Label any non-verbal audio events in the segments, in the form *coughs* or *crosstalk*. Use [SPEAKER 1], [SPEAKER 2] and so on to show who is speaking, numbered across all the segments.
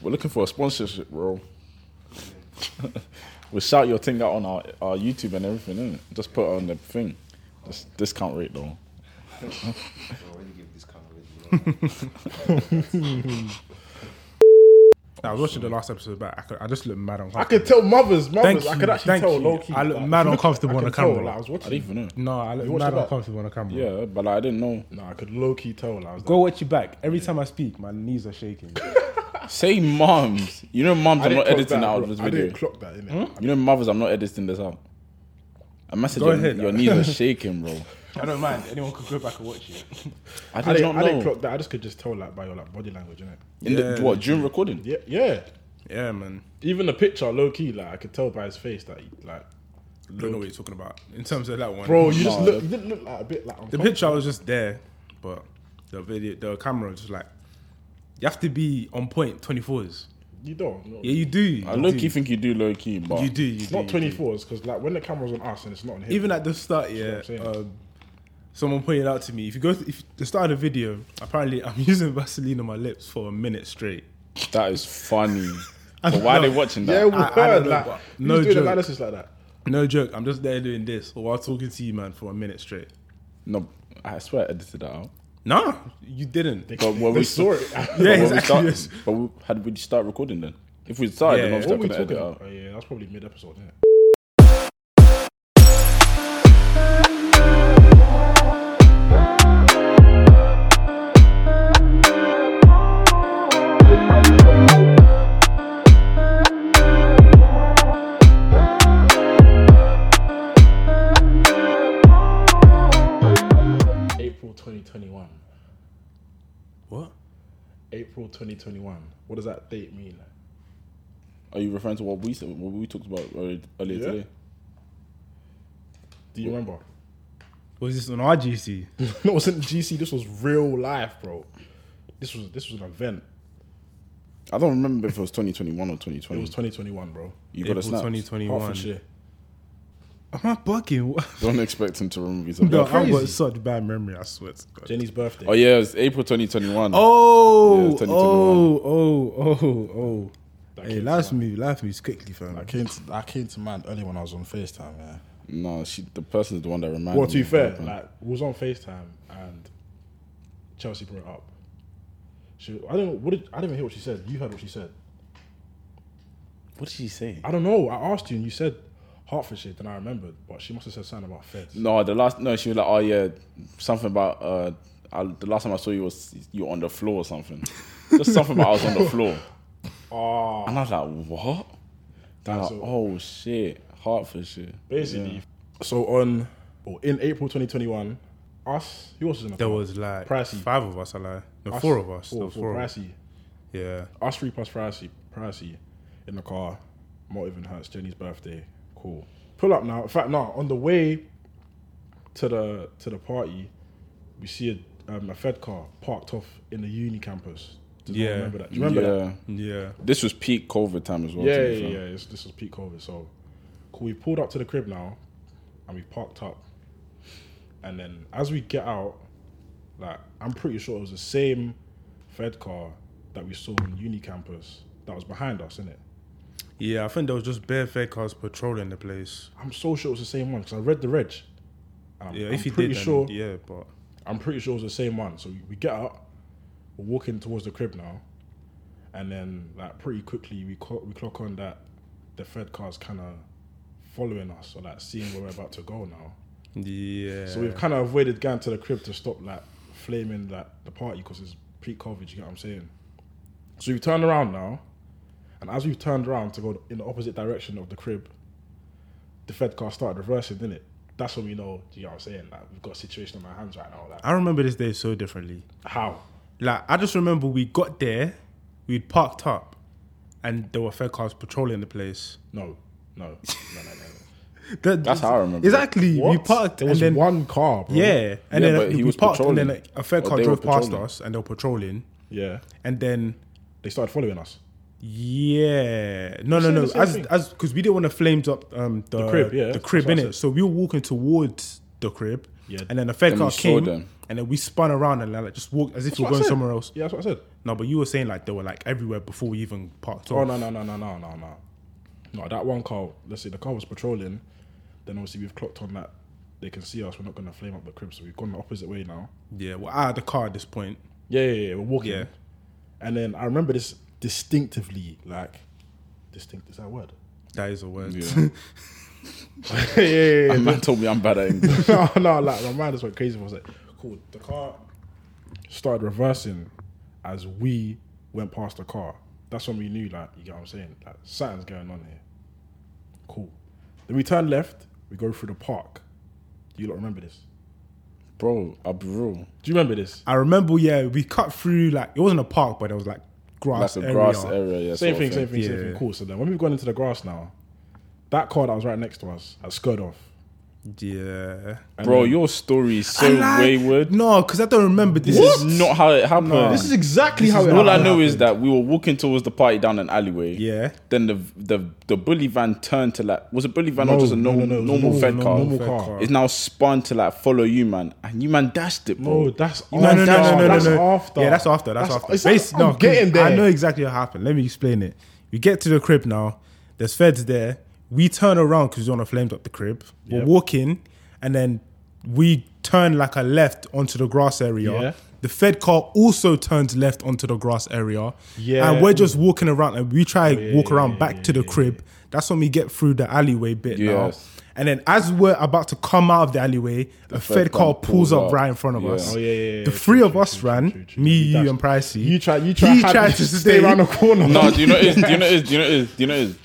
[SPEAKER 1] We're looking for a sponsorship, bro. *laughs* we shout your thing out on our, our YouTube and everything, innit? Just put it on the thing. Just discount rate though.
[SPEAKER 2] already give this kind of review.
[SPEAKER 3] I was watching the last episode back. I, could, I just looked mad uncomfortable.
[SPEAKER 4] I could tell mothers, mothers.
[SPEAKER 3] Thank
[SPEAKER 4] I
[SPEAKER 3] you,
[SPEAKER 4] could actually
[SPEAKER 3] thank
[SPEAKER 4] tell
[SPEAKER 3] you.
[SPEAKER 4] low key.
[SPEAKER 3] I look
[SPEAKER 4] *laughs*
[SPEAKER 3] mad uncomfortable on the camera.
[SPEAKER 4] Like, I was
[SPEAKER 1] I didn't
[SPEAKER 4] watching.
[SPEAKER 1] even know.
[SPEAKER 3] No, I looked
[SPEAKER 4] watched
[SPEAKER 3] mad
[SPEAKER 4] it back?
[SPEAKER 3] uncomfortable on the camera.
[SPEAKER 1] Yeah, but like, I didn't know.
[SPEAKER 4] No, I could low key tell. Like, I was
[SPEAKER 3] Go
[SPEAKER 4] like,
[SPEAKER 3] watch it back. Every time I speak, my knees are
[SPEAKER 4] *laughs*
[SPEAKER 3] shaking.
[SPEAKER 1] Say mums. You know mums,
[SPEAKER 4] I
[SPEAKER 1] I'm
[SPEAKER 4] didn't
[SPEAKER 1] not
[SPEAKER 4] clock
[SPEAKER 1] editing
[SPEAKER 4] that,
[SPEAKER 1] out
[SPEAKER 4] bro.
[SPEAKER 1] of this
[SPEAKER 4] I
[SPEAKER 1] video. Hmm?
[SPEAKER 4] didn't clock that in
[SPEAKER 1] You know mothers, I'm not editing this out. I messaged
[SPEAKER 3] Go
[SPEAKER 1] your,
[SPEAKER 3] ahead.
[SPEAKER 1] your
[SPEAKER 4] *laughs*
[SPEAKER 1] knees are shaking, bro.
[SPEAKER 3] I don't mind. Anyone could go back and watch it.
[SPEAKER 1] I did not
[SPEAKER 4] I didn't,
[SPEAKER 1] know.
[SPEAKER 4] I didn't clock that. I just could just tell like by your like body language, innit?
[SPEAKER 1] In the,
[SPEAKER 3] Yeah.
[SPEAKER 1] what during recording?
[SPEAKER 4] Yeah, yeah.
[SPEAKER 3] Yeah, man.
[SPEAKER 4] Even the picture, low key, like I could tell by his face that, he, like,
[SPEAKER 3] Don't know what you're talking about in terms of that one,
[SPEAKER 4] bro, you just
[SPEAKER 1] Nah,
[SPEAKER 4] look, you didn't look like a bit like
[SPEAKER 3] The picture I was just there, but the video, the camera was just like, you have to be on point 24s.
[SPEAKER 4] You don't. No.
[SPEAKER 3] Yeah, you do. You
[SPEAKER 1] I low
[SPEAKER 3] do.
[SPEAKER 1] key think you do low key, but
[SPEAKER 3] you do. You
[SPEAKER 4] it's
[SPEAKER 3] do,
[SPEAKER 4] not
[SPEAKER 3] you do.
[SPEAKER 4] twenty fours because like when the camera's on us and it's not on him.
[SPEAKER 3] even at the start, yeah.
[SPEAKER 4] That's what I'm saying.
[SPEAKER 3] Um, someone pointed out to me if you go, th- if the start of the video, apparently *laughs* I'm using Vaseline on my lips for a minute straight.
[SPEAKER 1] that is
[SPEAKER 4] *laughs*
[SPEAKER 1] funny. but why are they watching
[SPEAKER 4] yeah,
[SPEAKER 1] that?
[SPEAKER 4] we
[SPEAKER 3] I- I
[SPEAKER 4] heard
[SPEAKER 3] don't know,
[SPEAKER 4] like
[SPEAKER 3] but
[SPEAKER 4] he's
[SPEAKER 3] no
[SPEAKER 4] doing
[SPEAKER 3] joke.
[SPEAKER 4] analysis like that.
[SPEAKER 3] No joke, I'm just there doing this while talking to you, man, for a minute straight.
[SPEAKER 1] no, I swear I edited that out.
[SPEAKER 3] Nah, you didn't.
[SPEAKER 1] But when we
[SPEAKER 4] saw it.
[SPEAKER 1] *laughs* but
[SPEAKER 3] Yeah,
[SPEAKER 1] when we
[SPEAKER 3] exactly,
[SPEAKER 1] started,
[SPEAKER 3] yes.
[SPEAKER 1] but we, had we start recording then? If we started,
[SPEAKER 3] Yeah,
[SPEAKER 1] then obviously
[SPEAKER 4] what
[SPEAKER 1] I
[SPEAKER 4] were
[SPEAKER 1] could
[SPEAKER 4] we
[SPEAKER 1] edit
[SPEAKER 4] talking
[SPEAKER 1] it out.
[SPEAKER 4] about? Oh, yeah, that's probably mid episode. Yeah. April 2021.
[SPEAKER 3] What?
[SPEAKER 4] April 2021. What does that date mean?
[SPEAKER 1] Are you referring to what we said, what we talked about earlier earlier
[SPEAKER 4] Yeah.
[SPEAKER 1] today?
[SPEAKER 4] Do you remember?
[SPEAKER 3] Was this on RGC?
[SPEAKER 4] no, it wasn't GC. This was real life, bro. This was this was an event.
[SPEAKER 1] I don't remember if it was 2021 or 2020.
[SPEAKER 4] It was 2021, bro.
[SPEAKER 1] you got
[SPEAKER 3] April
[SPEAKER 1] a snap.
[SPEAKER 3] 2021.
[SPEAKER 4] Hertfordshire.
[SPEAKER 3] Am I bugging? *laughs* What?
[SPEAKER 1] Don't expect him to remember these. other-
[SPEAKER 3] No, I've
[SPEAKER 4] crazy.
[SPEAKER 3] got such bad memory, I swear to God.
[SPEAKER 4] Jenny's birthday.
[SPEAKER 1] Oh yeah, it was April 2021. Yeah,
[SPEAKER 3] Oh,
[SPEAKER 1] it's 2021.
[SPEAKER 3] oh, oh, oh, oh.
[SPEAKER 4] That
[SPEAKER 3] Hey,
[SPEAKER 4] kid's
[SPEAKER 3] life
[SPEAKER 4] mad.
[SPEAKER 3] moves, life moves quickly, fam.
[SPEAKER 4] I came to I came to mind early when I was on FaceTime, yeah.
[SPEAKER 1] No, she, the person's the one that reminded
[SPEAKER 4] Well,
[SPEAKER 1] me.
[SPEAKER 4] to be
[SPEAKER 1] of
[SPEAKER 4] fair,
[SPEAKER 1] what happened.
[SPEAKER 4] like we was on FaceTime and Chelsea brought it up. She, I don't know. What did, I didn't even hear what she said. You heard what she said.
[SPEAKER 1] what did she say?
[SPEAKER 4] I don't know. I asked you and you said Hertfordshire, then I remembered, but she must have said something about Feds.
[SPEAKER 1] No, the last no, she was like, oh yeah, something about uh, I, the last time I saw you was you were on the floor or something. Just something about I was on the floor,
[SPEAKER 4] Ah,
[SPEAKER 1] and I was like, what? They're
[SPEAKER 4] That's
[SPEAKER 1] like,
[SPEAKER 4] all.
[SPEAKER 1] oh shit, Hertfordshire.
[SPEAKER 4] basically. So on, or in April 2021, us. Who else was in the?
[SPEAKER 3] There
[SPEAKER 4] panel?
[SPEAKER 3] was like
[SPEAKER 4] Pricey.
[SPEAKER 3] five of us, I lie. No,
[SPEAKER 4] Us-
[SPEAKER 3] four of us. There
[SPEAKER 4] Four,
[SPEAKER 3] was
[SPEAKER 4] four,
[SPEAKER 3] four of us.
[SPEAKER 4] Pricey.
[SPEAKER 3] Yeah.
[SPEAKER 4] us three plus Pricey, Pricey in the car. Not even hurts. Jenny's birthday. Cool. Pull up now. In fact, now on the way to the to the party, we see a, um, a Fed car parked off in the uni campus. Does yeah.
[SPEAKER 3] Yeah.
[SPEAKER 4] remember that? Do you remember
[SPEAKER 1] yeah.
[SPEAKER 4] that?
[SPEAKER 3] Yeah.
[SPEAKER 1] This was peak COVID time as well.
[SPEAKER 4] Yeah,
[SPEAKER 1] to be
[SPEAKER 4] yeah,
[SPEAKER 1] fair.
[SPEAKER 4] yeah. It's, this is peak COVID. So, cool. We pulled up to the crib now, and we parked up. And then as we get out, like I'm pretty sure it was the same Fed car that we saw on uni campus that was behind us, innit?
[SPEAKER 3] Yeah, I think there was just bare fed cars patrolling the place.
[SPEAKER 4] I'm so sure it was the same one because I read the reg. And I'm,
[SPEAKER 3] Yeah,
[SPEAKER 4] I'm
[SPEAKER 3] if you
[SPEAKER 4] pretty
[SPEAKER 3] did, then,
[SPEAKER 4] sure.
[SPEAKER 3] yeah, but
[SPEAKER 4] I'm pretty sure it was the same one. So we, we get up, we're walking towards the crib now, and then like pretty quickly we clock, we clock on that the Fed car's kind of following us or like seeing where we're about to go now.
[SPEAKER 3] yeah.
[SPEAKER 4] So we've kind of avoided going to the crib to stop like flaming like the party because it's pre-COVID. You get what I'm saying? So we've turned around now, and as we've turned around to go in the opposite direction of the crib, the Fed car started reversing, didn't it? That's when we know. You know what I'm saying? Like we've got a situation on our hands right now. Like
[SPEAKER 3] I remember this day so differently.
[SPEAKER 4] how?
[SPEAKER 3] Like I just remember we got there, we'd parked up, and there were fed cars patrolling the place.
[SPEAKER 4] No, no, no, no, no. no.
[SPEAKER 3] That-
[SPEAKER 1] That's how I remember it.
[SPEAKER 3] Exactly. *laughs* We parked
[SPEAKER 4] There
[SPEAKER 3] and
[SPEAKER 4] was
[SPEAKER 3] then
[SPEAKER 4] one car, bro.
[SPEAKER 3] yeah, and
[SPEAKER 1] Yeah,
[SPEAKER 3] then
[SPEAKER 1] but he
[SPEAKER 3] we
[SPEAKER 1] was
[SPEAKER 3] parked and then
[SPEAKER 1] patrolling.
[SPEAKER 3] a fed
[SPEAKER 1] Or
[SPEAKER 3] car
[SPEAKER 1] they were
[SPEAKER 3] drove past
[SPEAKER 1] patrolling.
[SPEAKER 3] us and they were patrolling,
[SPEAKER 4] yeah.
[SPEAKER 3] and then
[SPEAKER 4] They started following us.
[SPEAKER 3] Yeah. No, no,
[SPEAKER 4] saying
[SPEAKER 3] no.
[SPEAKER 4] the same
[SPEAKER 3] As
[SPEAKER 4] thing.
[SPEAKER 3] um, as
[SPEAKER 4] Yeah.
[SPEAKER 3] And then the fed
[SPEAKER 1] Then
[SPEAKER 3] car
[SPEAKER 1] we saw
[SPEAKER 3] came,
[SPEAKER 1] them.
[SPEAKER 3] and then we spun around and like just walked as if we were
[SPEAKER 4] what I
[SPEAKER 3] going
[SPEAKER 4] said.
[SPEAKER 3] somewhere else.
[SPEAKER 4] Yeah, that's what I said.
[SPEAKER 3] No, but you were saying like they were like everywhere before we even parked
[SPEAKER 4] Oh
[SPEAKER 3] off.
[SPEAKER 4] no no no no no no no. No, that one car. Let's say the car was patrolling. Then obviously we've clocked on that they can see us. We're not gonna flame up the crib, so we've gone the opposite way now.
[SPEAKER 3] Yeah, well, I had the car at this point.
[SPEAKER 4] Yeah, yeah, yeah. We're walking.
[SPEAKER 3] Yeah.
[SPEAKER 4] And then I remember this distinctively, like distinct. Is that a word?
[SPEAKER 3] That is a word.
[SPEAKER 1] Yeah.
[SPEAKER 4] *laughs* yeah, yeah,
[SPEAKER 1] A
[SPEAKER 4] yeah.
[SPEAKER 1] *laughs* man told me I'm bad at English.
[SPEAKER 4] *laughs* no, no, like my mind just went crazy. I was like, cool. The car started reversing as we went past the car. That's when we knew, like, you get what I'm saying? Like, something's going on here. Cool. Then we turn left. We go through the park. Do you lot remember this?
[SPEAKER 1] Bro, I'll be real.
[SPEAKER 4] Do you remember this?
[SPEAKER 3] *laughs* I remember, yeah, we cut through like it wasn't a park, but it was like grass
[SPEAKER 1] Like a
[SPEAKER 3] area.
[SPEAKER 1] grass area. Yeah, sort
[SPEAKER 4] same
[SPEAKER 1] of
[SPEAKER 4] thing, same thing, same
[SPEAKER 3] Yeah.
[SPEAKER 4] thing. Cool. So then when we've gone into the grass now, that car that was right next to us has skirted off.
[SPEAKER 3] Yeah,
[SPEAKER 4] And
[SPEAKER 1] Bro,
[SPEAKER 4] then-
[SPEAKER 1] your story is so
[SPEAKER 3] I lied.
[SPEAKER 1] wayward.
[SPEAKER 3] No, because I don't remember this.
[SPEAKER 1] This
[SPEAKER 3] is-
[SPEAKER 1] is not how it happened.
[SPEAKER 4] this is exactly how it
[SPEAKER 1] All I
[SPEAKER 4] happened.
[SPEAKER 1] know is that we were walking towards the party down an alleyway.
[SPEAKER 3] Yeah.
[SPEAKER 1] Then the the the bully van turned to like was a bully van or
[SPEAKER 4] No,
[SPEAKER 1] just a
[SPEAKER 4] no,
[SPEAKER 1] normal
[SPEAKER 4] no, no, it was a
[SPEAKER 1] normal
[SPEAKER 4] normal-
[SPEAKER 1] fed
[SPEAKER 4] normal-
[SPEAKER 1] car?
[SPEAKER 4] normal
[SPEAKER 3] Fed
[SPEAKER 4] car.
[SPEAKER 3] car.
[SPEAKER 1] It's now spun to like follow you man, and you man dashed it, bro.
[SPEAKER 4] No, Oh, that's
[SPEAKER 3] No, no, no,
[SPEAKER 4] after.
[SPEAKER 3] no, no, no,
[SPEAKER 4] That's
[SPEAKER 3] no.
[SPEAKER 4] after.
[SPEAKER 3] Yeah, that's after. That's, after.
[SPEAKER 4] it's-
[SPEAKER 3] Basi-
[SPEAKER 4] I'm
[SPEAKER 3] no, 'cause
[SPEAKER 4] getting there.
[SPEAKER 3] I know exactly what happened. Let me explain it. We get to the crib now. There's feds there. We turn around because we want to flamed up the crib. We're
[SPEAKER 4] Yep.
[SPEAKER 3] walking, and then we turn like a left onto the grass area.
[SPEAKER 4] Yeah.
[SPEAKER 3] The Fed car also turns left onto the grass area.
[SPEAKER 4] Yeah. Oh,
[SPEAKER 3] And we're just walking around and we try
[SPEAKER 4] yeah,
[SPEAKER 3] walk around
[SPEAKER 4] yeah,
[SPEAKER 3] back to the crib. That's when we get through the alleyway bit
[SPEAKER 1] Yes.
[SPEAKER 3] now. And then as we're about to come out of the alleyway, a Fed, car pulls, up, right in front of
[SPEAKER 1] Yeah.
[SPEAKER 3] us.
[SPEAKER 4] Oh, yeah, yeah, yeah.
[SPEAKER 3] The
[SPEAKER 4] True,
[SPEAKER 3] three of
[SPEAKER 4] true,
[SPEAKER 3] us
[SPEAKER 4] true,
[SPEAKER 3] ran.
[SPEAKER 4] true, true.
[SPEAKER 3] Me,
[SPEAKER 4] You
[SPEAKER 3] you,
[SPEAKER 4] dashed-
[SPEAKER 3] and Pricey.
[SPEAKER 4] You tried. You tried.
[SPEAKER 3] He
[SPEAKER 4] had-
[SPEAKER 3] tried to
[SPEAKER 4] stay around the *laughs* corner.
[SPEAKER 1] No, do you know what it is? Do you know what it is? Do you know what it is? Do you know what it is?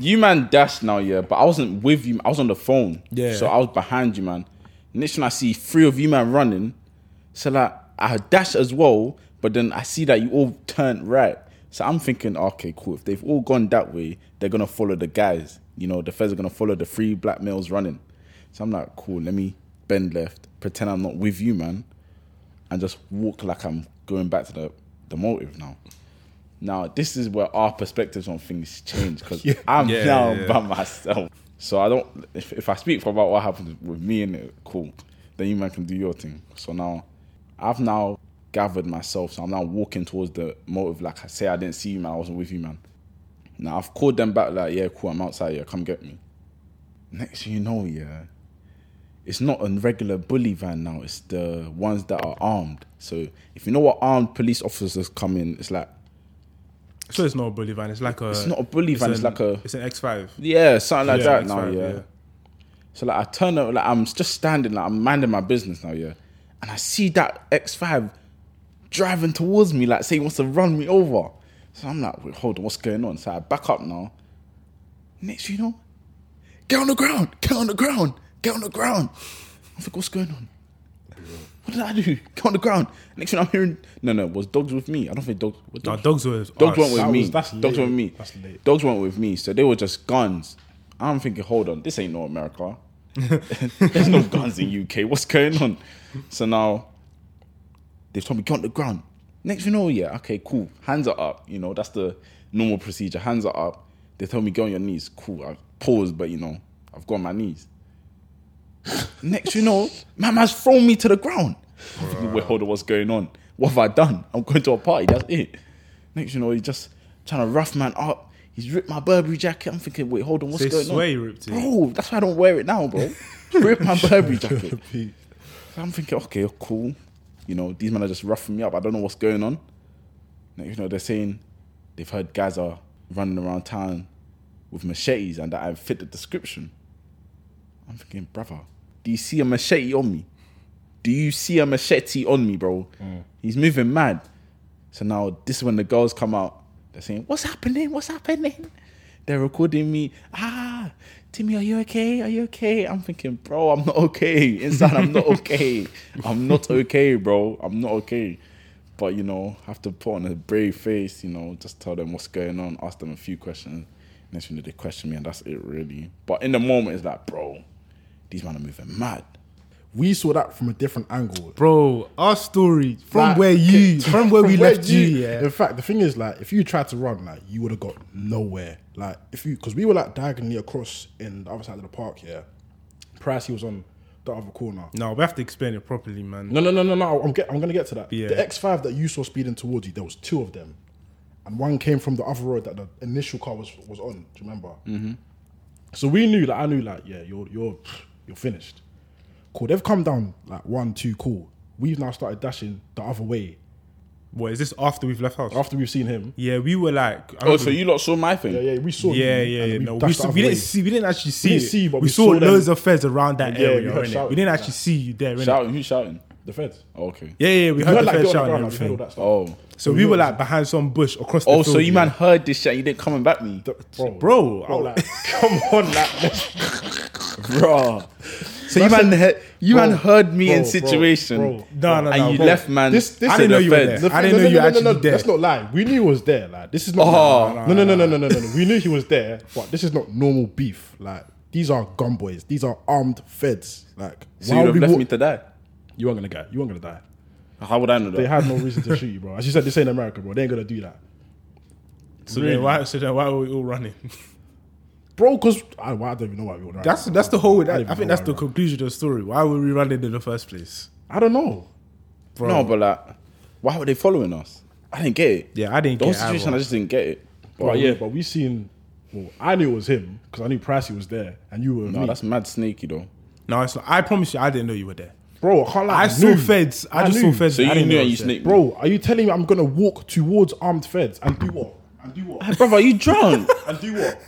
[SPEAKER 1] You man dashed now, yeah, but I wasn't with you. I was on the phone.
[SPEAKER 3] Yeah.
[SPEAKER 1] So I was behind you, man. Next thing I see three of you man running. So like I dashed as well, but then I see that you all turned right. So I'm thinking, okay, cool. If they've all gone that way, they're gonna follow the guys. You know, the feds are gonna follow the three black males running. So I'm like, cool, let me bend left, pretend I'm not with you, man, and just walk like I'm going back to the, the motive now. Now, this is where our perspectives on things change because I'm
[SPEAKER 3] *laughs* Yeah,
[SPEAKER 1] now
[SPEAKER 3] yeah, yeah.
[SPEAKER 1] by myself. So I don't, if, if I speak for about what happened with me and it, cool, then you man can do your thing. So now I've now gathered myself. So I'm now walking towards the motive. Like I say, I didn't see you, man. I wasn't with you, man. Now I've called them back, like, yeah, cool, I'm outside, yeah, come get me. Next thing you know, yeah, it's not a regular bully van now. It's the ones that are armed. So if you know what armed police officers come in, it's like
[SPEAKER 3] So it's not a bully van. It's like a.
[SPEAKER 1] it's not a bully van. It's
[SPEAKER 3] an-
[SPEAKER 1] like a
[SPEAKER 3] It's an X five.
[SPEAKER 1] yeah, something like
[SPEAKER 3] Yeah,
[SPEAKER 1] that
[SPEAKER 3] it's
[SPEAKER 1] now.
[SPEAKER 3] fine,
[SPEAKER 1] yeah.
[SPEAKER 3] yeah.
[SPEAKER 1] So like I turn up, like I'm just standing, like I'm minding my business now. Yeah, and I see that X five driving towards me, like saying he wants to run me over. So I'm like, wait, hold on, what's going on? So I back up now. Next, thing you know, get on the ground, get on the ground, get on the ground. I think, what's going on? What did I do? Get on the ground. Next thing I'm hearing, no, no, was dogs with me? I don't think dogs. were
[SPEAKER 3] No,
[SPEAKER 1] dogs-
[SPEAKER 3] dogs were.
[SPEAKER 1] Dogs weren't
[SPEAKER 3] us.
[SPEAKER 1] with
[SPEAKER 4] That
[SPEAKER 1] me.
[SPEAKER 4] was- that's
[SPEAKER 1] dogs
[SPEAKER 4] lit.
[SPEAKER 1] weren't with me.
[SPEAKER 4] That's lit.
[SPEAKER 1] Dogs weren't with me. So they were just guns. I'm thinking, hold on, this ain't no America. *laughs* There's no guns in UK. What's going on? So now they've told me get on the ground. Next thing you know, yeah, okay, cool. Hands are up. You know that's the normal procedure. Hands are up. They told me get on your knees. Cool. I paused, but you know I've got on my knees. *laughs* Next, you know, my man's thrown me to the ground. I'm thinking, wait, hold on, what's going on? What have I done? I'm going to a party, that's it. Next, you know, he's just trying to rough man up. He's ripped my Burberry jacket. I'm thinking, wait, hold on, what's
[SPEAKER 3] They
[SPEAKER 1] going
[SPEAKER 3] swear
[SPEAKER 1] on?
[SPEAKER 3] you ripped it.
[SPEAKER 1] Bro, that's why I don't wear it now,
[SPEAKER 3] *laughs*
[SPEAKER 1] bro. Rip my Burberry jacket. So I'm thinking, okay, cool. You know, these men are just roughing me up. I don't know what's going on. Next, you know, they're saying they've heard guys are running around town with machetes and that I fit the description. I'm thinking, brother, do you see a machete on me? Do you see a machete on me, bro? He's moving mad. So now this is when the girls come out. They're saying, "What's happening? What's happening?" They're recording me. Ah, Timmy, are you okay? Are you okay? I'm thinking, bro, I'm not okay. Inside, I'm not okay. I'm not okay, bro. I'm not okay. But you know, have to put on a brave face. You know, just tell them what's going on. Ask them a few questions. Next thing they question me, and that's it, really. But in the moment, it's like, bro, these men are moving mad.
[SPEAKER 4] We saw that from a different angle.
[SPEAKER 3] Bro, our story from
[SPEAKER 4] Like,
[SPEAKER 3] where you, *laughs*
[SPEAKER 4] okay,
[SPEAKER 3] from where we left you, yeah.
[SPEAKER 4] In fact, the thing is, like, if you tried to run, like, you would have got nowhere. Like, if you, because we were like diagonally across in the other side of the park. Yeah, Price he was on the other corner.
[SPEAKER 3] No, we have to explain it properly, man.
[SPEAKER 4] No, no, no, no, no. I'm get, I'm gonna get to that.
[SPEAKER 3] Yeah.
[SPEAKER 4] The X5 that you saw speeding towards you, there was two of them, and one came from the other road that the initial car was was on. Do you remember? Mm-hmm. So we knew that I knew like yeah, you're you're you're finished. Cool. They've come down like one, two. Cool. We've now started dashing the other way
[SPEAKER 3] What is this after we've left house?
[SPEAKER 4] after we've seen him.
[SPEAKER 3] Yeah, we were like. I
[SPEAKER 1] Oh,
[SPEAKER 3] remember-
[SPEAKER 1] so you lot saw my thing?
[SPEAKER 4] Yeah, yeah, we saw.
[SPEAKER 3] Yeah,
[SPEAKER 4] him,
[SPEAKER 3] yeah,
[SPEAKER 4] and
[SPEAKER 3] yeah.
[SPEAKER 4] we
[SPEAKER 3] no, we,
[SPEAKER 4] dashed
[SPEAKER 3] saw, we
[SPEAKER 4] the other
[SPEAKER 3] didn't
[SPEAKER 4] way.
[SPEAKER 3] see. We didn't actually see.
[SPEAKER 4] didn't
[SPEAKER 3] it.
[SPEAKER 4] see, but we
[SPEAKER 3] saw,
[SPEAKER 4] saw them.
[SPEAKER 3] loads of feds around that
[SPEAKER 4] Yeah, we
[SPEAKER 3] area.
[SPEAKER 4] heard
[SPEAKER 3] We,
[SPEAKER 4] shouting.
[SPEAKER 3] we didn't actually see you there. innit?
[SPEAKER 1] Shouting? Who's shouting?
[SPEAKER 4] the feds.
[SPEAKER 1] Oh, okay.
[SPEAKER 3] Yeah, yeah, we
[SPEAKER 4] We
[SPEAKER 3] heard,
[SPEAKER 4] heard
[SPEAKER 3] the
[SPEAKER 4] like
[SPEAKER 3] feds
[SPEAKER 4] you're
[SPEAKER 3] shouting
[SPEAKER 4] on the
[SPEAKER 3] and
[SPEAKER 4] ground, like, we heard all
[SPEAKER 3] everything.
[SPEAKER 4] that stuff.
[SPEAKER 1] Oh.
[SPEAKER 3] So we were like behind some bush across the
[SPEAKER 1] Oh,
[SPEAKER 3] field.
[SPEAKER 1] so you
[SPEAKER 3] yeah.
[SPEAKER 1] man heard this shit. You didn't come and back me,
[SPEAKER 4] bro,
[SPEAKER 3] Bro, I-
[SPEAKER 4] like, come on, like,
[SPEAKER 1] bro. So you
[SPEAKER 4] That's
[SPEAKER 1] man, he- you man heard me
[SPEAKER 4] bro,
[SPEAKER 1] in
[SPEAKER 4] bro,
[SPEAKER 1] situation,
[SPEAKER 4] bro.
[SPEAKER 3] No, no,
[SPEAKER 1] and
[SPEAKER 3] no.
[SPEAKER 1] you
[SPEAKER 3] bro.
[SPEAKER 1] left man.
[SPEAKER 4] This- this-
[SPEAKER 1] to
[SPEAKER 4] I didn't
[SPEAKER 1] the
[SPEAKER 3] know you were
[SPEAKER 1] feds.
[SPEAKER 3] there. I didn't know you actually
[SPEAKER 4] no, no,
[SPEAKER 3] there.
[SPEAKER 4] That's not lie. We knew he was there. Like this is not.
[SPEAKER 1] Oh.
[SPEAKER 4] no, no, no, no, no, no, no, no. We knew he was there, but this is not normal beef. Like these are gun boys. These are armed feds. Like
[SPEAKER 1] So you
[SPEAKER 4] why would
[SPEAKER 1] have
[SPEAKER 4] we
[SPEAKER 1] left
[SPEAKER 4] walk-
[SPEAKER 1] me to die.
[SPEAKER 4] you weren't gonna get. You weren't gonna die.
[SPEAKER 1] How would I know
[SPEAKER 4] They
[SPEAKER 1] that?
[SPEAKER 4] had no reason to shoot you, bro. As you said, this ain't America, bro. They ain't gonna do that,
[SPEAKER 3] So then why? So then why were we all running?
[SPEAKER 4] bro. Because I, well, I don't even know why we were. running.
[SPEAKER 3] That's that's the whole.
[SPEAKER 4] don't
[SPEAKER 3] I,
[SPEAKER 4] even
[SPEAKER 3] think
[SPEAKER 4] know
[SPEAKER 3] that's
[SPEAKER 4] why
[SPEAKER 3] the
[SPEAKER 4] we were-
[SPEAKER 3] conclusion of the story. Why were we running in the first place?
[SPEAKER 4] I don't know.
[SPEAKER 3] Bro.
[SPEAKER 1] No, but like, why were they following us? I didn't get it.
[SPEAKER 3] Yeah, I didn't
[SPEAKER 1] The whole
[SPEAKER 3] get it
[SPEAKER 1] situation,
[SPEAKER 3] either.
[SPEAKER 1] I just didn't get it. But
[SPEAKER 4] But
[SPEAKER 1] yeah,
[SPEAKER 4] yeah, but we seen. Well, I knew it was him because I knew Pricey was there, and you were. with
[SPEAKER 1] no,
[SPEAKER 4] me.
[SPEAKER 1] that's mad sneaky though.
[SPEAKER 3] No, it's not. I promise you, I didn't know you were there.
[SPEAKER 4] bro. I can't lie.
[SPEAKER 3] I,
[SPEAKER 4] I
[SPEAKER 3] saw
[SPEAKER 4] knew.
[SPEAKER 3] feds. I, just
[SPEAKER 4] knew.
[SPEAKER 3] saw feds.
[SPEAKER 1] So
[SPEAKER 3] I
[SPEAKER 1] you
[SPEAKER 3] didn't
[SPEAKER 1] knew
[SPEAKER 3] know
[SPEAKER 1] and
[SPEAKER 3] it
[SPEAKER 1] you
[SPEAKER 3] was
[SPEAKER 1] sneaked, me.
[SPEAKER 4] Bro, are you telling me I'm gonna walk towards armed feds and do what? And do what?
[SPEAKER 1] brother. Are you
[SPEAKER 4] *laughs*
[SPEAKER 1] drunk?
[SPEAKER 4] And do what?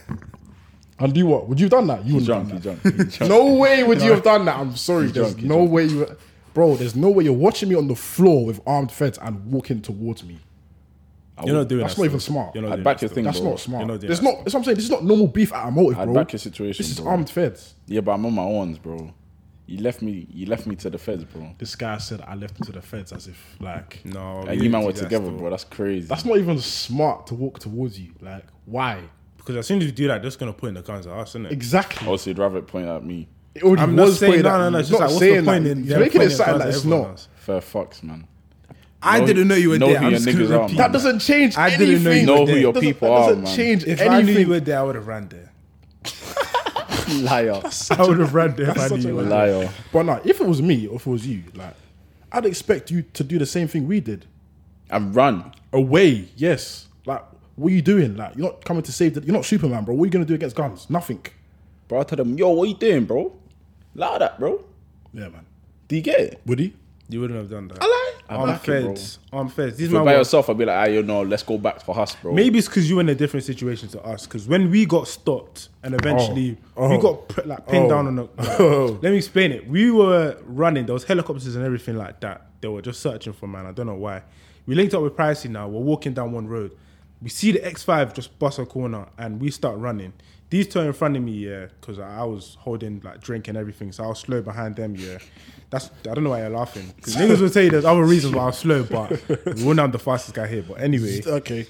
[SPEAKER 4] And do what? Would you have done that? You wouldn't have
[SPEAKER 1] drunk, you
[SPEAKER 4] done
[SPEAKER 1] drunk, you
[SPEAKER 4] that.
[SPEAKER 1] drunk.
[SPEAKER 4] *laughs* No way would you have done that. I'm sorry. There's
[SPEAKER 1] drunk, you
[SPEAKER 4] no way you. Bro, there's no way you're watching me on the floor with armed feds and walking towards me.
[SPEAKER 3] You're not doing
[SPEAKER 4] That's
[SPEAKER 3] that
[SPEAKER 4] not even
[SPEAKER 3] still.
[SPEAKER 4] smart.
[SPEAKER 3] You're not
[SPEAKER 1] I'd
[SPEAKER 3] doing
[SPEAKER 1] back
[SPEAKER 3] that
[SPEAKER 1] your
[SPEAKER 3] still.
[SPEAKER 1] thing.
[SPEAKER 4] That's
[SPEAKER 1] bro.
[SPEAKER 4] not smart.
[SPEAKER 3] You're not doing
[SPEAKER 4] There's
[SPEAKER 3] that
[SPEAKER 4] not. That's what I'm saying. This is not normal beef at a motive,
[SPEAKER 1] I'd
[SPEAKER 4] bro.
[SPEAKER 1] back your situation,
[SPEAKER 4] This is um-
[SPEAKER 1] bro.
[SPEAKER 4] armed feds.
[SPEAKER 1] Yeah, but I'm on my own, bro. You left me. You left me to the feds, bro.
[SPEAKER 4] This guy said I left him to the feds as if like
[SPEAKER 3] No,
[SPEAKER 1] And
[SPEAKER 3] we
[SPEAKER 1] you man
[SPEAKER 3] didn't
[SPEAKER 1] were
[SPEAKER 3] do that
[SPEAKER 1] together,
[SPEAKER 3] still.
[SPEAKER 1] bro. That's crazy.
[SPEAKER 4] that's not even smart to walk towards you. Like why?
[SPEAKER 3] Because as soon as you do that, they're just gonna point the guns at us, isn't it?
[SPEAKER 4] Exactly.
[SPEAKER 1] also, you'd rather point at me.
[SPEAKER 4] It already
[SPEAKER 3] I'm not
[SPEAKER 4] was
[SPEAKER 3] saying-
[SPEAKER 4] pointed
[SPEAKER 3] no,
[SPEAKER 4] at
[SPEAKER 3] no,
[SPEAKER 4] you.
[SPEAKER 3] no, it's
[SPEAKER 4] It's
[SPEAKER 3] just
[SPEAKER 4] not
[SPEAKER 3] like, what's the
[SPEAKER 4] saying
[SPEAKER 3] point
[SPEAKER 4] that.
[SPEAKER 3] in
[SPEAKER 4] You're
[SPEAKER 3] them
[SPEAKER 4] making it
[SPEAKER 3] pointing
[SPEAKER 4] sound
[SPEAKER 3] guns
[SPEAKER 4] like
[SPEAKER 3] at
[SPEAKER 4] it's
[SPEAKER 3] everyone
[SPEAKER 4] not.
[SPEAKER 3] else?
[SPEAKER 1] Fair fucks,
[SPEAKER 4] *laughs*
[SPEAKER 1] man.
[SPEAKER 3] I
[SPEAKER 1] Know-
[SPEAKER 3] didn't know you were
[SPEAKER 1] know
[SPEAKER 3] there.
[SPEAKER 1] who
[SPEAKER 3] I'm
[SPEAKER 1] your
[SPEAKER 3] just gonna
[SPEAKER 1] niggas are,
[SPEAKER 3] repeat
[SPEAKER 1] man.
[SPEAKER 4] That doesn't change
[SPEAKER 3] I
[SPEAKER 4] anything.
[SPEAKER 3] didn't know you
[SPEAKER 1] Know
[SPEAKER 3] were
[SPEAKER 1] who
[SPEAKER 3] there.
[SPEAKER 1] your
[SPEAKER 4] Doesn't-
[SPEAKER 1] people
[SPEAKER 4] that
[SPEAKER 1] are,
[SPEAKER 4] doesn't
[SPEAKER 1] man.
[SPEAKER 4] change
[SPEAKER 3] If I knew you
[SPEAKER 4] anything.
[SPEAKER 3] were there, I would have ran there.
[SPEAKER 1] Liar,
[SPEAKER 3] I would have ran there if I
[SPEAKER 4] such
[SPEAKER 3] knew
[SPEAKER 4] a
[SPEAKER 3] you were there.
[SPEAKER 1] liar.
[SPEAKER 4] But no, if it was me or if it was you, like, I'd expect you to do the same thing we did.
[SPEAKER 1] And run.
[SPEAKER 4] Away, yes. Like, what are you doing? Like, you're not coming to save. The, you're not Superman, bro. What are you gonna do against guns? Nothing.
[SPEAKER 1] Bro, I tell them, yo, what you doing, bro? Lie that, bro.
[SPEAKER 4] Yeah, man.
[SPEAKER 1] Do you get it?
[SPEAKER 4] Would he?
[SPEAKER 3] You wouldn't have done that.
[SPEAKER 1] I
[SPEAKER 3] Armed
[SPEAKER 1] back it, bro.
[SPEAKER 3] feds. Armed feds. These
[SPEAKER 1] If you're
[SPEAKER 3] man
[SPEAKER 1] by
[SPEAKER 3] were-
[SPEAKER 1] yourself, I'd be like, ah, you know, let's go back for us, bro.
[SPEAKER 3] Maybe it's because you were in a different situation to us. Because when we got stopped and eventually we
[SPEAKER 4] Oh.
[SPEAKER 3] got pr- like pinned
[SPEAKER 4] Oh.
[SPEAKER 3] down
[SPEAKER 4] *laughs*
[SPEAKER 3] on the.
[SPEAKER 4] Oh.
[SPEAKER 3] Let me explain it. We were running. There was helicopters and everything like that. They were just searching for man. I don't know why. We linked up with Pricey now. We're walking down one road. We see the X5 just bust a corner and we start running. These two in front of me, yeah, because I I was holding like drink and everything, so I was slow behind them, yeah. That's I don't know why you're laughing. 'Cause niggas will tell you there's other reasons why I was slow, but we wouldn't have the fastest guy here. But anyway,
[SPEAKER 4] Okay.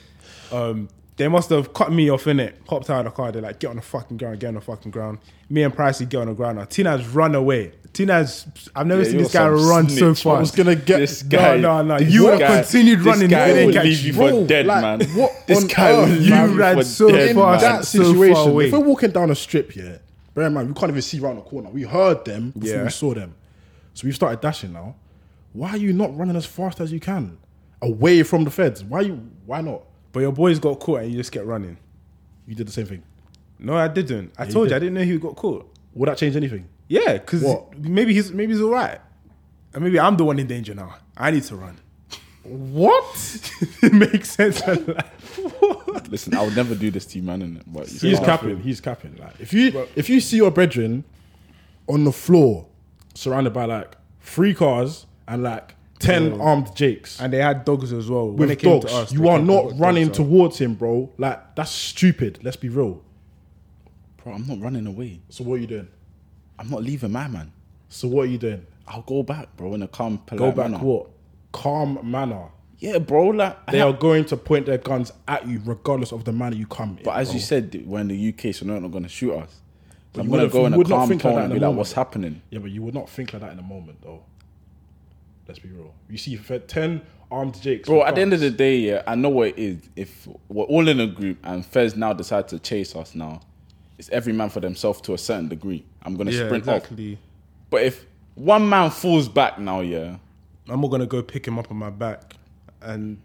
[SPEAKER 3] um, they must have cut me off in it. Hopped out of the car. They're like, get on the fucking ground, get on the fucking ground. Me and Pricey get on the ground now. Tina's run away. Tina's. I've never
[SPEAKER 1] Yeah,
[SPEAKER 3] seen
[SPEAKER 1] you're
[SPEAKER 3] this guy
[SPEAKER 1] some
[SPEAKER 3] run so
[SPEAKER 1] snitch, man.
[SPEAKER 3] fast.
[SPEAKER 4] I was gonna get
[SPEAKER 1] this
[SPEAKER 4] no,
[SPEAKER 1] guy.
[SPEAKER 3] no, no,
[SPEAKER 1] this
[SPEAKER 3] you would've
[SPEAKER 1] guy-
[SPEAKER 3] continued running
[SPEAKER 1] This guy
[SPEAKER 3] if they
[SPEAKER 1] would
[SPEAKER 3] didn't
[SPEAKER 1] leave
[SPEAKER 3] catch
[SPEAKER 1] you
[SPEAKER 3] you.
[SPEAKER 1] for
[SPEAKER 4] Bro,
[SPEAKER 1] dead,
[SPEAKER 4] like,
[SPEAKER 1] man.
[SPEAKER 4] what
[SPEAKER 1] this
[SPEAKER 4] on
[SPEAKER 1] guy would
[SPEAKER 4] earth,
[SPEAKER 1] leave
[SPEAKER 4] man?
[SPEAKER 1] you
[SPEAKER 3] You ran
[SPEAKER 1] for
[SPEAKER 3] so
[SPEAKER 1] dead,
[SPEAKER 3] far,
[SPEAKER 1] man.
[SPEAKER 3] that-
[SPEAKER 4] that
[SPEAKER 3] so far
[SPEAKER 4] situation,
[SPEAKER 3] away.
[SPEAKER 4] if we're walking down a strip, yeah, bear in mind we can't even see around the corner. We heard them before
[SPEAKER 3] Yeah.
[SPEAKER 4] we saw them, so we've started dashing now. Why are you not running as fast as you can away from the feds? Why you? Why not?
[SPEAKER 3] but your boys got caught and you just kept running.
[SPEAKER 4] You did the same thing.
[SPEAKER 3] No, I didn't. I told you,
[SPEAKER 4] did.
[SPEAKER 3] I didn't know he got caught.
[SPEAKER 4] Would that change anything?
[SPEAKER 3] Yeah, because
[SPEAKER 4] What?
[SPEAKER 3] maybe he's maybe he's all right. And maybe I'm the one in danger now. I need to run.
[SPEAKER 4] What?
[SPEAKER 3] *laughs* it makes sense. *laughs* I'm like, what?
[SPEAKER 1] Listen, I would never do this to you, man. Innit? But
[SPEAKER 4] He's capping. He's capping. Like if you if you see your brethren on the floor, surrounded by like three cars and like ten armed jakes,
[SPEAKER 3] And they had dogs as well. when
[SPEAKER 4] with
[SPEAKER 3] it came
[SPEAKER 4] dogs.
[SPEAKER 3] to us,
[SPEAKER 4] you
[SPEAKER 3] they
[SPEAKER 4] are
[SPEAKER 3] came- they
[SPEAKER 4] not
[SPEAKER 3] got
[SPEAKER 4] running
[SPEAKER 3] dogs out.
[SPEAKER 4] towards him, bro. Like that's stupid. Let's be real.
[SPEAKER 1] bro, I'm not running away.
[SPEAKER 4] So what are you doing?
[SPEAKER 1] I'm not leaving my man.
[SPEAKER 4] So what are you doing?
[SPEAKER 1] I'll go back, bro, in a calm,
[SPEAKER 4] Go
[SPEAKER 1] polite
[SPEAKER 4] back
[SPEAKER 1] manner.
[SPEAKER 4] what? Calm manner.
[SPEAKER 1] Yeah, bro. Like, I
[SPEAKER 4] They
[SPEAKER 1] have-
[SPEAKER 4] are going to point their guns at you regardless of the manner you come in.
[SPEAKER 1] But as
[SPEAKER 4] bro.
[SPEAKER 1] you said, we're in the UK, so they're not going to shoot us. So I'm going
[SPEAKER 4] you
[SPEAKER 1] to
[SPEAKER 4] would've-
[SPEAKER 1] go in
[SPEAKER 4] you
[SPEAKER 1] a
[SPEAKER 4] would not
[SPEAKER 1] calm
[SPEAKER 4] think like
[SPEAKER 1] tone
[SPEAKER 4] that
[SPEAKER 1] and
[SPEAKER 4] in
[SPEAKER 1] be
[SPEAKER 4] the
[SPEAKER 1] like,
[SPEAKER 4] moment.
[SPEAKER 1] what's happening?
[SPEAKER 4] Yeah, but you would not think like that in a moment though. Let's be real. You see if had ten armed jakes.
[SPEAKER 1] Bro,
[SPEAKER 4] with
[SPEAKER 1] at the end of
[SPEAKER 4] guns,
[SPEAKER 1] the day, yeah, I know what it is. If we're all in a group and Fez now decide to chase us now, it's every man for themselves to a certain degree. I'm going to
[SPEAKER 3] Yeah,
[SPEAKER 1] sprint
[SPEAKER 3] exactly.
[SPEAKER 1] off. But if One man falls back now, yeah.
[SPEAKER 3] I'm not gonna go pick him up on my back, and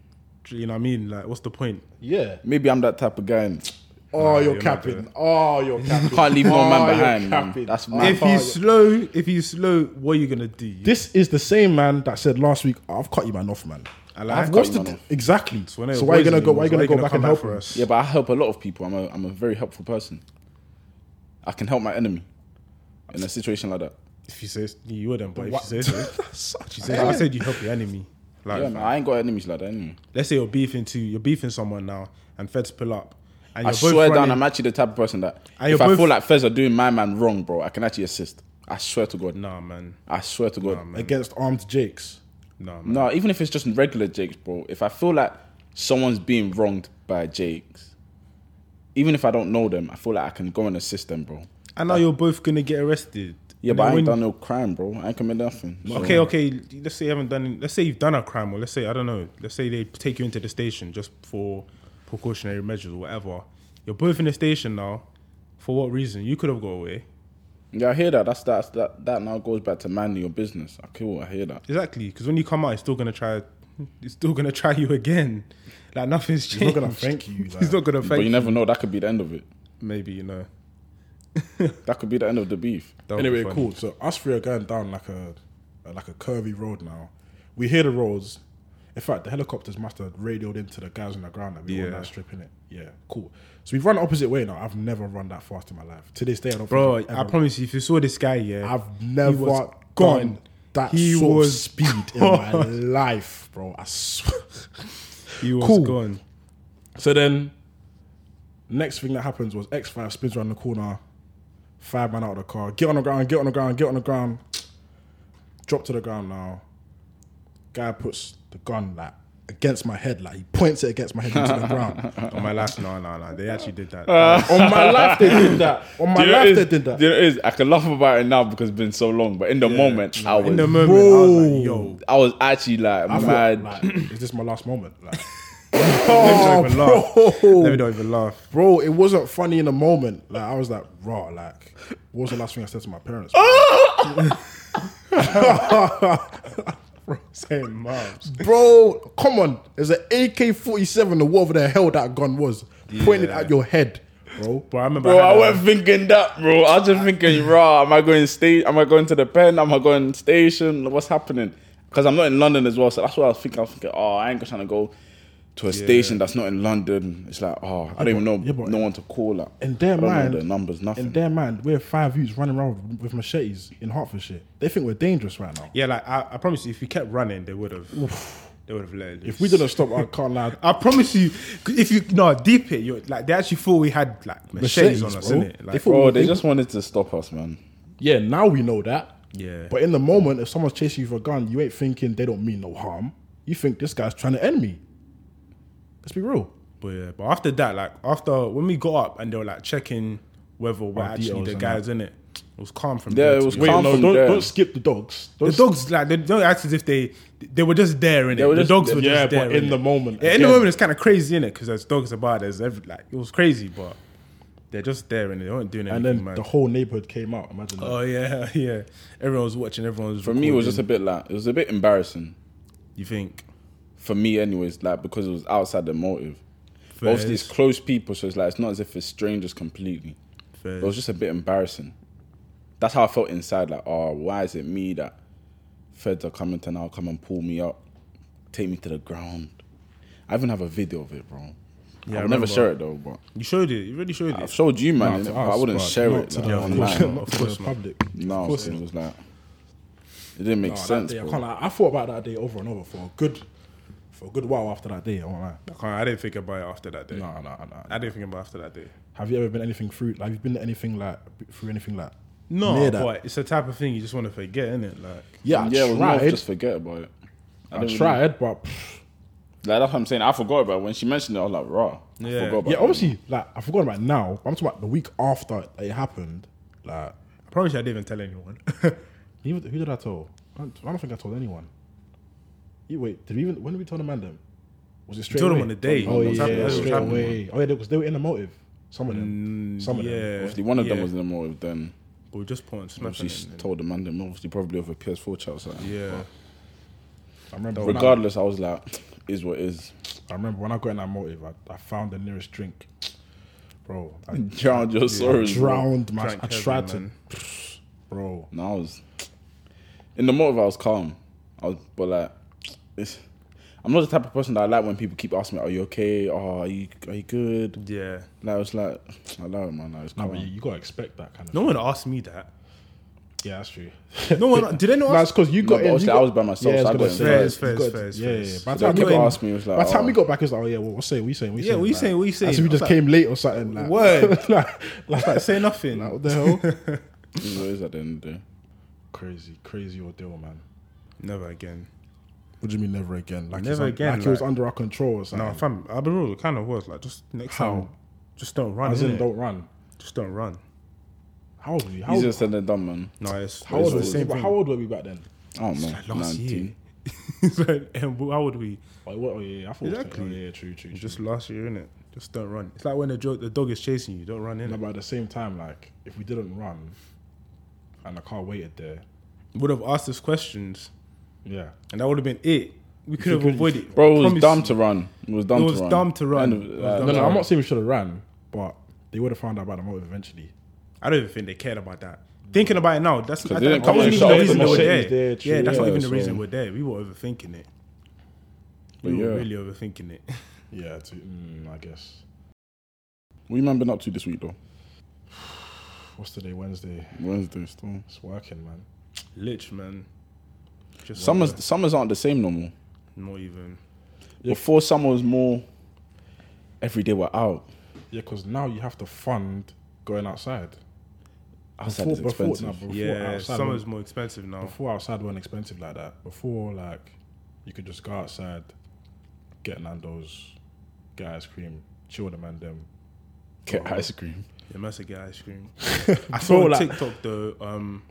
[SPEAKER 3] you know what I mean. Like, what's the point?
[SPEAKER 4] Yeah.
[SPEAKER 1] Maybe I'm that type of guy. And
[SPEAKER 4] Oh,
[SPEAKER 3] you're
[SPEAKER 4] you're,
[SPEAKER 3] not doing
[SPEAKER 4] capping. Oh, you're capping.
[SPEAKER 1] can't leave one man
[SPEAKER 4] Oh, you're
[SPEAKER 1] behind. man.
[SPEAKER 4] capping.
[SPEAKER 1] That's
[SPEAKER 4] Oh,
[SPEAKER 1] my
[SPEAKER 3] if he's slow, if he's slow, what are you gonna do?
[SPEAKER 4] This is the same man that said last week, "I've cut you man off, man."
[SPEAKER 3] I like- I've
[SPEAKER 4] I've
[SPEAKER 3] cut
[SPEAKER 4] watched
[SPEAKER 1] you,
[SPEAKER 4] it
[SPEAKER 1] man,
[SPEAKER 4] exactly. So
[SPEAKER 3] when they were
[SPEAKER 4] why are you gonna
[SPEAKER 3] poisoning
[SPEAKER 4] go? Why are
[SPEAKER 3] us,
[SPEAKER 4] you gonna go back
[SPEAKER 3] come
[SPEAKER 4] and help
[SPEAKER 3] for
[SPEAKER 4] us?
[SPEAKER 3] us?
[SPEAKER 1] Yeah, but I help a lot of people. I'm a I'm a very helpful person. I can help my enemy in a situation like that.
[SPEAKER 3] If he says you wouldn't, but
[SPEAKER 4] What?
[SPEAKER 3] if *laughs* he says it,
[SPEAKER 4] Such
[SPEAKER 3] she says, I said you help your enemy. Like,
[SPEAKER 1] Yeah, man, I ain't got enemies like that anyway.
[SPEAKER 3] let's say you're beefing to you're beefing someone now, and feds pull up, and
[SPEAKER 1] I
[SPEAKER 3] you're both
[SPEAKER 1] swear down,
[SPEAKER 3] running-
[SPEAKER 1] I'm actually the type of person that
[SPEAKER 3] And
[SPEAKER 1] if
[SPEAKER 3] you're
[SPEAKER 1] I
[SPEAKER 3] both-
[SPEAKER 1] feel like Fez are doing my man wrong, bro, I can actually assist. I swear to God.
[SPEAKER 3] Nah, man.
[SPEAKER 1] I swear to God.
[SPEAKER 3] man.
[SPEAKER 4] against armed Jakes.
[SPEAKER 3] Nah, man.
[SPEAKER 1] no, even if it's just regular Jakes, bro, if I feel like someone's being wronged by Jakes, even if I don't know them, I feel like I can go and assist them, bro.
[SPEAKER 3] And now you're both gonna get arrested.
[SPEAKER 1] Yeah,
[SPEAKER 3] And
[SPEAKER 1] but
[SPEAKER 3] then
[SPEAKER 1] I ain't
[SPEAKER 3] when-
[SPEAKER 1] done no crime, bro. I ain't committed nothing. So-
[SPEAKER 3] Okay, okay. Let's say you haven't done. Let's say you've done a crime, or let's say I don't know. Let's say they take you into the station just for precautionary measures or whatever. You're both in the station now. For what reason? You could have got away.
[SPEAKER 1] Yeah, I hear that. That's that's that that now goes back to minding your business. I cool, I hear that.
[SPEAKER 3] Exactly, because when you come out, it's still gonna try. It's still gonna try you again. Like nothing's changed.
[SPEAKER 4] He's not gonna thank
[SPEAKER 3] *laughs*
[SPEAKER 4] you.
[SPEAKER 3] He's
[SPEAKER 4] like.
[SPEAKER 3] not gonna
[SPEAKER 1] but
[SPEAKER 3] thank
[SPEAKER 1] you never know, that could be the end of it.
[SPEAKER 3] Maybe you know.
[SPEAKER 1] That could be the end of the beef.
[SPEAKER 3] That would be
[SPEAKER 4] Anyway,
[SPEAKER 3] funny.
[SPEAKER 4] cool. So us three are going down like a like a curvy road now. We hear the roads. In fact, the helicopters must have radioed into the guys on the ground that we were on
[SPEAKER 3] Yeah.
[SPEAKER 4] that strip, innit? Yeah, cool. So we've run the opposite way now. I've never run that fast in my life. To this day, I don't
[SPEAKER 3] Bro,
[SPEAKER 4] think I've
[SPEAKER 3] I
[SPEAKER 4] ever-
[SPEAKER 3] promise you, if you saw this guy, yeah,
[SPEAKER 4] I've never
[SPEAKER 3] was gone.
[SPEAKER 4] gone that
[SPEAKER 3] He
[SPEAKER 4] sort of
[SPEAKER 3] was
[SPEAKER 4] speed
[SPEAKER 3] *laughs*
[SPEAKER 4] in my life, bro. I swear.
[SPEAKER 3] he was
[SPEAKER 4] cool.
[SPEAKER 3] gone.
[SPEAKER 4] So then, next thing that happens was X5 spins around the corner, five man out of the car, get on the ground, get on the ground, get on the ground, drop to the ground now. Guy puts the gun like against my head, like he points it against my head into the ground.
[SPEAKER 3] On my life, no, no, no. They actually did that.
[SPEAKER 4] on my life, they did that. On my
[SPEAKER 1] You know
[SPEAKER 4] life,
[SPEAKER 1] it is-
[SPEAKER 4] they did that.
[SPEAKER 1] you know it is, I can laugh about it now because it's been so long. But in the moment, I was,
[SPEAKER 3] In the moment, I was like, yo,
[SPEAKER 1] I was actually like
[SPEAKER 4] I thought,
[SPEAKER 1] mad.
[SPEAKER 4] like, is this my last moment?
[SPEAKER 1] *laughs*
[SPEAKER 4] Like,
[SPEAKER 3] let
[SPEAKER 1] Oh,
[SPEAKER 3] me not even laugh.
[SPEAKER 4] *laughs* bro.
[SPEAKER 3] Let me not even laugh.
[SPEAKER 4] bro, it wasn't funny in the moment. Like I was like, raw. Like, what was the last thing I said to my parents? *laughs*
[SPEAKER 3] Bro, saying moms.
[SPEAKER 4] Bro, come on. There's an AK 47 or whatever the hell that gun was pointed
[SPEAKER 3] Yeah.
[SPEAKER 4] at your head, bro.
[SPEAKER 3] Bro, I remember.
[SPEAKER 1] Bro,
[SPEAKER 3] I
[SPEAKER 1] I
[SPEAKER 3] had a-
[SPEAKER 1] wasn't thinking that, bro. I was just thinking, raw. Am I going state? Am I going to the pen? Am I going station? What's happening? Because I'm not in London as well, so that's what I was thinking. I was thinking, oh, I ain't trying to go to a station that's not in London. It's like, oh, I don't even know
[SPEAKER 4] yeah, but-
[SPEAKER 1] no one to call up.
[SPEAKER 4] In their
[SPEAKER 1] I don't
[SPEAKER 4] mind-
[SPEAKER 1] know the numbers, nothing.
[SPEAKER 4] In their mind, we're five youths running around with, with machetes in Hertfordshire. They think we're dangerous right now.
[SPEAKER 3] Yeah, like I, I promise you, if we kept running, they would have. They would have let. it loose.
[SPEAKER 4] If we didn't stop, I can't lie.
[SPEAKER 3] I promise you, if you no deep it, you're like they actually thought we had like machetes
[SPEAKER 4] Machetes,
[SPEAKER 3] on us,
[SPEAKER 4] bro.
[SPEAKER 3] innit?
[SPEAKER 4] They
[SPEAKER 3] Like,
[SPEAKER 4] thought-
[SPEAKER 1] Bro, they just wanted to stop us, man.
[SPEAKER 4] Yeah, now we know that.
[SPEAKER 3] Yeah.
[SPEAKER 4] But in the moment, if someone's chasing you with a gun, you ain't thinking they don't mean no harm. You think this guy's trying to end me. Let's be real.
[SPEAKER 3] but yeah, but after that, like after when we got up and they were like checking whether we're
[SPEAKER 4] Our
[SPEAKER 3] actually
[SPEAKER 4] details
[SPEAKER 3] the
[SPEAKER 4] and
[SPEAKER 3] guys in it, it was calm from
[SPEAKER 1] Yeah,
[SPEAKER 3] there.
[SPEAKER 1] it
[SPEAKER 3] to
[SPEAKER 1] was
[SPEAKER 3] be
[SPEAKER 1] calm.
[SPEAKER 3] honest.
[SPEAKER 4] Wait, no,
[SPEAKER 1] from
[SPEAKER 4] don't,
[SPEAKER 1] there.
[SPEAKER 4] don't skip the dogs. Don't
[SPEAKER 3] The dogs like they don't act as if they they were just there in it.
[SPEAKER 1] were
[SPEAKER 3] The
[SPEAKER 1] just-
[SPEAKER 3] dogs were
[SPEAKER 4] yeah,
[SPEAKER 3] just there
[SPEAKER 4] but in
[SPEAKER 3] innit?
[SPEAKER 4] the moment,
[SPEAKER 3] Yeah, in the
[SPEAKER 4] again.
[SPEAKER 3] moment, it's kind of crazy in it because there's dogs about. There's every like it was crazy, but they're just there and they weren't doing
[SPEAKER 4] And
[SPEAKER 3] anything.
[SPEAKER 4] then
[SPEAKER 3] man.
[SPEAKER 4] the whole neighborhood came out. Imagine
[SPEAKER 1] Uh,
[SPEAKER 4] that.
[SPEAKER 3] oh yeah, *laughs* yeah. Everyone was watching. Everyone was.
[SPEAKER 1] For me, it was just a bit like it was a bit embarrassing.
[SPEAKER 3] you think.
[SPEAKER 1] for me anyways, like because it was outside the motive.
[SPEAKER 3] Fair.
[SPEAKER 1] Obviously it's close people, so it's like it's not as if it's strangers completely.
[SPEAKER 3] Fair.
[SPEAKER 1] It was just a bit embarrassing. That's how I felt inside, like, oh, why is it me that feds are coming to now come and pull me up, take me to the ground. I even have a video of it, bro.
[SPEAKER 3] Yeah, I
[SPEAKER 1] I'll never
[SPEAKER 3] remember.
[SPEAKER 1] share it though, but
[SPEAKER 3] You showed it. You really showed
[SPEAKER 1] I've
[SPEAKER 3] it.
[SPEAKER 1] showed you man,
[SPEAKER 4] to
[SPEAKER 1] innit? but I
[SPEAKER 4] us,
[SPEAKER 1] wouldn't
[SPEAKER 4] but
[SPEAKER 1] share
[SPEAKER 4] not
[SPEAKER 1] it
[SPEAKER 4] to
[SPEAKER 1] like,
[SPEAKER 4] the-
[SPEAKER 1] *laughs* online.
[SPEAKER 4] not to the public.
[SPEAKER 1] no, so it was like it didn't make
[SPEAKER 4] Nah, that
[SPEAKER 1] sense.
[SPEAKER 4] day, I,
[SPEAKER 1] bro.
[SPEAKER 4] can't lie, I thought about that day over and over for a good, for a good while after that day. I won't lie.
[SPEAKER 3] I, can't, I didn't think about it after that day.
[SPEAKER 4] Nah, nah, nah.
[SPEAKER 3] I didn't think about it after that day.
[SPEAKER 4] Have you ever been anything through? Have you been to anything like through anything like?
[SPEAKER 3] No,
[SPEAKER 4] near that?
[SPEAKER 3] but it's the type of thing you just want to forget, isn't it? Like,
[SPEAKER 4] yeah, I
[SPEAKER 1] yeah, it was more of
[SPEAKER 4] tried.
[SPEAKER 1] just forget about it.
[SPEAKER 4] I,
[SPEAKER 1] didn't really-
[SPEAKER 4] tried, but pff,
[SPEAKER 1] Like that's what I'm saying. I forgot about it. when she mentioned it. I was like, raw. I
[SPEAKER 3] Yeah.
[SPEAKER 1] forgot about
[SPEAKER 4] yeah,
[SPEAKER 1] it.
[SPEAKER 4] obviously, like I forgot about now. But I'm talking about the week after it happened. Like,
[SPEAKER 3] I promise you, I didn't even tell anyone. *laughs*
[SPEAKER 4] who, who did I tell? I don't, I don't think I told anyone. You wait, did we even? When did we tell Amanda? Was it straight?
[SPEAKER 3] told them
[SPEAKER 4] away?
[SPEAKER 3] on the day.
[SPEAKER 4] Oh
[SPEAKER 3] That's what
[SPEAKER 4] yeah,
[SPEAKER 3] happened.
[SPEAKER 4] straight away. Oh yeah, because they were in the motive. Some of them.
[SPEAKER 3] Mm,
[SPEAKER 4] Some of them.
[SPEAKER 3] yeah,
[SPEAKER 1] Obviously, one of
[SPEAKER 3] yeah.
[SPEAKER 1] them was in the motive. Then
[SPEAKER 3] but we just put on Smash.
[SPEAKER 1] Obviously, s- told the man them obviously probably over PS4 chat or something.
[SPEAKER 3] Yeah. Mm,
[SPEAKER 4] I remember. when I-
[SPEAKER 1] Regardless, I was like, is what is. *laughs*
[SPEAKER 4] I remember when I got in that motive, I, I found the nearest drink, bro.
[SPEAKER 3] *laughs*
[SPEAKER 4] I
[SPEAKER 1] Drowned your sorrows. bro.
[SPEAKER 4] drowned my.
[SPEAKER 3] Drank
[SPEAKER 4] I tried
[SPEAKER 3] heavy,
[SPEAKER 4] to, *laughs* bro.
[SPEAKER 1] And I was in the motive. I was calm. I was, but like, it's. I'm not the type of person that I like when people keep asking me, "Are you okay? Oh, are you are you good?"
[SPEAKER 3] Yeah.
[SPEAKER 1] Like it's like, I love it, man. Like, it's
[SPEAKER 4] No,
[SPEAKER 1] calm.
[SPEAKER 4] but you, you gotta expect that kind of.
[SPEAKER 3] No one asked me that.
[SPEAKER 4] Yeah, that's true. *laughs*
[SPEAKER 3] No one did they not
[SPEAKER 4] No, it's
[SPEAKER 3] ask?
[SPEAKER 4] because you
[SPEAKER 1] No,
[SPEAKER 4] got.
[SPEAKER 1] but
[SPEAKER 4] in, you
[SPEAKER 1] obviously
[SPEAKER 4] got-
[SPEAKER 1] I was by myself,
[SPEAKER 4] Yeah,
[SPEAKER 1] so
[SPEAKER 4] I
[SPEAKER 1] I
[SPEAKER 4] was gonna
[SPEAKER 1] got
[SPEAKER 4] say,
[SPEAKER 1] in
[SPEAKER 4] you
[SPEAKER 3] first. Fair,
[SPEAKER 4] got-
[SPEAKER 3] fair, fair,
[SPEAKER 4] Yeah,
[SPEAKER 3] fair.
[SPEAKER 4] yeah, yeah. By the
[SPEAKER 1] So they
[SPEAKER 4] time, we
[SPEAKER 1] kept
[SPEAKER 4] got,
[SPEAKER 1] asking me, it was like,
[SPEAKER 4] by the time we
[SPEAKER 1] oh.
[SPEAKER 4] got back, it's like, oh yeah, what we saying, we saying, we
[SPEAKER 3] Yeah,
[SPEAKER 4] saying.
[SPEAKER 3] what you
[SPEAKER 4] like,
[SPEAKER 3] saying, what you saying?
[SPEAKER 4] As if we
[SPEAKER 3] I was
[SPEAKER 4] just
[SPEAKER 3] like-
[SPEAKER 4] came late or something. Like,
[SPEAKER 3] Word.
[SPEAKER 4] *laughs* like, like,
[SPEAKER 3] Like say nothing.
[SPEAKER 4] what the hell?
[SPEAKER 1] It is at the end of the day.
[SPEAKER 4] crazy, crazy ordeal, man.
[SPEAKER 3] *laughs* Never again.
[SPEAKER 4] What do you mean never again? Like
[SPEAKER 3] Never
[SPEAKER 4] it's un-
[SPEAKER 3] again,
[SPEAKER 4] Like, it was
[SPEAKER 3] like-
[SPEAKER 4] under our control or something.
[SPEAKER 3] No, fam, I'll be real. It kind of was like just next
[SPEAKER 4] How?
[SPEAKER 3] time, just don't run.
[SPEAKER 4] As in,
[SPEAKER 3] innit?
[SPEAKER 4] don't run.
[SPEAKER 3] Just don't run.
[SPEAKER 4] How old were you? How
[SPEAKER 1] He's
[SPEAKER 4] old,
[SPEAKER 1] just said and done, man.
[SPEAKER 3] No, it's,
[SPEAKER 4] how
[SPEAKER 3] it's
[SPEAKER 4] old,
[SPEAKER 3] the
[SPEAKER 4] were we?
[SPEAKER 3] same thing.
[SPEAKER 4] how old were we back then?
[SPEAKER 1] I don't know.
[SPEAKER 3] Like last
[SPEAKER 1] 19.
[SPEAKER 3] year. *laughs* it's like, and how would we?
[SPEAKER 4] Oh, what, oh yeah, I thought
[SPEAKER 3] Exactly.
[SPEAKER 4] It was, oh, yeah, true, true. true.
[SPEAKER 3] Just last year, innit? Just don't run. It's like when the, jo- the dog is chasing you, don't run in.
[SPEAKER 4] No, but at the same time, like if we didn't run, and the car waited there,
[SPEAKER 3] Would have asked us questions,
[SPEAKER 4] yeah,
[SPEAKER 3] and that would have been it. We could
[SPEAKER 4] you
[SPEAKER 3] have
[SPEAKER 4] could-
[SPEAKER 3] avoided it.
[SPEAKER 1] Bro, it was
[SPEAKER 3] Promise
[SPEAKER 1] dumb
[SPEAKER 3] you.
[SPEAKER 1] to run. It was dumb
[SPEAKER 3] It
[SPEAKER 1] to
[SPEAKER 3] was
[SPEAKER 1] run.
[SPEAKER 3] dumb to run.
[SPEAKER 1] And,
[SPEAKER 3] It
[SPEAKER 1] uh,
[SPEAKER 3] was dumb
[SPEAKER 4] No,
[SPEAKER 3] to
[SPEAKER 4] no,
[SPEAKER 3] run.
[SPEAKER 4] I'm not saying we should have ran, but they would have found out about the motive eventually.
[SPEAKER 3] I don't even think they cared about that. Thinking about it now, that's
[SPEAKER 1] they
[SPEAKER 3] that,
[SPEAKER 1] didn't
[SPEAKER 3] that
[SPEAKER 1] come and
[SPEAKER 3] wasn't
[SPEAKER 1] shout
[SPEAKER 3] even the
[SPEAKER 1] out
[SPEAKER 3] reason
[SPEAKER 1] the
[SPEAKER 3] they were there.
[SPEAKER 4] machetes there, true,
[SPEAKER 3] yeah, that's not
[SPEAKER 1] yeah,
[SPEAKER 3] even the reason
[SPEAKER 1] so-
[SPEAKER 3] we're there. We were overthinking it.
[SPEAKER 1] But
[SPEAKER 3] We were
[SPEAKER 1] yeah.
[SPEAKER 3] really overthinking it.
[SPEAKER 4] Yeah, to, mm, I guess.
[SPEAKER 1] What you man been up to this week, though?
[SPEAKER 4] What's today? Wednesday.
[SPEAKER 1] Wednesday still.
[SPEAKER 4] It's working, man.
[SPEAKER 3] Lich, man. Just
[SPEAKER 1] Summers, summers aren't the same no more.
[SPEAKER 3] not even.
[SPEAKER 1] Before summer was more, every day we're out.
[SPEAKER 4] Yeah, because now you have to fund going outside.
[SPEAKER 1] Outside is
[SPEAKER 4] before,
[SPEAKER 1] expensive.
[SPEAKER 4] nah, before
[SPEAKER 3] Yeah,
[SPEAKER 4] outside,
[SPEAKER 3] summer's more expensive now.
[SPEAKER 4] before outside weren't expensive like that. Before, like, you could just go outside, get Nando's, get ice cream, chill with the man them.
[SPEAKER 1] Get ice cream.
[SPEAKER 3] You must get
[SPEAKER 1] *laughs*
[SPEAKER 3] ice cream. I saw on
[SPEAKER 4] like-
[SPEAKER 3] TikTok though. Um,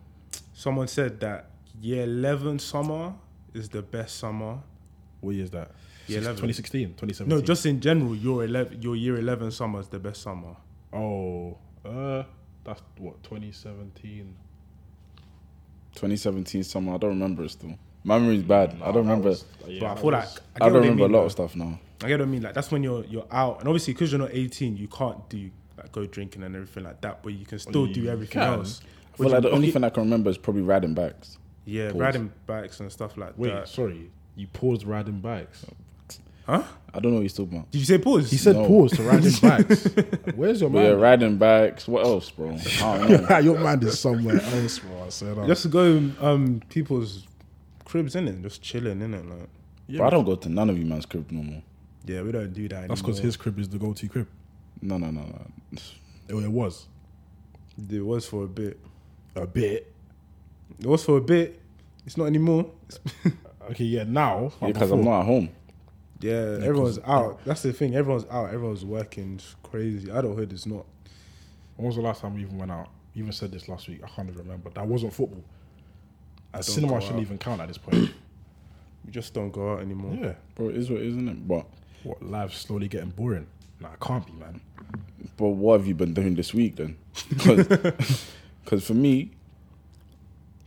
[SPEAKER 3] someone said that year eleven summer is the best summer.
[SPEAKER 4] What year is that?
[SPEAKER 3] Yeah,
[SPEAKER 4] Six-
[SPEAKER 3] 11.
[SPEAKER 4] 2016, 2017.
[SPEAKER 3] No, just in general, your eleven, your year eleven summer is the best summer.
[SPEAKER 4] Oh, uh, that's what, 2017?
[SPEAKER 1] 2017 summer. I don't remember it still. Memory's bad. I don't remember.
[SPEAKER 3] but I feel like I, get
[SPEAKER 1] I
[SPEAKER 3] what
[SPEAKER 1] don't
[SPEAKER 3] they
[SPEAKER 1] remember
[SPEAKER 3] mean,
[SPEAKER 1] a lot
[SPEAKER 3] though.
[SPEAKER 1] of stuff now.
[SPEAKER 3] I get what I mean. Like that's when you're you're out, and obviously because you're not 18, you can't do like go drinking and everything like that. But you can still
[SPEAKER 4] you
[SPEAKER 3] do everything
[SPEAKER 4] can.
[SPEAKER 3] else.
[SPEAKER 1] I feel like the only thing I can remember is probably riding backs.
[SPEAKER 3] Yeah,
[SPEAKER 1] Pause.
[SPEAKER 3] riding bikes and stuff like
[SPEAKER 4] Wait,
[SPEAKER 3] that.
[SPEAKER 4] sorry. You paused riding bikes.
[SPEAKER 3] Huh?
[SPEAKER 1] I don't know what he's talking about.
[SPEAKER 3] Did you say pause?
[SPEAKER 4] He said
[SPEAKER 1] No.
[SPEAKER 4] pause to *laughs* riding bikes. Where's your
[SPEAKER 1] But yeah,
[SPEAKER 4] mind?
[SPEAKER 1] riding bikes. What else, bro? I don't know.
[SPEAKER 4] *laughs* your mind is *laughs* somewhere else, bro. I said,
[SPEAKER 3] *laughs*
[SPEAKER 4] um,
[SPEAKER 3] just go um people's cribs in it, just chilling in it. Like,
[SPEAKER 1] Bro, I don't go to none of you man's crib no more.
[SPEAKER 3] yeah, we don't do that.
[SPEAKER 4] that's because his crib is the go-to crib.
[SPEAKER 1] No, no, no, no.
[SPEAKER 4] Oh, it was
[SPEAKER 3] it was for a bit.
[SPEAKER 4] a bit.
[SPEAKER 3] It was for a bit. It's not anymore. It's- *laughs*
[SPEAKER 4] Okay, yeah. Now, but
[SPEAKER 1] Because I'm
[SPEAKER 4] before-
[SPEAKER 1] not at home.
[SPEAKER 3] yeah, everyone's out. That's the thing. Everyone's out. Everyone's working. It's crazy. Adulthood is not.
[SPEAKER 4] When was the last time we even went out? You even said this last week. I can't even remember. That wasn't football. And
[SPEAKER 3] go
[SPEAKER 4] cinema shouldn't
[SPEAKER 3] out.
[SPEAKER 4] even count at
[SPEAKER 1] *coughs*
[SPEAKER 4] this point.
[SPEAKER 3] We just don't go out anymore.
[SPEAKER 4] yeah.
[SPEAKER 1] Bro, it is what it is, isn't it? But
[SPEAKER 4] What? Life's slowly getting boring. Nah, it can't be, man.
[SPEAKER 1] but what have you been doing this week then? Because for me,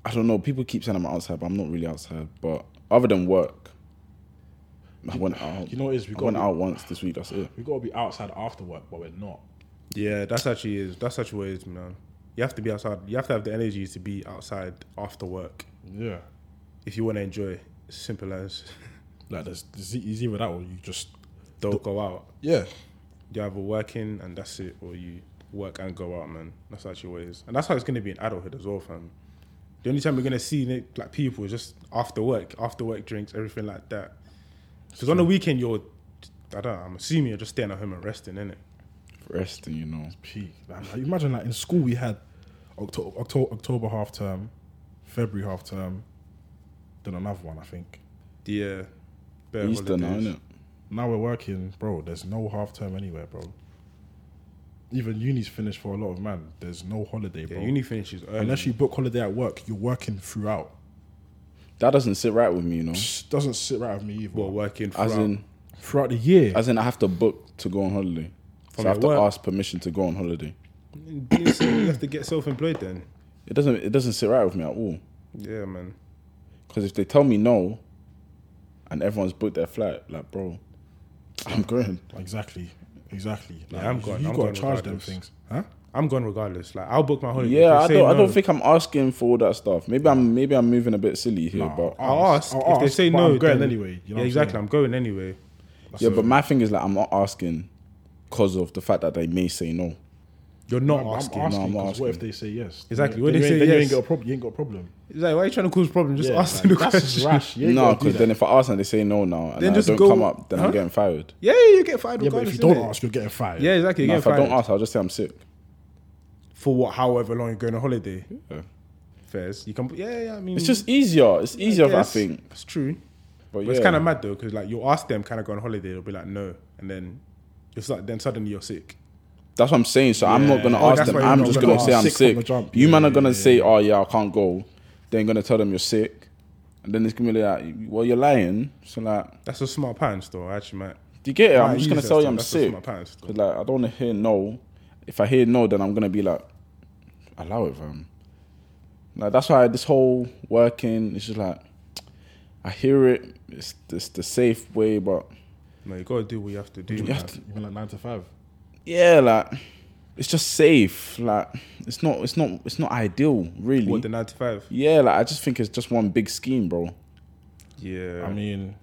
[SPEAKER 1] I don't know. People keep saying I'm outside, but I'm not really outside. But other than work, I went out.
[SPEAKER 4] You know what it is? We
[SPEAKER 1] I went
[SPEAKER 4] gotta
[SPEAKER 1] out once this week. That's it.
[SPEAKER 4] We gotta be outside after work, but we're not.
[SPEAKER 3] Yeah, that's actually is. That's actually what it is, man. You have to be outside. You have to have the energy to be outside after work
[SPEAKER 4] Yeah.
[SPEAKER 3] if you want to enjoy. Simple as. *laughs*
[SPEAKER 4] Like there's, there's e-, it's either that or you just
[SPEAKER 3] Don't go out.
[SPEAKER 4] yeah.
[SPEAKER 3] you either working and that's it, or you work and go out, man. That's actually what it is, and that's how it's gonna be in adulthood as well, fam. The only time we're gonna see ni- like people is just after work, after work drinks, everything like that. Because on the weekend you're, I don't, know, I'm assuming you're just staying at home and resting, innit?
[SPEAKER 1] Resting, you know.
[SPEAKER 4] Peak. Man, like, imagine like in school we had October, October, October half term, February half term, then another one I think.
[SPEAKER 3] Yeah, uh, bare
[SPEAKER 1] Easter now,
[SPEAKER 3] holidays.
[SPEAKER 1] innit?
[SPEAKER 4] Now we're working, bro. There's no half term anywhere, bro. Even uni's finished for a lot of man. There's no holiday, bro.
[SPEAKER 3] Yeah, uni finishes early.
[SPEAKER 4] Unless you book holiday at work, you're working throughout.
[SPEAKER 1] That doesn't sit right with me, you know.
[SPEAKER 4] Psh, Doesn't sit right with me either.
[SPEAKER 3] well working
[SPEAKER 1] As
[SPEAKER 3] throughout.
[SPEAKER 1] in,
[SPEAKER 4] throughout the year,
[SPEAKER 1] as in, I have to book to go on holiday. So I
[SPEAKER 3] your
[SPEAKER 1] have to
[SPEAKER 3] work?
[SPEAKER 1] ask permission to go on holiday.
[SPEAKER 3] you have to get self-employed then.
[SPEAKER 1] It doesn't it doesn't sit right with me at all.
[SPEAKER 3] Yeah, man.
[SPEAKER 1] Because if they tell me no, and everyone's booked their flight, like bro, I'm going.
[SPEAKER 4] Exactly. Exactly. Like,
[SPEAKER 3] I'm
[SPEAKER 4] you-
[SPEAKER 3] going-
[SPEAKER 4] You
[SPEAKER 3] I'm
[SPEAKER 4] gotta
[SPEAKER 3] going
[SPEAKER 4] charge them
[SPEAKER 3] regardless.
[SPEAKER 4] things, huh?
[SPEAKER 3] I'm gone regardless. Like I'll book my holiday. If
[SPEAKER 1] Yeah,
[SPEAKER 3] they
[SPEAKER 1] I
[SPEAKER 3] say
[SPEAKER 1] don't. I
[SPEAKER 3] no-
[SPEAKER 1] don't think I'm asking for all that stuff. Maybe I'm. Maybe I'm moving a bit silly here, but
[SPEAKER 3] I'll ask.
[SPEAKER 4] I'll
[SPEAKER 3] if they
[SPEAKER 4] ask,
[SPEAKER 3] say
[SPEAKER 4] but
[SPEAKER 3] no,
[SPEAKER 4] I'm going
[SPEAKER 3] then-
[SPEAKER 4] anyway, you know what
[SPEAKER 3] yeah,
[SPEAKER 4] I'm
[SPEAKER 3] exactly.
[SPEAKER 4] saying?
[SPEAKER 3] I'm going anyway.
[SPEAKER 1] yeah. But my thing is like I'm not asking because of the fact that they may say no.
[SPEAKER 3] You're not
[SPEAKER 4] I'm
[SPEAKER 3] asking.
[SPEAKER 4] asking.
[SPEAKER 1] No, I'm
[SPEAKER 4] 'cause What if
[SPEAKER 1] asking.
[SPEAKER 4] they say yes?
[SPEAKER 3] Exactly,
[SPEAKER 4] Then
[SPEAKER 3] when
[SPEAKER 4] you
[SPEAKER 3] they
[SPEAKER 4] ain't-
[SPEAKER 3] say
[SPEAKER 4] then you
[SPEAKER 3] yes.
[SPEAKER 4] ain't got a problem. You ain't got a problem.
[SPEAKER 3] It's like, why are you trying to cause problems? Just
[SPEAKER 4] Yeah,
[SPEAKER 3] ask
[SPEAKER 4] like,
[SPEAKER 3] them the
[SPEAKER 4] that's
[SPEAKER 3] question.
[SPEAKER 4] just rash. You ain't
[SPEAKER 1] no,
[SPEAKER 4] gotta do
[SPEAKER 1] because
[SPEAKER 4] that.
[SPEAKER 1] then if I ask and they say no now, and
[SPEAKER 3] Then
[SPEAKER 1] I
[SPEAKER 3] just
[SPEAKER 1] don't
[SPEAKER 3] go-
[SPEAKER 1] come up, then
[SPEAKER 3] Huh?
[SPEAKER 1] I'm getting fired.
[SPEAKER 3] *laughs* Yeah, you get fired
[SPEAKER 4] yeah, but if
[SPEAKER 3] regardless.
[SPEAKER 4] you don't
[SPEAKER 3] innit?
[SPEAKER 4] ask, you're getting fired.
[SPEAKER 3] yeah, exactly. You
[SPEAKER 1] No,
[SPEAKER 3] get
[SPEAKER 1] if I
[SPEAKER 3] fired
[SPEAKER 1] don't ask, I'll just say I'm sick.
[SPEAKER 3] for what? However long you're going on holiday.
[SPEAKER 1] Yeah.
[SPEAKER 3] Fairs. You can. Yeah, yeah. I mean,
[SPEAKER 1] It's just easier. It's easier, I,
[SPEAKER 3] guess.
[SPEAKER 1] think.
[SPEAKER 3] It's true.
[SPEAKER 1] But,
[SPEAKER 3] But
[SPEAKER 1] yeah.
[SPEAKER 3] it's kind of mad though, because like you'll ask them, "Can I go on holiday?" They'll be like, "No," and then it's like then suddenly you're sick.
[SPEAKER 1] That's what I'm saying. So I'm not
[SPEAKER 4] Yeah.
[SPEAKER 1] gonna
[SPEAKER 3] Oh,
[SPEAKER 1] ask
[SPEAKER 3] that's
[SPEAKER 1] them.
[SPEAKER 3] why you're
[SPEAKER 1] I'm
[SPEAKER 3] not
[SPEAKER 1] just
[SPEAKER 3] gonna
[SPEAKER 1] gonna, say
[SPEAKER 4] ask.
[SPEAKER 1] I'm
[SPEAKER 4] Sick from
[SPEAKER 1] sick.
[SPEAKER 4] the jump.
[SPEAKER 1] You man
[SPEAKER 4] Yeah,
[SPEAKER 1] are gonna
[SPEAKER 4] yeah,
[SPEAKER 1] say, "Oh yeah, I can't go." Then gonna tell them you're sick, and then it's gonna be like, "Well, you're lying." So like,
[SPEAKER 3] That's a smart pattern, though. Actually, man.
[SPEAKER 1] do you get it?
[SPEAKER 3] Might
[SPEAKER 1] I'm just gonna
[SPEAKER 3] use that
[SPEAKER 1] tell you
[SPEAKER 3] stuff.
[SPEAKER 1] I'm
[SPEAKER 3] That's just
[SPEAKER 1] sick.
[SPEAKER 3] my parents' stuff.
[SPEAKER 1] 'Cause, like I don't wanna hear no. If I hear no, then I'm gonna be like, allow it, fam. Like that's why this whole working it's just like, I hear it. It's it's the safe way, but
[SPEAKER 3] No, you gotta do what you have to do.
[SPEAKER 1] you
[SPEAKER 3] man.
[SPEAKER 1] have to,
[SPEAKER 4] Even like nine to five.
[SPEAKER 1] yeah, like. It's just safe, like it's not, it's not, it's not ideal, really.
[SPEAKER 3] What the ninety-five?
[SPEAKER 1] Yeah, like I just think it's just one big scheme, bro.
[SPEAKER 3] Yeah,
[SPEAKER 4] I mean,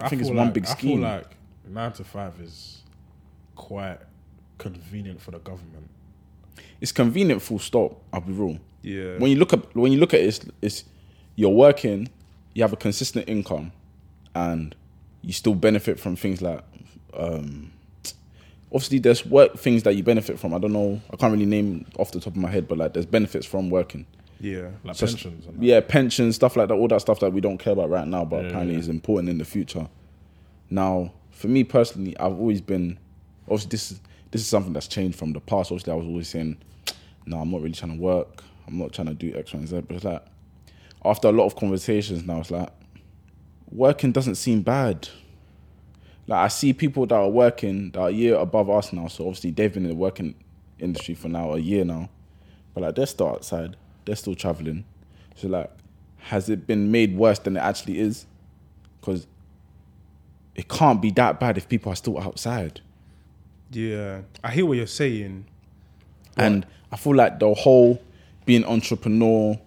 [SPEAKER 1] I think it's
[SPEAKER 4] feel
[SPEAKER 1] one
[SPEAKER 4] like-
[SPEAKER 1] big
[SPEAKER 4] I
[SPEAKER 1] scheme.
[SPEAKER 4] feel like nine to five is quite convenient for the government.
[SPEAKER 1] It's convenient, full stop. I'll be real.
[SPEAKER 3] yeah.
[SPEAKER 1] When you look up, when you look at it, it's, it's you're working, you have a consistent income, and you still benefit from things like, um, obviously there's work things that you benefit from. I don't know, I can't really name off the top of my head, but like there's benefits from working.
[SPEAKER 3] yeah,
[SPEAKER 4] Like
[SPEAKER 1] So-
[SPEAKER 4] pensions and that.
[SPEAKER 1] yeah, pensions, stuff like that, all that stuff that we don't care about right now, but
[SPEAKER 4] Yeah,
[SPEAKER 1] apparently
[SPEAKER 4] yeah.
[SPEAKER 1] is important in the future. Now, for me personally, I've always been obviously this is this is something that's changed from the past. Obviously, I was always saying, No, I'm not really trying to work, I'm not trying to do X, Y, and Z. But it's like after a lot of conversations now, it's like working doesn't seem bad. Like I see people that are working that are a year above us now, so obviously they've been in the working industry for now a year now. But like they're still outside, they're still traveling. So like, has it been made worse than it actually is? Because it can't be that bad if people are still outside.
[SPEAKER 3] yeah. I hear what you're saying.
[SPEAKER 1] And I feel like the whole being entrepreneur,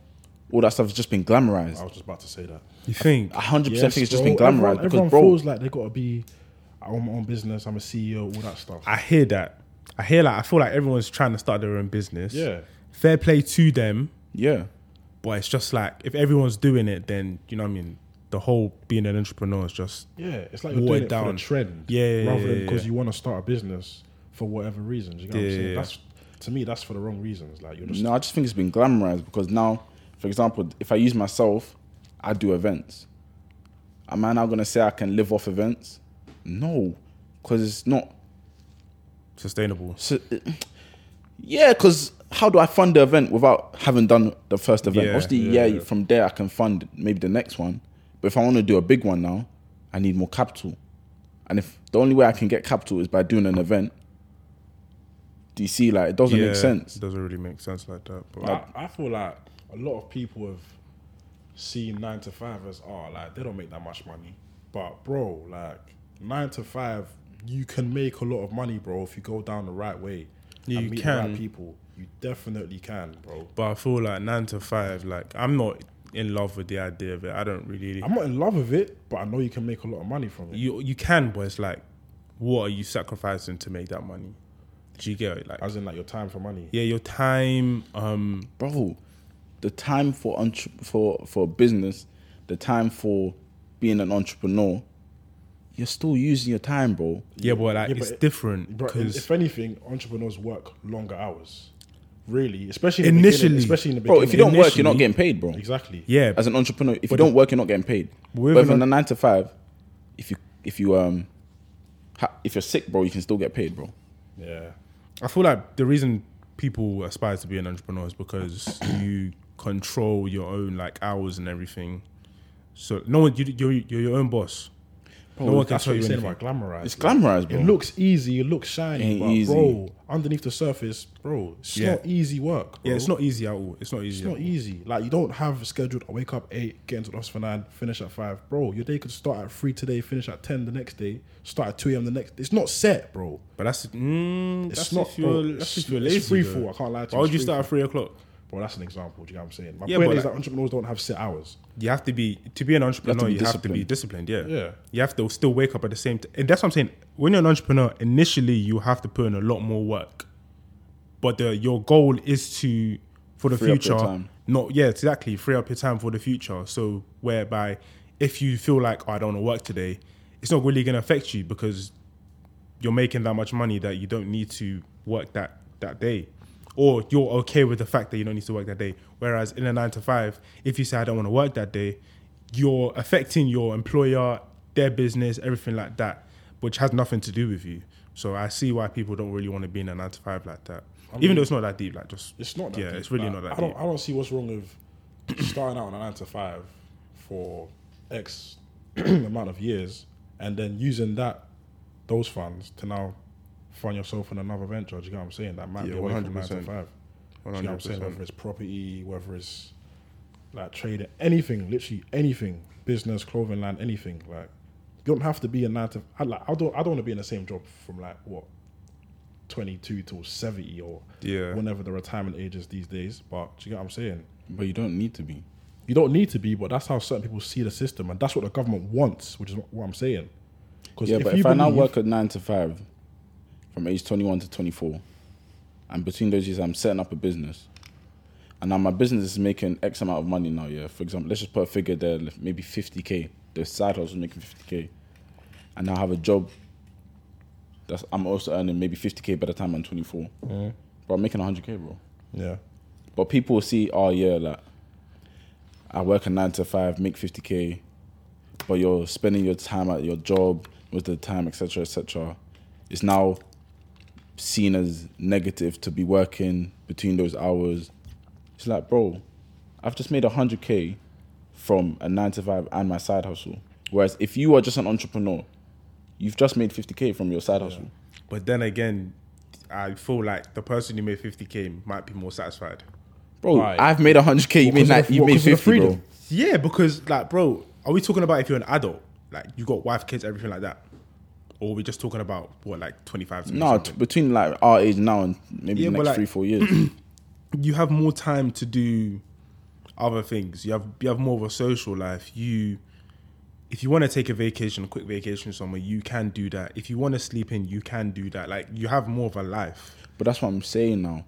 [SPEAKER 1] all that stuff has just been glamorized.
[SPEAKER 4] I was just about to say that.
[SPEAKER 3] You think?
[SPEAKER 1] I hundred percent think it's just
[SPEAKER 4] bro.
[SPEAKER 1] been glamorized
[SPEAKER 4] Everyone,
[SPEAKER 1] because
[SPEAKER 4] everyone
[SPEAKER 1] bro,
[SPEAKER 4] feels like they gotta be. I own my own business. I'm a CEO. All that stuff.
[SPEAKER 3] I hear that. I hear like I feel like everyone's trying to start their own business.
[SPEAKER 4] Yeah.
[SPEAKER 3] Fair play to them,
[SPEAKER 1] yeah,
[SPEAKER 3] but it's just like if everyone's doing it, then you know what I mean. The whole being an entrepreneur is just
[SPEAKER 4] Yeah, it's like you're
[SPEAKER 3] Watered
[SPEAKER 4] doing it for
[SPEAKER 3] down.
[SPEAKER 4] the trend,
[SPEAKER 3] Yeah, yeah,
[SPEAKER 4] rather
[SPEAKER 3] yeah,
[SPEAKER 4] than
[SPEAKER 3] yeah,
[SPEAKER 4] because
[SPEAKER 3] yeah.
[SPEAKER 4] you want to start a business for whatever reasons. You know what
[SPEAKER 3] Yeah,
[SPEAKER 4] I'm
[SPEAKER 3] yeah,
[SPEAKER 4] saying? That's to me, that's for the wrong reasons. Like you're just
[SPEAKER 1] No, I just think it's been glamorized because now, for example, if I use myself, I do events. Am I now gonna say I can live off events? No, because it's not.
[SPEAKER 3] sustainable.
[SPEAKER 1] So, yeah, because how do I fund the event without having done the first event?
[SPEAKER 3] Yeah,
[SPEAKER 1] Obviously, yeah,
[SPEAKER 4] yeah, yeah.
[SPEAKER 1] from there I can fund maybe the next one. But if I want to do a big one now, I need more capital. And if the only way I can get capital is by doing an event, do you see? Like, it doesn't
[SPEAKER 3] Yeah,
[SPEAKER 1] make sense.
[SPEAKER 3] It doesn't really make sense like that. But
[SPEAKER 4] I, I feel like a lot of people have seen nine to five as oh like they don't make that much money. But bro, like nine to five, you can make a lot of money, bro, if you go down the right way.
[SPEAKER 3] Yeah, you
[SPEAKER 4] meet the
[SPEAKER 3] can.
[SPEAKER 4] right people. You definitely can, bro.
[SPEAKER 3] but I feel like nine to five. Like I'm not in love with the idea of it. I don't really.
[SPEAKER 4] I'm not in love with it, but I know you can make a lot of money from it.
[SPEAKER 3] you you can, but it's like, what are you sacrificing to make that money? Do you get it? Like,
[SPEAKER 4] As in like your time for money.
[SPEAKER 3] yeah, your time. Um,
[SPEAKER 1] bro, the time for entre- for for business, the time for being an entrepreneur, you're still using your time, bro.
[SPEAKER 3] yeah, but like
[SPEAKER 4] Yeah, but
[SPEAKER 3] it's
[SPEAKER 4] it-
[SPEAKER 3] different
[SPEAKER 4] Bro, in-
[SPEAKER 3] because
[SPEAKER 4] if anything, entrepreneurs work longer hours. Really, especially in the
[SPEAKER 3] Initially.
[SPEAKER 4] beginning, especially in the
[SPEAKER 1] Bro,
[SPEAKER 4] beginning.
[SPEAKER 1] if you don't work, you're not getting
[SPEAKER 3] Initially-
[SPEAKER 1] paid, bro.
[SPEAKER 4] exactly.
[SPEAKER 3] yeah,
[SPEAKER 1] As an entrepreneur, if you don't work, you're not getting paid.
[SPEAKER 3] With
[SPEAKER 1] But if
[SPEAKER 3] an-
[SPEAKER 1] in a nine to five, if you if you um ha- if you're sick, bro, you can still get paid, bro.
[SPEAKER 4] Yeah.
[SPEAKER 3] I feel like the reason people aspire to be an entrepreneur is because you control your own like hours and everything. So no one, you, you're you're your own boss.
[SPEAKER 4] Bro,
[SPEAKER 3] No one can
[SPEAKER 4] that's
[SPEAKER 3] tell
[SPEAKER 4] what
[SPEAKER 3] you
[SPEAKER 4] you're saying
[SPEAKER 3] anything.
[SPEAKER 4] about glamorized.
[SPEAKER 1] It's glamorized, bro.
[SPEAKER 4] It looks easy. It looks shiny,
[SPEAKER 1] Ain't
[SPEAKER 4] but
[SPEAKER 1] easy.
[SPEAKER 4] bro, underneath the surface, bro, it's
[SPEAKER 3] Yeah.
[SPEAKER 4] not easy work. Bro.
[SPEAKER 3] Yeah, it's not easy at all. It's not easy.
[SPEAKER 4] It's not
[SPEAKER 3] at all.
[SPEAKER 4] easy. Like you don't have scheduled. I wake up eight, get into the office for nine, finish at five, bro. Your day could start at three today, finish at ten the next day, start at two a.m. the next. It's not set, bro.
[SPEAKER 3] But that's mm,
[SPEAKER 4] It's
[SPEAKER 3] that's
[SPEAKER 4] not.
[SPEAKER 3] if you're
[SPEAKER 4] bro.
[SPEAKER 3] that's
[SPEAKER 4] It's-
[SPEAKER 3] if you're
[SPEAKER 4] it's
[SPEAKER 3] lazy.
[SPEAKER 4] free
[SPEAKER 3] though.
[SPEAKER 4] fall, I can't lie to
[SPEAKER 3] Why
[SPEAKER 4] you,
[SPEAKER 3] would you
[SPEAKER 4] it's free
[SPEAKER 3] start at three o'lock?
[SPEAKER 4] Bro, that's an example. Do you get what I'm saying? My
[SPEAKER 3] Yeah,
[SPEAKER 4] point
[SPEAKER 3] but
[SPEAKER 4] is
[SPEAKER 3] like-
[SPEAKER 4] that entrepreneurs don't have set hours.
[SPEAKER 3] You have to be to be an entrepreneur.
[SPEAKER 1] be
[SPEAKER 3] You have to be disciplined. yeah,
[SPEAKER 4] Yeah.
[SPEAKER 3] You have to still wake up at the same. T- and that's what I'm saying. When you're an entrepreneur, initially you have to put in a lot more work, but the, your goal is to for the
[SPEAKER 1] Free up
[SPEAKER 3] future.
[SPEAKER 1] your time.
[SPEAKER 3] Not yeah, exactly. Free up your time for the future. So whereby if you feel like oh, I don't want to work today, it's not really going to affect you because you're making that much money that you don't need to work that that day or you're okay with the fact that you don't need to work that day whereas in a 9 to 5 if you say i don't want to work that day you're affecting your employer their business everything like that which has nothing to do with you so i see why people don't really want to be in a 9 to 5 like that even though it's not that deep like just
[SPEAKER 4] It's not. That
[SPEAKER 3] yeah
[SPEAKER 4] deep.
[SPEAKER 3] it's really
[SPEAKER 4] Like,
[SPEAKER 3] not that
[SPEAKER 4] I
[SPEAKER 3] deep
[SPEAKER 4] don't. I don't see what's wrong with starting out on a nine to five for X *clears throat* amount of years, and then using that those funds to now fund yourself in another venture. Do you get what I'm saying? That might
[SPEAKER 3] Yeah,
[SPEAKER 4] be away from nine to
[SPEAKER 3] 100%.
[SPEAKER 4] five. Do you get what I'm saying?
[SPEAKER 3] 100%.
[SPEAKER 4] Whether it's property, whether it's like trading, anything, literally anything, business, clothing line, anything. Like you don't have to be a nine to. I like. I don't. I don't want to be in the same job from like what 22 till 70 or
[SPEAKER 3] Yeah.
[SPEAKER 4] whenever the retirement age is these days. But do you get what I'm saying?
[SPEAKER 1] But you don't need to be.
[SPEAKER 4] You don't need to be, but that's how certain people see the system, and that's what the government wants, which is what I'm saying. Because
[SPEAKER 1] Yeah, but if I now work at nine to five, from age twenty-one to twenty-four, and between those years, I'm setting up a business, and now my business is making X amount of money now. Yeah, for example, let's just put a figure there, like maybe fifty k. The side hustle is making fifty k, and now I have a job. That's I'm also earning maybe fifty k by the time I'm twenty-four, but I'm making hundred k, bro.
[SPEAKER 4] yeah,
[SPEAKER 1] But people will see, oh yeah, like I work a nine to five, make fifty k, but you're spending your time at your job with the time, etc., etc. It's now seen as negative to be working between those hours. It's like, bro, I've just made hundred k from a nine to five and my side hustle. Whereas if you are just an entrepreneur, you've just made fifty k from your side hustle.
[SPEAKER 3] but then again i feel like the person who made 50k might be more satisfied
[SPEAKER 1] Bro,
[SPEAKER 4] Right.
[SPEAKER 1] I've made hundred k. You made
[SPEAKER 4] because
[SPEAKER 1] that.
[SPEAKER 4] of-
[SPEAKER 1] You
[SPEAKER 4] what,
[SPEAKER 1] made
[SPEAKER 4] because of the
[SPEAKER 1] fifty, bro.
[SPEAKER 4] freedom?
[SPEAKER 3] Yeah, because like, bro, are we talking about if you're an adult, like you got wife, kids, everything like that, or are we just talking about what like twenty five?
[SPEAKER 1] No, t- between like our age now and maybe
[SPEAKER 3] Yeah,
[SPEAKER 1] the
[SPEAKER 3] but
[SPEAKER 1] next
[SPEAKER 3] like-
[SPEAKER 1] three, four years.
[SPEAKER 3] you have more time to do other things. You have you have more of a social life. You, if you want to take a vacation, a quick vacation somewhere, you can do that. If you want to sleep in, you can do that. Like you have more of a life.
[SPEAKER 1] But that's what I'm saying now.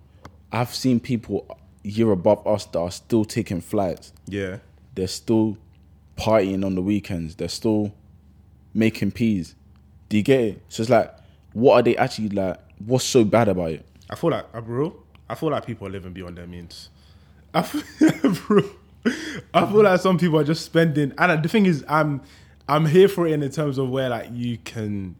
[SPEAKER 1] I've seen people year above us that are still taking flights.
[SPEAKER 3] Yeah,
[SPEAKER 1] They're still partying on the weekends. They're still making peas. Do you get it? So it's like, what are they actually like? What's so bad about it?
[SPEAKER 3] I feel like, uh, bro, I feel like people are living beyond their means. I feel, *laughs* bro, I feel like some people are just spending. And uh, the thing is, I'm, I'm here for it in the terms of where like you can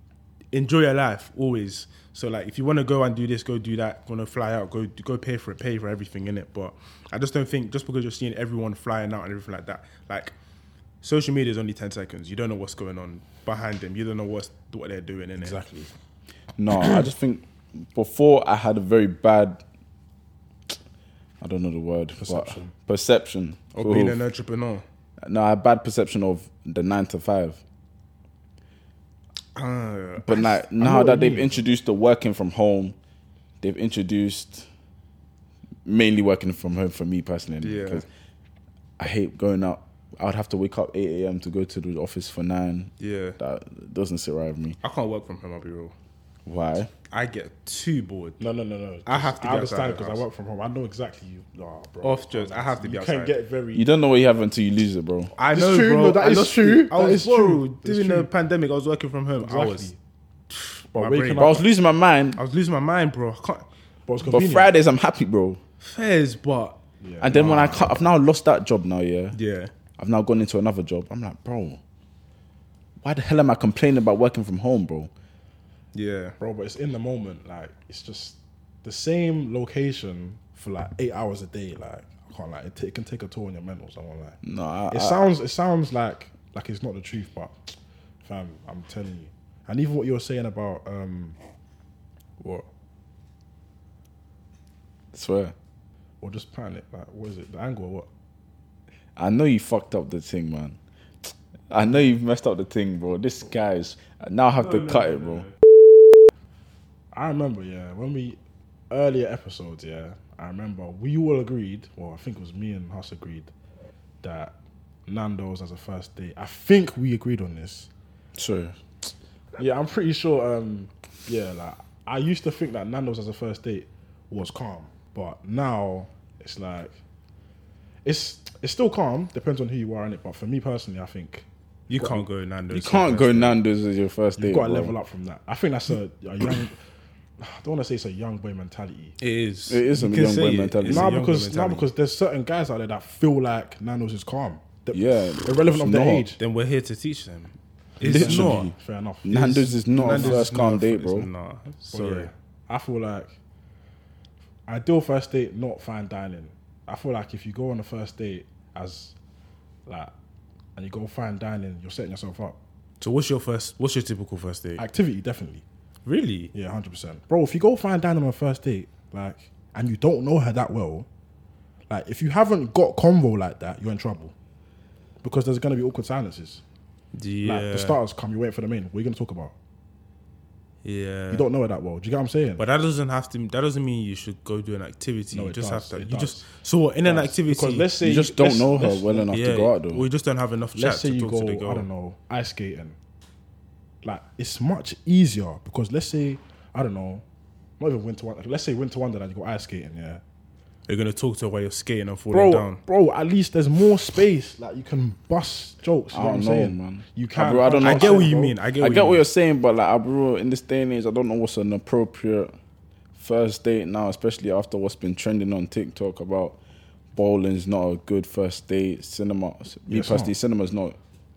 [SPEAKER 3] enjoy your life always. So like, if you want to go and do this, go do that. Want to fly out, go go pay for it, pay for everything in it. But I just don't think just because you're seeing everyone flying out and everything like that, like social media is only ten seconds. You don't know what's going on behind them. You don't know what's what they're doing in it.
[SPEAKER 4] exactly.
[SPEAKER 1] No, I just think before I had a very bad, I don't know the word,
[SPEAKER 4] Perception.
[SPEAKER 1] but perception
[SPEAKER 3] Or being an entrepreneur.
[SPEAKER 1] no, I had bad perception of the nine to five.
[SPEAKER 3] Uh,
[SPEAKER 1] But like now
[SPEAKER 4] what
[SPEAKER 1] that
[SPEAKER 4] you
[SPEAKER 1] they've
[SPEAKER 4] mean.
[SPEAKER 1] introduced the working from home, they've introduced mainly working from home for me personally
[SPEAKER 3] Yeah.
[SPEAKER 1] because I hate going out. I would have to wake up eight a.m. to go to the office for nine.
[SPEAKER 3] yeah.
[SPEAKER 1] That doesn't sit right with me.
[SPEAKER 3] I can't work from home. I'll be real.
[SPEAKER 1] Why?
[SPEAKER 3] I get too bored.
[SPEAKER 4] No, no, no, no.
[SPEAKER 3] I have to
[SPEAKER 4] I
[SPEAKER 3] be
[SPEAKER 4] understand
[SPEAKER 3] outside the
[SPEAKER 4] because I
[SPEAKER 3] house.
[SPEAKER 4] work from home. I know exactly you. Nah, bro.
[SPEAKER 3] Off jokes. I have to be
[SPEAKER 4] you
[SPEAKER 3] outside.
[SPEAKER 4] can get very.
[SPEAKER 1] You don't know what you have until you lose it, bro.
[SPEAKER 3] I
[SPEAKER 4] It's
[SPEAKER 3] know,
[SPEAKER 4] true,
[SPEAKER 3] bro.
[SPEAKER 4] no, that
[SPEAKER 3] I
[SPEAKER 4] is
[SPEAKER 3] lost
[SPEAKER 4] true.
[SPEAKER 3] it. I
[SPEAKER 4] That
[SPEAKER 3] was
[SPEAKER 4] is true.
[SPEAKER 3] bro,
[SPEAKER 4] That's
[SPEAKER 3] during the
[SPEAKER 4] true.
[SPEAKER 3] pandemic. I was working from home. I was,
[SPEAKER 4] Exactly. But
[SPEAKER 3] my
[SPEAKER 4] waking
[SPEAKER 3] brain.
[SPEAKER 1] But I was losing my mind.
[SPEAKER 3] I was losing my mind, bro. I can't.
[SPEAKER 4] But it's
[SPEAKER 1] But
[SPEAKER 4] convenient.
[SPEAKER 1] Fridays, I'm happy, bro.
[SPEAKER 3] Fairs, but
[SPEAKER 1] And then when I cut, I've now lost that job now. Yeah,
[SPEAKER 3] yeah,
[SPEAKER 1] I've now gone into another job. I'm like, bro, why the hell am I complaining about working from home, bro?
[SPEAKER 3] yeah.
[SPEAKER 4] bro. But it's in the moment. Like it's just the same location for like eight hours a day. Like I can't like it, ta- it can take a toll on your mentals. I won't lie.
[SPEAKER 1] No, I,
[SPEAKER 4] It
[SPEAKER 1] I-
[SPEAKER 4] sounds it sounds like like it's not the truth, but fam, I'm telling you. And even what you were saying about um, what
[SPEAKER 1] swear.
[SPEAKER 4] or just panic, like what is it? The angle or what?
[SPEAKER 1] I know you fucked up the thing, man. I know you've messed up the thing, bro. This guy's now I have to cut it, bro.
[SPEAKER 4] I remember, yeah, when we earlier episodes, yeah, I remember we all agreed, well, I think it was me and Huss agreed that Nando's as a first date. I think we agreed on this.
[SPEAKER 1] Sure.
[SPEAKER 4] Yeah, I'm pretty sure. Um, yeah, like I used to think that Nando's as a first date was calm, but now it's like it's it's still calm. Depends on who you are in it. But for me personally, I think
[SPEAKER 3] You can't go Nando's.
[SPEAKER 1] You can't go Nando's as your first date.
[SPEAKER 4] you've got to
[SPEAKER 1] bro.
[SPEAKER 4] level up from that. I think that's a, a young. *sighs* I don't want to say it's a young boy mentality.
[SPEAKER 3] It is.
[SPEAKER 1] It is a
[SPEAKER 3] You can
[SPEAKER 1] young
[SPEAKER 3] say
[SPEAKER 1] boy
[SPEAKER 3] it.
[SPEAKER 1] mentality.
[SPEAKER 3] It's a
[SPEAKER 4] Now
[SPEAKER 3] young boy
[SPEAKER 4] because now
[SPEAKER 3] mentality.
[SPEAKER 4] because there's certain guys out there that feel like Nando's is calm. They're,
[SPEAKER 1] Yeah,
[SPEAKER 4] irrelevant of
[SPEAKER 1] it's
[SPEAKER 4] their
[SPEAKER 1] not.
[SPEAKER 4] age.
[SPEAKER 3] Then we're here to teach them. It's
[SPEAKER 1] Literally.
[SPEAKER 3] not.
[SPEAKER 4] Fair enough.
[SPEAKER 1] Nando's is not
[SPEAKER 3] Nando's
[SPEAKER 1] a first
[SPEAKER 3] is
[SPEAKER 1] calm
[SPEAKER 3] not-
[SPEAKER 1] date,
[SPEAKER 3] it's
[SPEAKER 1] bro.
[SPEAKER 3] not.
[SPEAKER 4] But
[SPEAKER 3] Sorry.
[SPEAKER 4] yeah, I feel like ideal first date, not fine dining. I feel like if you go on a first date as like and you go fine dining, you're setting yourself up.
[SPEAKER 3] So what's your first? What's your typical first date?
[SPEAKER 4] Activity definitely.
[SPEAKER 3] really?
[SPEAKER 4] Yeah, hundred percent. Bro, if you go fine dining on a first date, like and you don't know her that well, like if you haven't got convo like that, you're in trouble. Because there's gonna be awkward silences.
[SPEAKER 3] Yeah.
[SPEAKER 4] Like the starters come, you wait for the main. What are you gonna talk about?
[SPEAKER 3] yeah.
[SPEAKER 4] You don't know her that well. Do you get what I'm saying?
[SPEAKER 3] but that doesn't have to. That doesn't mean you should go do an activity.
[SPEAKER 4] No,
[SPEAKER 3] you
[SPEAKER 4] it
[SPEAKER 3] just
[SPEAKER 4] does.
[SPEAKER 3] have to.
[SPEAKER 4] It
[SPEAKER 3] You
[SPEAKER 4] does.
[SPEAKER 3] just so what in an
[SPEAKER 4] Because
[SPEAKER 3] activity.
[SPEAKER 4] let's say
[SPEAKER 1] You just don't
[SPEAKER 4] let's-
[SPEAKER 1] know her
[SPEAKER 4] let's-
[SPEAKER 1] well enough
[SPEAKER 3] yeah,
[SPEAKER 1] to go out though.
[SPEAKER 3] we just don't have enough chat
[SPEAKER 4] let's say
[SPEAKER 3] to
[SPEAKER 4] you
[SPEAKER 3] talk
[SPEAKER 4] go,
[SPEAKER 3] to the girl.
[SPEAKER 4] I don't know, ice skating. Like it's much easier because let's say I don't know, not even winter wonderland. Let's say winter wonderland, you go ice skating, yeah.
[SPEAKER 3] You're gonna talk to her while you're skating and falling
[SPEAKER 4] Bro,
[SPEAKER 3] down.
[SPEAKER 4] bro, at least there's more space. Like you can bust jokes. You
[SPEAKER 1] I
[SPEAKER 4] know what I'm
[SPEAKER 1] don't know,
[SPEAKER 4] saying?
[SPEAKER 1] man.
[SPEAKER 4] You
[SPEAKER 1] Ah,
[SPEAKER 4] can't.
[SPEAKER 1] bro, I don't know.
[SPEAKER 3] I get what you
[SPEAKER 4] bro.
[SPEAKER 3] mean. I get.
[SPEAKER 1] I
[SPEAKER 3] What
[SPEAKER 1] get
[SPEAKER 3] you
[SPEAKER 1] what
[SPEAKER 3] mean.
[SPEAKER 1] you're saying, but like, ah, bro, in this day and age, I don't know what's an appropriate first date now, especially after what's been trending on TikTok about bowling's not a good first date. Cinema, me
[SPEAKER 4] it's
[SPEAKER 1] personally,
[SPEAKER 4] not.
[SPEAKER 1] cinema's not.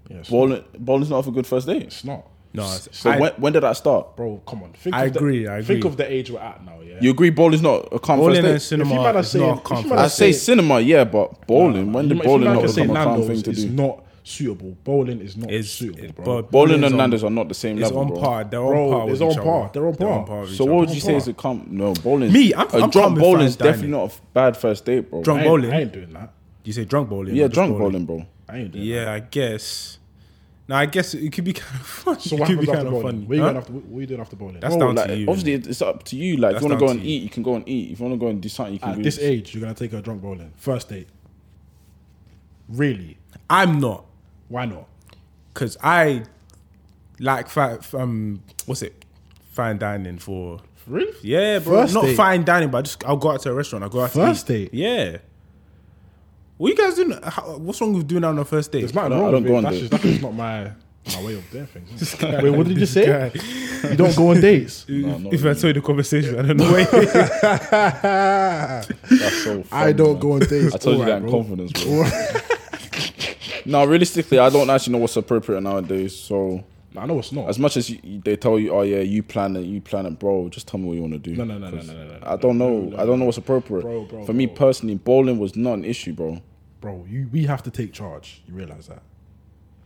[SPEAKER 4] Yeah, it's, not,
[SPEAKER 1] Bowling, bowling's not a good first date.
[SPEAKER 4] it's not.
[SPEAKER 3] No, it's-
[SPEAKER 1] So
[SPEAKER 3] I-
[SPEAKER 1] when, when did that start?
[SPEAKER 4] Bro, come on. Think
[SPEAKER 3] I
[SPEAKER 4] of the-
[SPEAKER 3] agree, I
[SPEAKER 4] Think
[SPEAKER 3] agree.
[SPEAKER 4] of the age we're at now. Yeah.
[SPEAKER 1] You agree bowling's not a calm
[SPEAKER 3] Bowling and
[SPEAKER 1] first date?
[SPEAKER 4] If you
[SPEAKER 3] cinema
[SPEAKER 4] man are
[SPEAKER 3] is not
[SPEAKER 4] saying-
[SPEAKER 3] a
[SPEAKER 4] if
[SPEAKER 3] comfort.
[SPEAKER 4] you man are
[SPEAKER 1] I say
[SPEAKER 4] Say-
[SPEAKER 1] cinema, yeah, but bowling. when did
[SPEAKER 4] You might- if you
[SPEAKER 1] bowling
[SPEAKER 4] man
[SPEAKER 1] not
[SPEAKER 4] can say
[SPEAKER 1] become a calm
[SPEAKER 4] Nando's
[SPEAKER 1] thing to
[SPEAKER 4] is
[SPEAKER 1] do?
[SPEAKER 4] not suitable. Bowling is not
[SPEAKER 3] It's-
[SPEAKER 4] suitable, bro.
[SPEAKER 3] but
[SPEAKER 1] bowling
[SPEAKER 3] is
[SPEAKER 1] and
[SPEAKER 3] on-
[SPEAKER 1] Nando's are not the same
[SPEAKER 3] It's
[SPEAKER 1] level,
[SPEAKER 3] on
[SPEAKER 1] bro.
[SPEAKER 3] par. They're on
[SPEAKER 4] Bro,
[SPEAKER 3] par.
[SPEAKER 4] it's
[SPEAKER 3] with
[SPEAKER 4] on
[SPEAKER 3] each
[SPEAKER 4] par.
[SPEAKER 3] other.
[SPEAKER 4] They're on par.
[SPEAKER 3] with
[SPEAKER 1] So
[SPEAKER 3] each
[SPEAKER 1] what
[SPEAKER 3] other.
[SPEAKER 1] would you say is a calm? No, bowling.
[SPEAKER 3] Me, I'm-
[SPEAKER 1] a
[SPEAKER 3] I'm calm
[SPEAKER 1] drunk
[SPEAKER 3] with
[SPEAKER 1] bowling is
[SPEAKER 3] fine dining.
[SPEAKER 1] definitely not a bad first date, bro.
[SPEAKER 4] I
[SPEAKER 3] Drunk
[SPEAKER 4] ain't-
[SPEAKER 3] bowling.
[SPEAKER 4] I ain't doing that.
[SPEAKER 3] You say drunk bowling.
[SPEAKER 1] Yeah,
[SPEAKER 3] not just
[SPEAKER 1] drunk bowling, bro.
[SPEAKER 4] I ain't doing that.
[SPEAKER 3] Yeah, I guess. Now I guess it could be *laughs* kind of funny.
[SPEAKER 4] So
[SPEAKER 3] it
[SPEAKER 4] what
[SPEAKER 3] could be
[SPEAKER 4] happens
[SPEAKER 3] kind
[SPEAKER 4] after
[SPEAKER 3] of
[SPEAKER 4] bowling?
[SPEAKER 3] funny.
[SPEAKER 4] What, are you
[SPEAKER 3] Huh?
[SPEAKER 4] going after, what are you doing after bowling?
[SPEAKER 3] That's
[SPEAKER 1] Bro,
[SPEAKER 3] down to
[SPEAKER 1] like,
[SPEAKER 3] you,
[SPEAKER 1] Obviously, it's up to you. Like, if
[SPEAKER 3] That's
[SPEAKER 1] you want
[SPEAKER 3] down
[SPEAKER 1] to go
[SPEAKER 3] to
[SPEAKER 1] and
[SPEAKER 3] you.
[SPEAKER 1] eat, you can go and eat. If you want to go and do something, you can
[SPEAKER 4] At
[SPEAKER 1] do
[SPEAKER 4] this age, you're gonna take her drunk bowling first date. Really?
[SPEAKER 3] I'm not
[SPEAKER 4] Why not?
[SPEAKER 3] because I like fi- f- um what's it fine dining for.
[SPEAKER 4] Really?
[SPEAKER 3] Yeah, bro.
[SPEAKER 4] First
[SPEAKER 3] not
[SPEAKER 4] date?
[SPEAKER 3] fine dining, but I just I'll go out to a restaurant. I'll go out
[SPEAKER 4] First
[SPEAKER 3] to eat.
[SPEAKER 4] date?
[SPEAKER 3] Yeah. What you guys doing? How, what's wrong with doing that on the first date?
[SPEAKER 4] There's nothing
[SPEAKER 1] No, I
[SPEAKER 4] wrong
[SPEAKER 1] don't
[SPEAKER 4] with
[SPEAKER 1] go
[SPEAKER 4] it.
[SPEAKER 1] on
[SPEAKER 4] That's
[SPEAKER 1] dates.
[SPEAKER 4] just, that's just not my my way of doing things. Wait, what did you say? You don't go
[SPEAKER 1] *laughs*
[SPEAKER 4] on dates.
[SPEAKER 1] Nah, not
[SPEAKER 3] if I
[SPEAKER 1] really.
[SPEAKER 3] saw the conversation, I don't
[SPEAKER 4] *laughs*
[SPEAKER 3] know. Wait.
[SPEAKER 1] That's so fun,
[SPEAKER 4] Ah, I don't
[SPEAKER 1] man.
[SPEAKER 4] go on dates.
[SPEAKER 1] I told you
[SPEAKER 4] All
[SPEAKER 1] that
[SPEAKER 4] right,
[SPEAKER 1] in
[SPEAKER 4] bro.
[SPEAKER 1] confidence, bro. no, realistically, I don't actually know what's appropriate nowadays. So,
[SPEAKER 4] Nah, *laughs* I know it's not.
[SPEAKER 1] as much as you, you- they tell you, oh yeah, you plan it, you plan it, bro. Just tell me what you want to do.
[SPEAKER 4] No, no, no, no,
[SPEAKER 1] 'Cause
[SPEAKER 4] no, no, no,
[SPEAKER 1] I don't know. I don't know what's appropriate.
[SPEAKER 4] Bro, bro,
[SPEAKER 1] For me
[SPEAKER 4] bro.
[SPEAKER 1] personally, bowling was not an issue, bro.
[SPEAKER 4] Bro, you we have to take charge. You realize that?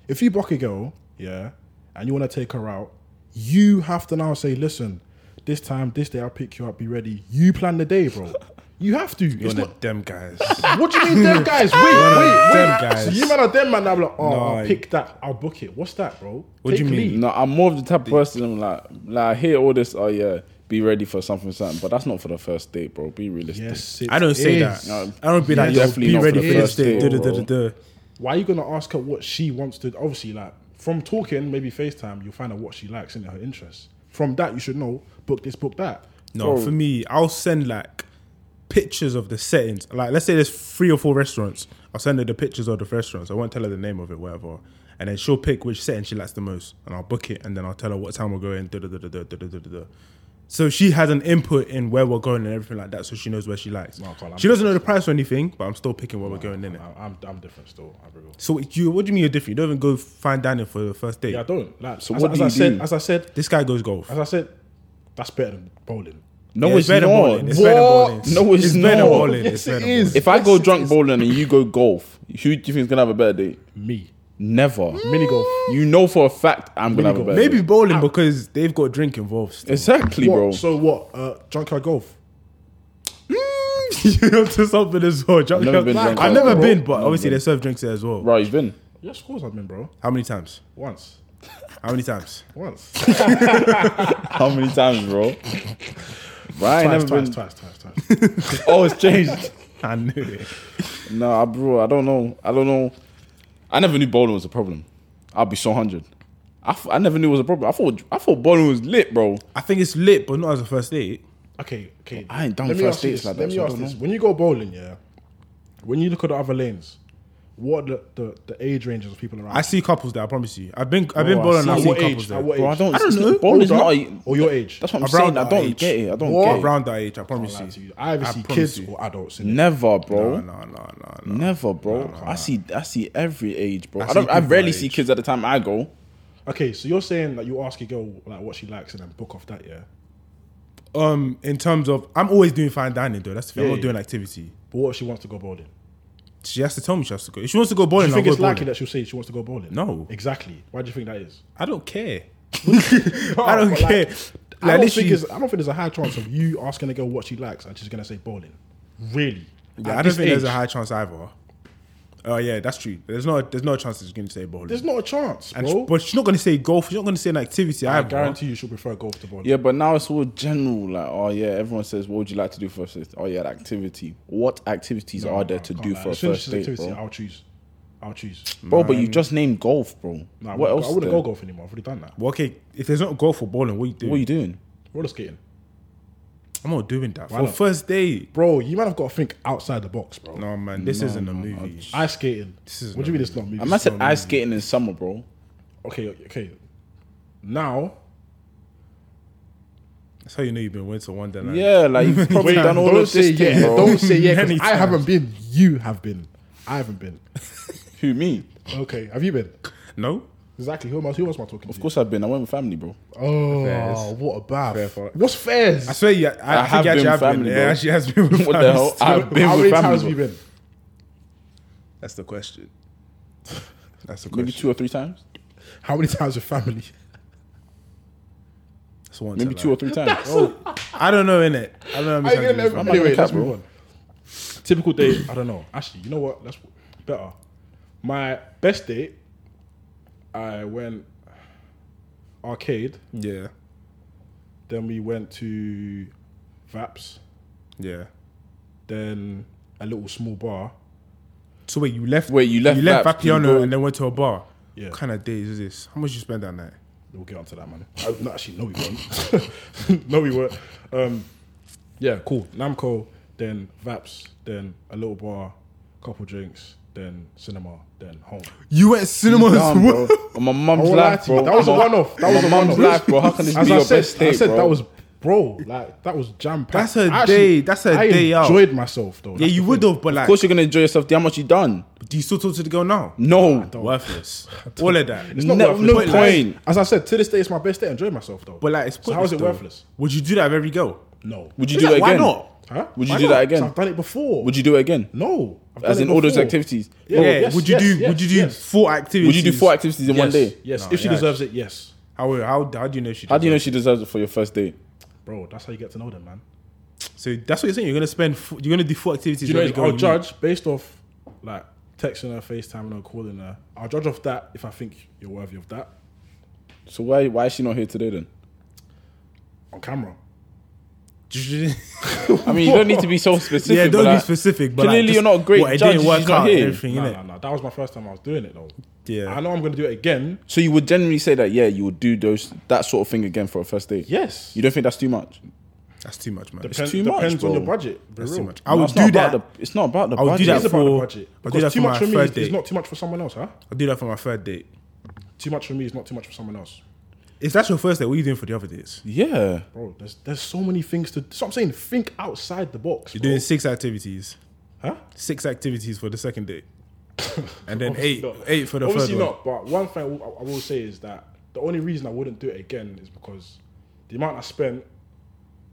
[SPEAKER 4] If you block a girl, yeah, and you want to take her out, you have to now say, listen, this time, this day, I'll pick you up. Be ready. You plan the
[SPEAKER 3] *laughs*
[SPEAKER 4] day, bro. You have to.
[SPEAKER 3] You're
[SPEAKER 4] it's
[SPEAKER 3] one
[SPEAKER 4] not
[SPEAKER 3] of them guys.
[SPEAKER 4] What do you mean,
[SPEAKER 3] *laughs*
[SPEAKER 4] them guys? Wait,
[SPEAKER 3] of
[SPEAKER 4] wait, wait.
[SPEAKER 3] them guys.
[SPEAKER 4] So you man are them man. I'm like, oh,
[SPEAKER 3] No.
[SPEAKER 4] I'll pick that. I'll book it. What's that, bro?
[SPEAKER 3] What do you mean?
[SPEAKER 1] No, I'm more of the type of person I'm like, like I hear all this, oh yeah, be ready for something, something, but that's not for the first date, bro. Be realistic.
[SPEAKER 4] Yes, it
[SPEAKER 3] I don't say
[SPEAKER 4] is.
[SPEAKER 3] that. I don't be like,
[SPEAKER 1] Yeah,
[SPEAKER 3] yo,
[SPEAKER 1] definitely
[SPEAKER 3] be
[SPEAKER 1] not
[SPEAKER 3] ready
[SPEAKER 1] for the
[SPEAKER 3] for this
[SPEAKER 1] first
[SPEAKER 3] day.
[SPEAKER 1] date,
[SPEAKER 3] duh, duh,
[SPEAKER 1] bro.
[SPEAKER 3] duh, duh, duh.
[SPEAKER 4] Why are you gonna ask her what she wants to? Obviously, like from talking, maybe Facetime, you'll find out what she likes and her interests. From that, you should know. Book this, book that.
[SPEAKER 3] No,
[SPEAKER 1] Bro.
[SPEAKER 3] for me, I'll send like pictures of the settings. Like, let's say there's three or four restaurants. I'll send her the pictures of the restaurants. I won't tell her the name of it, whatever. And then she'll pick which setting she likes the most, and I'll book it. And then I'll tell her what time we're going. Duh, duh, duh, duh, duh, duh, duh, duh, duh. So she has an input in where we're going and everything like that. So she knows where she likes.
[SPEAKER 4] No, Carl, I'm-
[SPEAKER 3] she doesn't know the price or anything, but I'm still picking where we're going in it.
[SPEAKER 4] I, am I'm different still. I real.
[SPEAKER 3] So what- you, what do you mean you're different? You don't even go fine dining for the first date.
[SPEAKER 4] Yeah, I don't. Like,
[SPEAKER 1] So
[SPEAKER 4] as,
[SPEAKER 1] what
[SPEAKER 4] as
[SPEAKER 1] do
[SPEAKER 4] I
[SPEAKER 1] you
[SPEAKER 4] said,
[SPEAKER 1] do?
[SPEAKER 4] as I said,
[SPEAKER 3] This guy goes golf.
[SPEAKER 4] as I said, that's better than bowling.
[SPEAKER 1] No,
[SPEAKER 3] Yeah,
[SPEAKER 1] it's,
[SPEAKER 3] better
[SPEAKER 1] not.
[SPEAKER 3] than bowling. It's better than bowling.
[SPEAKER 1] No, it's,
[SPEAKER 3] better than
[SPEAKER 1] not.
[SPEAKER 3] bowling. It's
[SPEAKER 4] Yes,
[SPEAKER 3] better
[SPEAKER 4] it
[SPEAKER 3] than
[SPEAKER 4] is.
[SPEAKER 1] If I go drunk bowling and you go golf, who do you think is gonna have a better date?
[SPEAKER 4] Me,
[SPEAKER 1] Never.
[SPEAKER 4] Mm. Mini golf.
[SPEAKER 1] You know for a fact I'm gonna have a
[SPEAKER 4] Mini golf.
[SPEAKER 1] better
[SPEAKER 3] Maybe
[SPEAKER 1] day.
[SPEAKER 3] bowling because they've got drink involved. *laughs* still.
[SPEAKER 1] exactly,
[SPEAKER 4] What?
[SPEAKER 1] bro.
[SPEAKER 4] So what? Uh, junkyard golf.
[SPEAKER 3] You're onto something as well. Junk-
[SPEAKER 1] I've never been drunk
[SPEAKER 3] I've
[SPEAKER 1] like
[SPEAKER 3] never
[SPEAKER 1] that,
[SPEAKER 3] been,
[SPEAKER 1] bro.
[SPEAKER 3] but
[SPEAKER 1] Never
[SPEAKER 3] obviously
[SPEAKER 1] been.
[SPEAKER 3] they serve drinks there as well.
[SPEAKER 1] Bro, he's been.
[SPEAKER 4] Yeah, scores I've been, bro.
[SPEAKER 3] How many times?
[SPEAKER 4] Once.
[SPEAKER 3] How many times?
[SPEAKER 1] *laughs*
[SPEAKER 4] Once.
[SPEAKER 1] How many times,
[SPEAKER 4] *laughs*
[SPEAKER 1] bro? Bro, I ain't
[SPEAKER 4] twice,
[SPEAKER 1] never
[SPEAKER 4] twice,
[SPEAKER 1] been.
[SPEAKER 4] twice, twice, twice.
[SPEAKER 1] *laughs* Oh, it's
[SPEAKER 4] *laughs*
[SPEAKER 1] changed.
[SPEAKER 3] I knew it.
[SPEAKER 1] nah, bro. I don't know. I don't know. I never knew bowling was a problem. I'll be so hundred. I, f- I never knew it was a problem. I thought I thought bowling was lit, bro.
[SPEAKER 3] I think it's lit, but not as a first date.
[SPEAKER 4] okay, okay.
[SPEAKER 1] I ain't done
[SPEAKER 4] Let me
[SPEAKER 1] first
[SPEAKER 4] ask you
[SPEAKER 1] dates
[SPEAKER 4] this,
[SPEAKER 1] like
[SPEAKER 4] Let
[SPEAKER 1] that,
[SPEAKER 4] me
[SPEAKER 1] so I
[SPEAKER 4] ask
[SPEAKER 1] don't
[SPEAKER 4] this.
[SPEAKER 1] know.
[SPEAKER 4] When you go bowling, yeah, when you look at the other lanes, what are the, the, the age ranges of people around?
[SPEAKER 3] I see couples there. I promise you. I've been I've
[SPEAKER 4] you?
[SPEAKER 1] Oh,
[SPEAKER 3] been bowling. And
[SPEAKER 4] At
[SPEAKER 3] I've seen
[SPEAKER 4] what
[SPEAKER 3] couples
[SPEAKER 4] age?
[SPEAKER 3] there.
[SPEAKER 4] At what age?
[SPEAKER 1] Bro, I don't.
[SPEAKER 3] I don't
[SPEAKER 1] it's-
[SPEAKER 3] know.
[SPEAKER 1] Bowling's
[SPEAKER 4] Older
[SPEAKER 1] not. A,
[SPEAKER 4] or your age?
[SPEAKER 1] That's what I'm
[SPEAKER 3] Around
[SPEAKER 1] saying. I
[SPEAKER 3] that
[SPEAKER 1] don't
[SPEAKER 3] age.
[SPEAKER 1] get it. I don't
[SPEAKER 4] What?
[SPEAKER 1] get it.
[SPEAKER 3] Around that age, I promise
[SPEAKER 4] Lie to
[SPEAKER 3] you.
[SPEAKER 4] you. I either
[SPEAKER 3] I
[SPEAKER 4] see
[SPEAKER 3] promise
[SPEAKER 4] kids
[SPEAKER 3] you.
[SPEAKER 4] or adults. In
[SPEAKER 1] Never, bro.
[SPEAKER 3] No, no, no, no, no.
[SPEAKER 1] Never, bro. I see. I see every age, bro. I,
[SPEAKER 3] see
[SPEAKER 1] don't. I
[SPEAKER 3] people
[SPEAKER 1] rarely
[SPEAKER 3] our
[SPEAKER 1] see
[SPEAKER 3] age.
[SPEAKER 1] kids at the time I go.
[SPEAKER 4] Okay, so you're saying that you ask a girl like what she likes and then book off that, yeah?
[SPEAKER 3] Um, in terms of, I'm always doing fine dining though. That's the thing. I'm
[SPEAKER 4] Yeah,
[SPEAKER 3] not
[SPEAKER 4] yeah.
[SPEAKER 3] doing activity.
[SPEAKER 4] But what if she wants to go bowling?
[SPEAKER 3] She has to tell me she has to go. If she wants to go bowling,
[SPEAKER 4] Do you think
[SPEAKER 3] I'll
[SPEAKER 4] it's
[SPEAKER 3] go bowling.
[SPEAKER 4] likely that she'll say she wants to go bowling?
[SPEAKER 3] No.
[SPEAKER 4] Exactly. Why do you think that is?
[SPEAKER 3] I don't care. I don't
[SPEAKER 4] but, like,
[SPEAKER 3] care.
[SPEAKER 4] I,
[SPEAKER 3] Like,
[SPEAKER 4] don't think
[SPEAKER 3] literally,
[SPEAKER 4] it's, I don't think there's a high chance of you asking a girl what she likes and she's going to say bowling. Really?
[SPEAKER 3] Yeah, I
[SPEAKER 4] At
[SPEAKER 3] don't
[SPEAKER 4] this
[SPEAKER 3] think there's a
[SPEAKER 4] age,
[SPEAKER 3] high chance either. Oh yeah, that's true. There's not. There's no chance she's going to say bowling.
[SPEAKER 4] There's not a chance,
[SPEAKER 3] and
[SPEAKER 4] bro.
[SPEAKER 3] she, but she's not going to say golf. She's not going to say an activity.
[SPEAKER 4] I
[SPEAKER 3] either.
[SPEAKER 4] guarantee you she'll prefer golf to bowling.
[SPEAKER 1] Yeah, but now it's all general. Like, oh yeah, everyone says, "What would you like to do for a first date?" Oh yeah, an activity. What activities are there
[SPEAKER 4] I
[SPEAKER 1] to
[SPEAKER 4] can't
[SPEAKER 1] do
[SPEAKER 4] lie.
[SPEAKER 1] for a
[SPEAKER 4] As soon as
[SPEAKER 1] first
[SPEAKER 4] she's
[SPEAKER 1] date,
[SPEAKER 4] activity,
[SPEAKER 1] bro?
[SPEAKER 4] I'll choose. I'll choose.
[SPEAKER 1] Bro, but you just named golf, bro.
[SPEAKER 4] Nah,
[SPEAKER 1] what
[SPEAKER 4] I
[SPEAKER 1] else?
[SPEAKER 4] wouldn't
[SPEAKER 1] there?
[SPEAKER 4] go golf anymore. I've already done that.
[SPEAKER 3] Well, okay, if there's not golf or bowling, what are you doing?
[SPEAKER 1] What are you doing?
[SPEAKER 4] Roller skating.
[SPEAKER 3] I'm not doing that for
[SPEAKER 4] not?
[SPEAKER 3] first day.
[SPEAKER 4] Bro, you might have got to think outside the box, bro.
[SPEAKER 3] No man, this isn't a movie.
[SPEAKER 4] Ice skating.
[SPEAKER 3] is
[SPEAKER 4] what do you mean it's not a movie?
[SPEAKER 1] I must said ice skating in summer, bro.
[SPEAKER 4] okay, okay. Now,
[SPEAKER 3] That's how you know you've been winter wonderland.
[SPEAKER 1] Yeah, like you've probably done all
[SPEAKER 4] don't
[SPEAKER 1] of
[SPEAKER 4] say
[SPEAKER 1] this thing,
[SPEAKER 4] yeah.
[SPEAKER 1] bro.
[SPEAKER 4] Don't say yeah. 'cause
[SPEAKER 3] Many
[SPEAKER 4] I
[SPEAKER 3] times.
[SPEAKER 4] haven't been. You have been. I haven't been.
[SPEAKER 1] Who me?
[SPEAKER 4] Okay, have you been?
[SPEAKER 3] No.
[SPEAKER 4] Exactly. Who am I? Who else am I talking
[SPEAKER 1] Of
[SPEAKER 4] to?
[SPEAKER 1] course, I've been. I went with family, bro.
[SPEAKER 4] Oh,
[SPEAKER 3] Fairs.
[SPEAKER 4] what a bath.
[SPEAKER 3] Fair for-
[SPEAKER 4] What's fairs?
[SPEAKER 3] I swear, yeah, I, I,
[SPEAKER 1] have
[SPEAKER 3] think you
[SPEAKER 1] been
[SPEAKER 3] *laughs* actually have
[SPEAKER 1] family,
[SPEAKER 3] been.
[SPEAKER 1] bro.
[SPEAKER 3] Yeah, she has been. with
[SPEAKER 1] What the
[SPEAKER 3] family.
[SPEAKER 1] hell? I've been
[SPEAKER 4] How
[SPEAKER 1] with family,
[SPEAKER 4] many times have you
[SPEAKER 1] bro.
[SPEAKER 4] been?
[SPEAKER 3] That's the question. *laughs* That's the
[SPEAKER 1] Maybe
[SPEAKER 3] question.
[SPEAKER 1] two or three times.
[SPEAKER 4] How many times with family?
[SPEAKER 3] That's one to
[SPEAKER 1] Maybe
[SPEAKER 3] lie.
[SPEAKER 1] two or three times.
[SPEAKER 3] Oh, I don't know in it. I don't know. How many
[SPEAKER 4] I
[SPEAKER 3] times you've
[SPEAKER 4] get
[SPEAKER 3] been
[SPEAKER 1] I'm
[SPEAKER 4] them.
[SPEAKER 1] not
[SPEAKER 4] Anyway,
[SPEAKER 1] gonna
[SPEAKER 4] let's
[SPEAKER 1] cap,
[SPEAKER 4] move on. Typical date. I don't know. Actually, you know what? That's better. My best date. I went arcade.
[SPEAKER 3] family. Yeah.
[SPEAKER 4] Then we went to Vaps.
[SPEAKER 3] Yeah.
[SPEAKER 4] Then a little small bar.
[SPEAKER 3] So wait, you left?
[SPEAKER 1] Wait, you left
[SPEAKER 3] You left
[SPEAKER 1] Vaps to go-
[SPEAKER 3] Vapiano and then went to a bar.
[SPEAKER 4] Yeah.
[SPEAKER 3] What kind of days is this? How much you spend that night?
[SPEAKER 4] We'll get onto that, man. I, no, actually, no, we won't. *laughs* no, we won't. Um, yeah, cool. Namco, then Vaps, then a little bar, couple drinks, then cinema, then home.
[SPEAKER 3] You went cinema
[SPEAKER 1] Damn, bro. *laughs* On my mum's
[SPEAKER 4] won't lie
[SPEAKER 1] life,
[SPEAKER 4] to you,
[SPEAKER 1] bro.
[SPEAKER 4] that was a
[SPEAKER 1] On my-
[SPEAKER 4] one-off. That
[SPEAKER 1] on
[SPEAKER 4] was
[SPEAKER 1] my
[SPEAKER 4] a
[SPEAKER 1] mum's
[SPEAKER 4] one-off.
[SPEAKER 1] life, bro. How can this
[SPEAKER 4] As
[SPEAKER 1] be
[SPEAKER 4] I
[SPEAKER 1] your
[SPEAKER 4] said,
[SPEAKER 1] best date,
[SPEAKER 4] I said
[SPEAKER 1] bro?
[SPEAKER 4] that was bro. Like that was jam packed.
[SPEAKER 3] That's a day- that's a
[SPEAKER 4] I
[SPEAKER 3] day out.
[SPEAKER 4] Enjoyed myself though.
[SPEAKER 3] Yeah,
[SPEAKER 4] That's
[SPEAKER 3] you
[SPEAKER 4] the
[SPEAKER 3] would
[SPEAKER 4] thing.
[SPEAKER 3] have, but
[SPEAKER 1] Of
[SPEAKER 3] like,
[SPEAKER 1] course, you're gonna enjoy yourself. Do you- how much you done?
[SPEAKER 3] do you still talk to the girl now?
[SPEAKER 1] No, *laughs*
[SPEAKER 3] Worthless. All of that.
[SPEAKER 4] It's not
[SPEAKER 1] No-
[SPEAKER 4] worthless.
[SPEAKER 1] no
[SPEAKER 4] But, like,
[SPEAKER 1] point.
[SPEAKER 4] as I said, to this day, it's my best day. I enjoy myself though.
[SPEAKER 3] But like, it's
[SPEAKER 4] so how
[SPEAKER 3] pointless
[SPEAKER 4] is it
[SPEAKER 3] though.
[SPEAKER 4] worthless?
[SPEAKER 3] Would you do that with every girl?
[SPEAKER 4] No.
[SPEAKER 1] Would you
[SPEAKER 3] Is
[SPEAKER 1] do
[SPEAKER 3] that-
[SPEAKER 1] it
[SPEAKER 3] why
[SPEAKER 1] again?
[SPEAKER 3] not?
[SPEAKER 4] Huh?
[SPEAKER 1] Would you
[SPEAKER 4] Why
[SPEAKER 1] do that
[SPEAKER 4] not?
[SPEAKER 1] again?
[SPEAKER 4] 'Cause I've done it before.
[SPEAKER 1] Would you do it again?
[SPEAKER 4] No. I've
[SPEAKER 1] As
[SPEAKER 4] done
[SPEAKER 1] in
[SPEAKER 4] it
[SPEAKER 1] all those
[SPEAKER 4] before.
[SPEAKER 1] activities.
[SPEAKER 4] Yeah,
[SPEAKER 1] Bro,
[SPEAKER 3] yeah.
[SPEAKER 4] yes,
[SPEAKER 3] would you
[SPEAKER 4] yes,
[SPEAKER 3] do?
[SPEAKER 4] yes,
[SPEAKER 3] would you do
[SPEAKER 4] yes.
[SPEAKER 3] four activities?
[SPEAKER 1] Would you do four activities in one day?
[SPEAKER 4] Yes,
[SPEAKER 3] No,
[SPEAKER 4] if she
[SPEAKER 3] yeah.
[SPEAKER 4] deserves it, yes.
[SPEAKER 3] How how how do you know she?
[SPEAKER 1] How do you know she deserves it for your first date?
[SPEAKER 4] Bro, that's how you get to know them, man.
[SPEAKER 3] So that's what you're saying. You're gonna spend. Four, you're gonna do four activities.
[SPEAKER 4] Do you know,
[SPEAKER 3] with
[SPEAKER 4] it's-
[SPEAKER 3] every girl
[SPEAKER 4] I'll
[SPEAKER 3] you meet.
[SPEAKER 4] judge based off like texting her, FaceTiming her, calling her. I'll judge off that if I think you're worthy of that
[SPEAKER 1] So why why is she not here today then?
[SPEAKER 4] on camera. *laughs*
[SPEAKER 1] I mean, you don't need to be so specific.
[SPEAKER 3] yeah,
[SPEAKER 1] but
[SPEAKER 3] don't be
[SPEAKER 1] like,
[SPEAKER 3] specific. But like,
[SPEAKER 1] clearly,
[SPEAKER 3] just,
[SPEAKER 1] you're not a great
[SPEAKER 3] What, it
[SPEAKER 1] judge.
[SPEAKER 3] didn't
[SPEAKER 1] if
[SPEAKER 3] work
[SPEAKER 1] she's not
[SPEAKER 3] out. and
[SPEAKER 1] here.
[SPEAKER 3] Everything
[SPEAKER 4] No,
[SPEAKER 3] in
[SPEAKER 4] no, no. That was my first time I was doing it though.
[SPEAKER 3] Yeah.
[SPEAKER 4] I know I'm going to do it again.
[SPEAKER 1] So you would generally say that, yeah, you would do those that sort of thing again for a first date.
[SPEAKER 4] Yes.
[SPEAKER 1] You don't think that's too much?
[SPEAKER 3] That's too much, man.
[SPEAKER 4] Depends-
[SPEAKER 1] too much,
[SPEAKER 4] Depends
[SPEAKER 1] bro.
[SPEAKER 4] on your budget. be
[SPEAKER 3] That's
[SPEAKER 4] real.
[SPEAKER 3] too much. I
[SPEAKER 1] No,
[SPEAKER 3] would
[SPEAKER 1] it's not
[SPEAKER 3] do
[SPEAKER 1] about
[SPEAKER 3] that.
[SPEAKER 1] the- it's not about the
[SPEAKER 3] I would do
[SPEAKER 1] budget.
[SPEAKER 3] that
[SPEAKER 4] It's about the
[SPEAKER 3] for-
[SPEAKER 4] budget.
[SPEAKER 3] I'll do that
[SPEAKER 4] Because too
[SPEAKER 3] for
[SPEAKER 4] much
[SPEAKER 3] my
[SPEAKER 4] for me
[SPEAKER 3] first
[SPEAKER 4] is
[SPEAKER 3] date.
[SPEAKER 4] not too much for someone else, huh?
[SPEAKER 3] I'll do that for my third date.
[SPEAKER 4] Too much for me is not too much for someone else.
[SPEAKER 3] If that's your first date, what are you doing for the other dates?
[SPEAKER 1] Yeah.
[SPEAKER 4] Bro, there's there's so many things to. So I'm saying, think outside the box.
[SPEAKER 3] You're
[SPEAKER 4] bro.
[SPEAKER 3] doing six activities.
[SPEAKER 4] huh?
[SPEAKER 3] Six activities for the second
[SPEAKER 4] *laughs*
[SPEAKER 3] date. And then
[SPEAKER 4] Obviously
[SPEAKER 3] eight
[SPEAKER 4] not.
[SPEAKER 3] eight for the
[SPEAKER 4] Obviously
[SPEAKER 3] third one.
[SPEAKER 4] not. But one thing I will, I will say is that the only reason I wouldn't do it again is because the amount I spent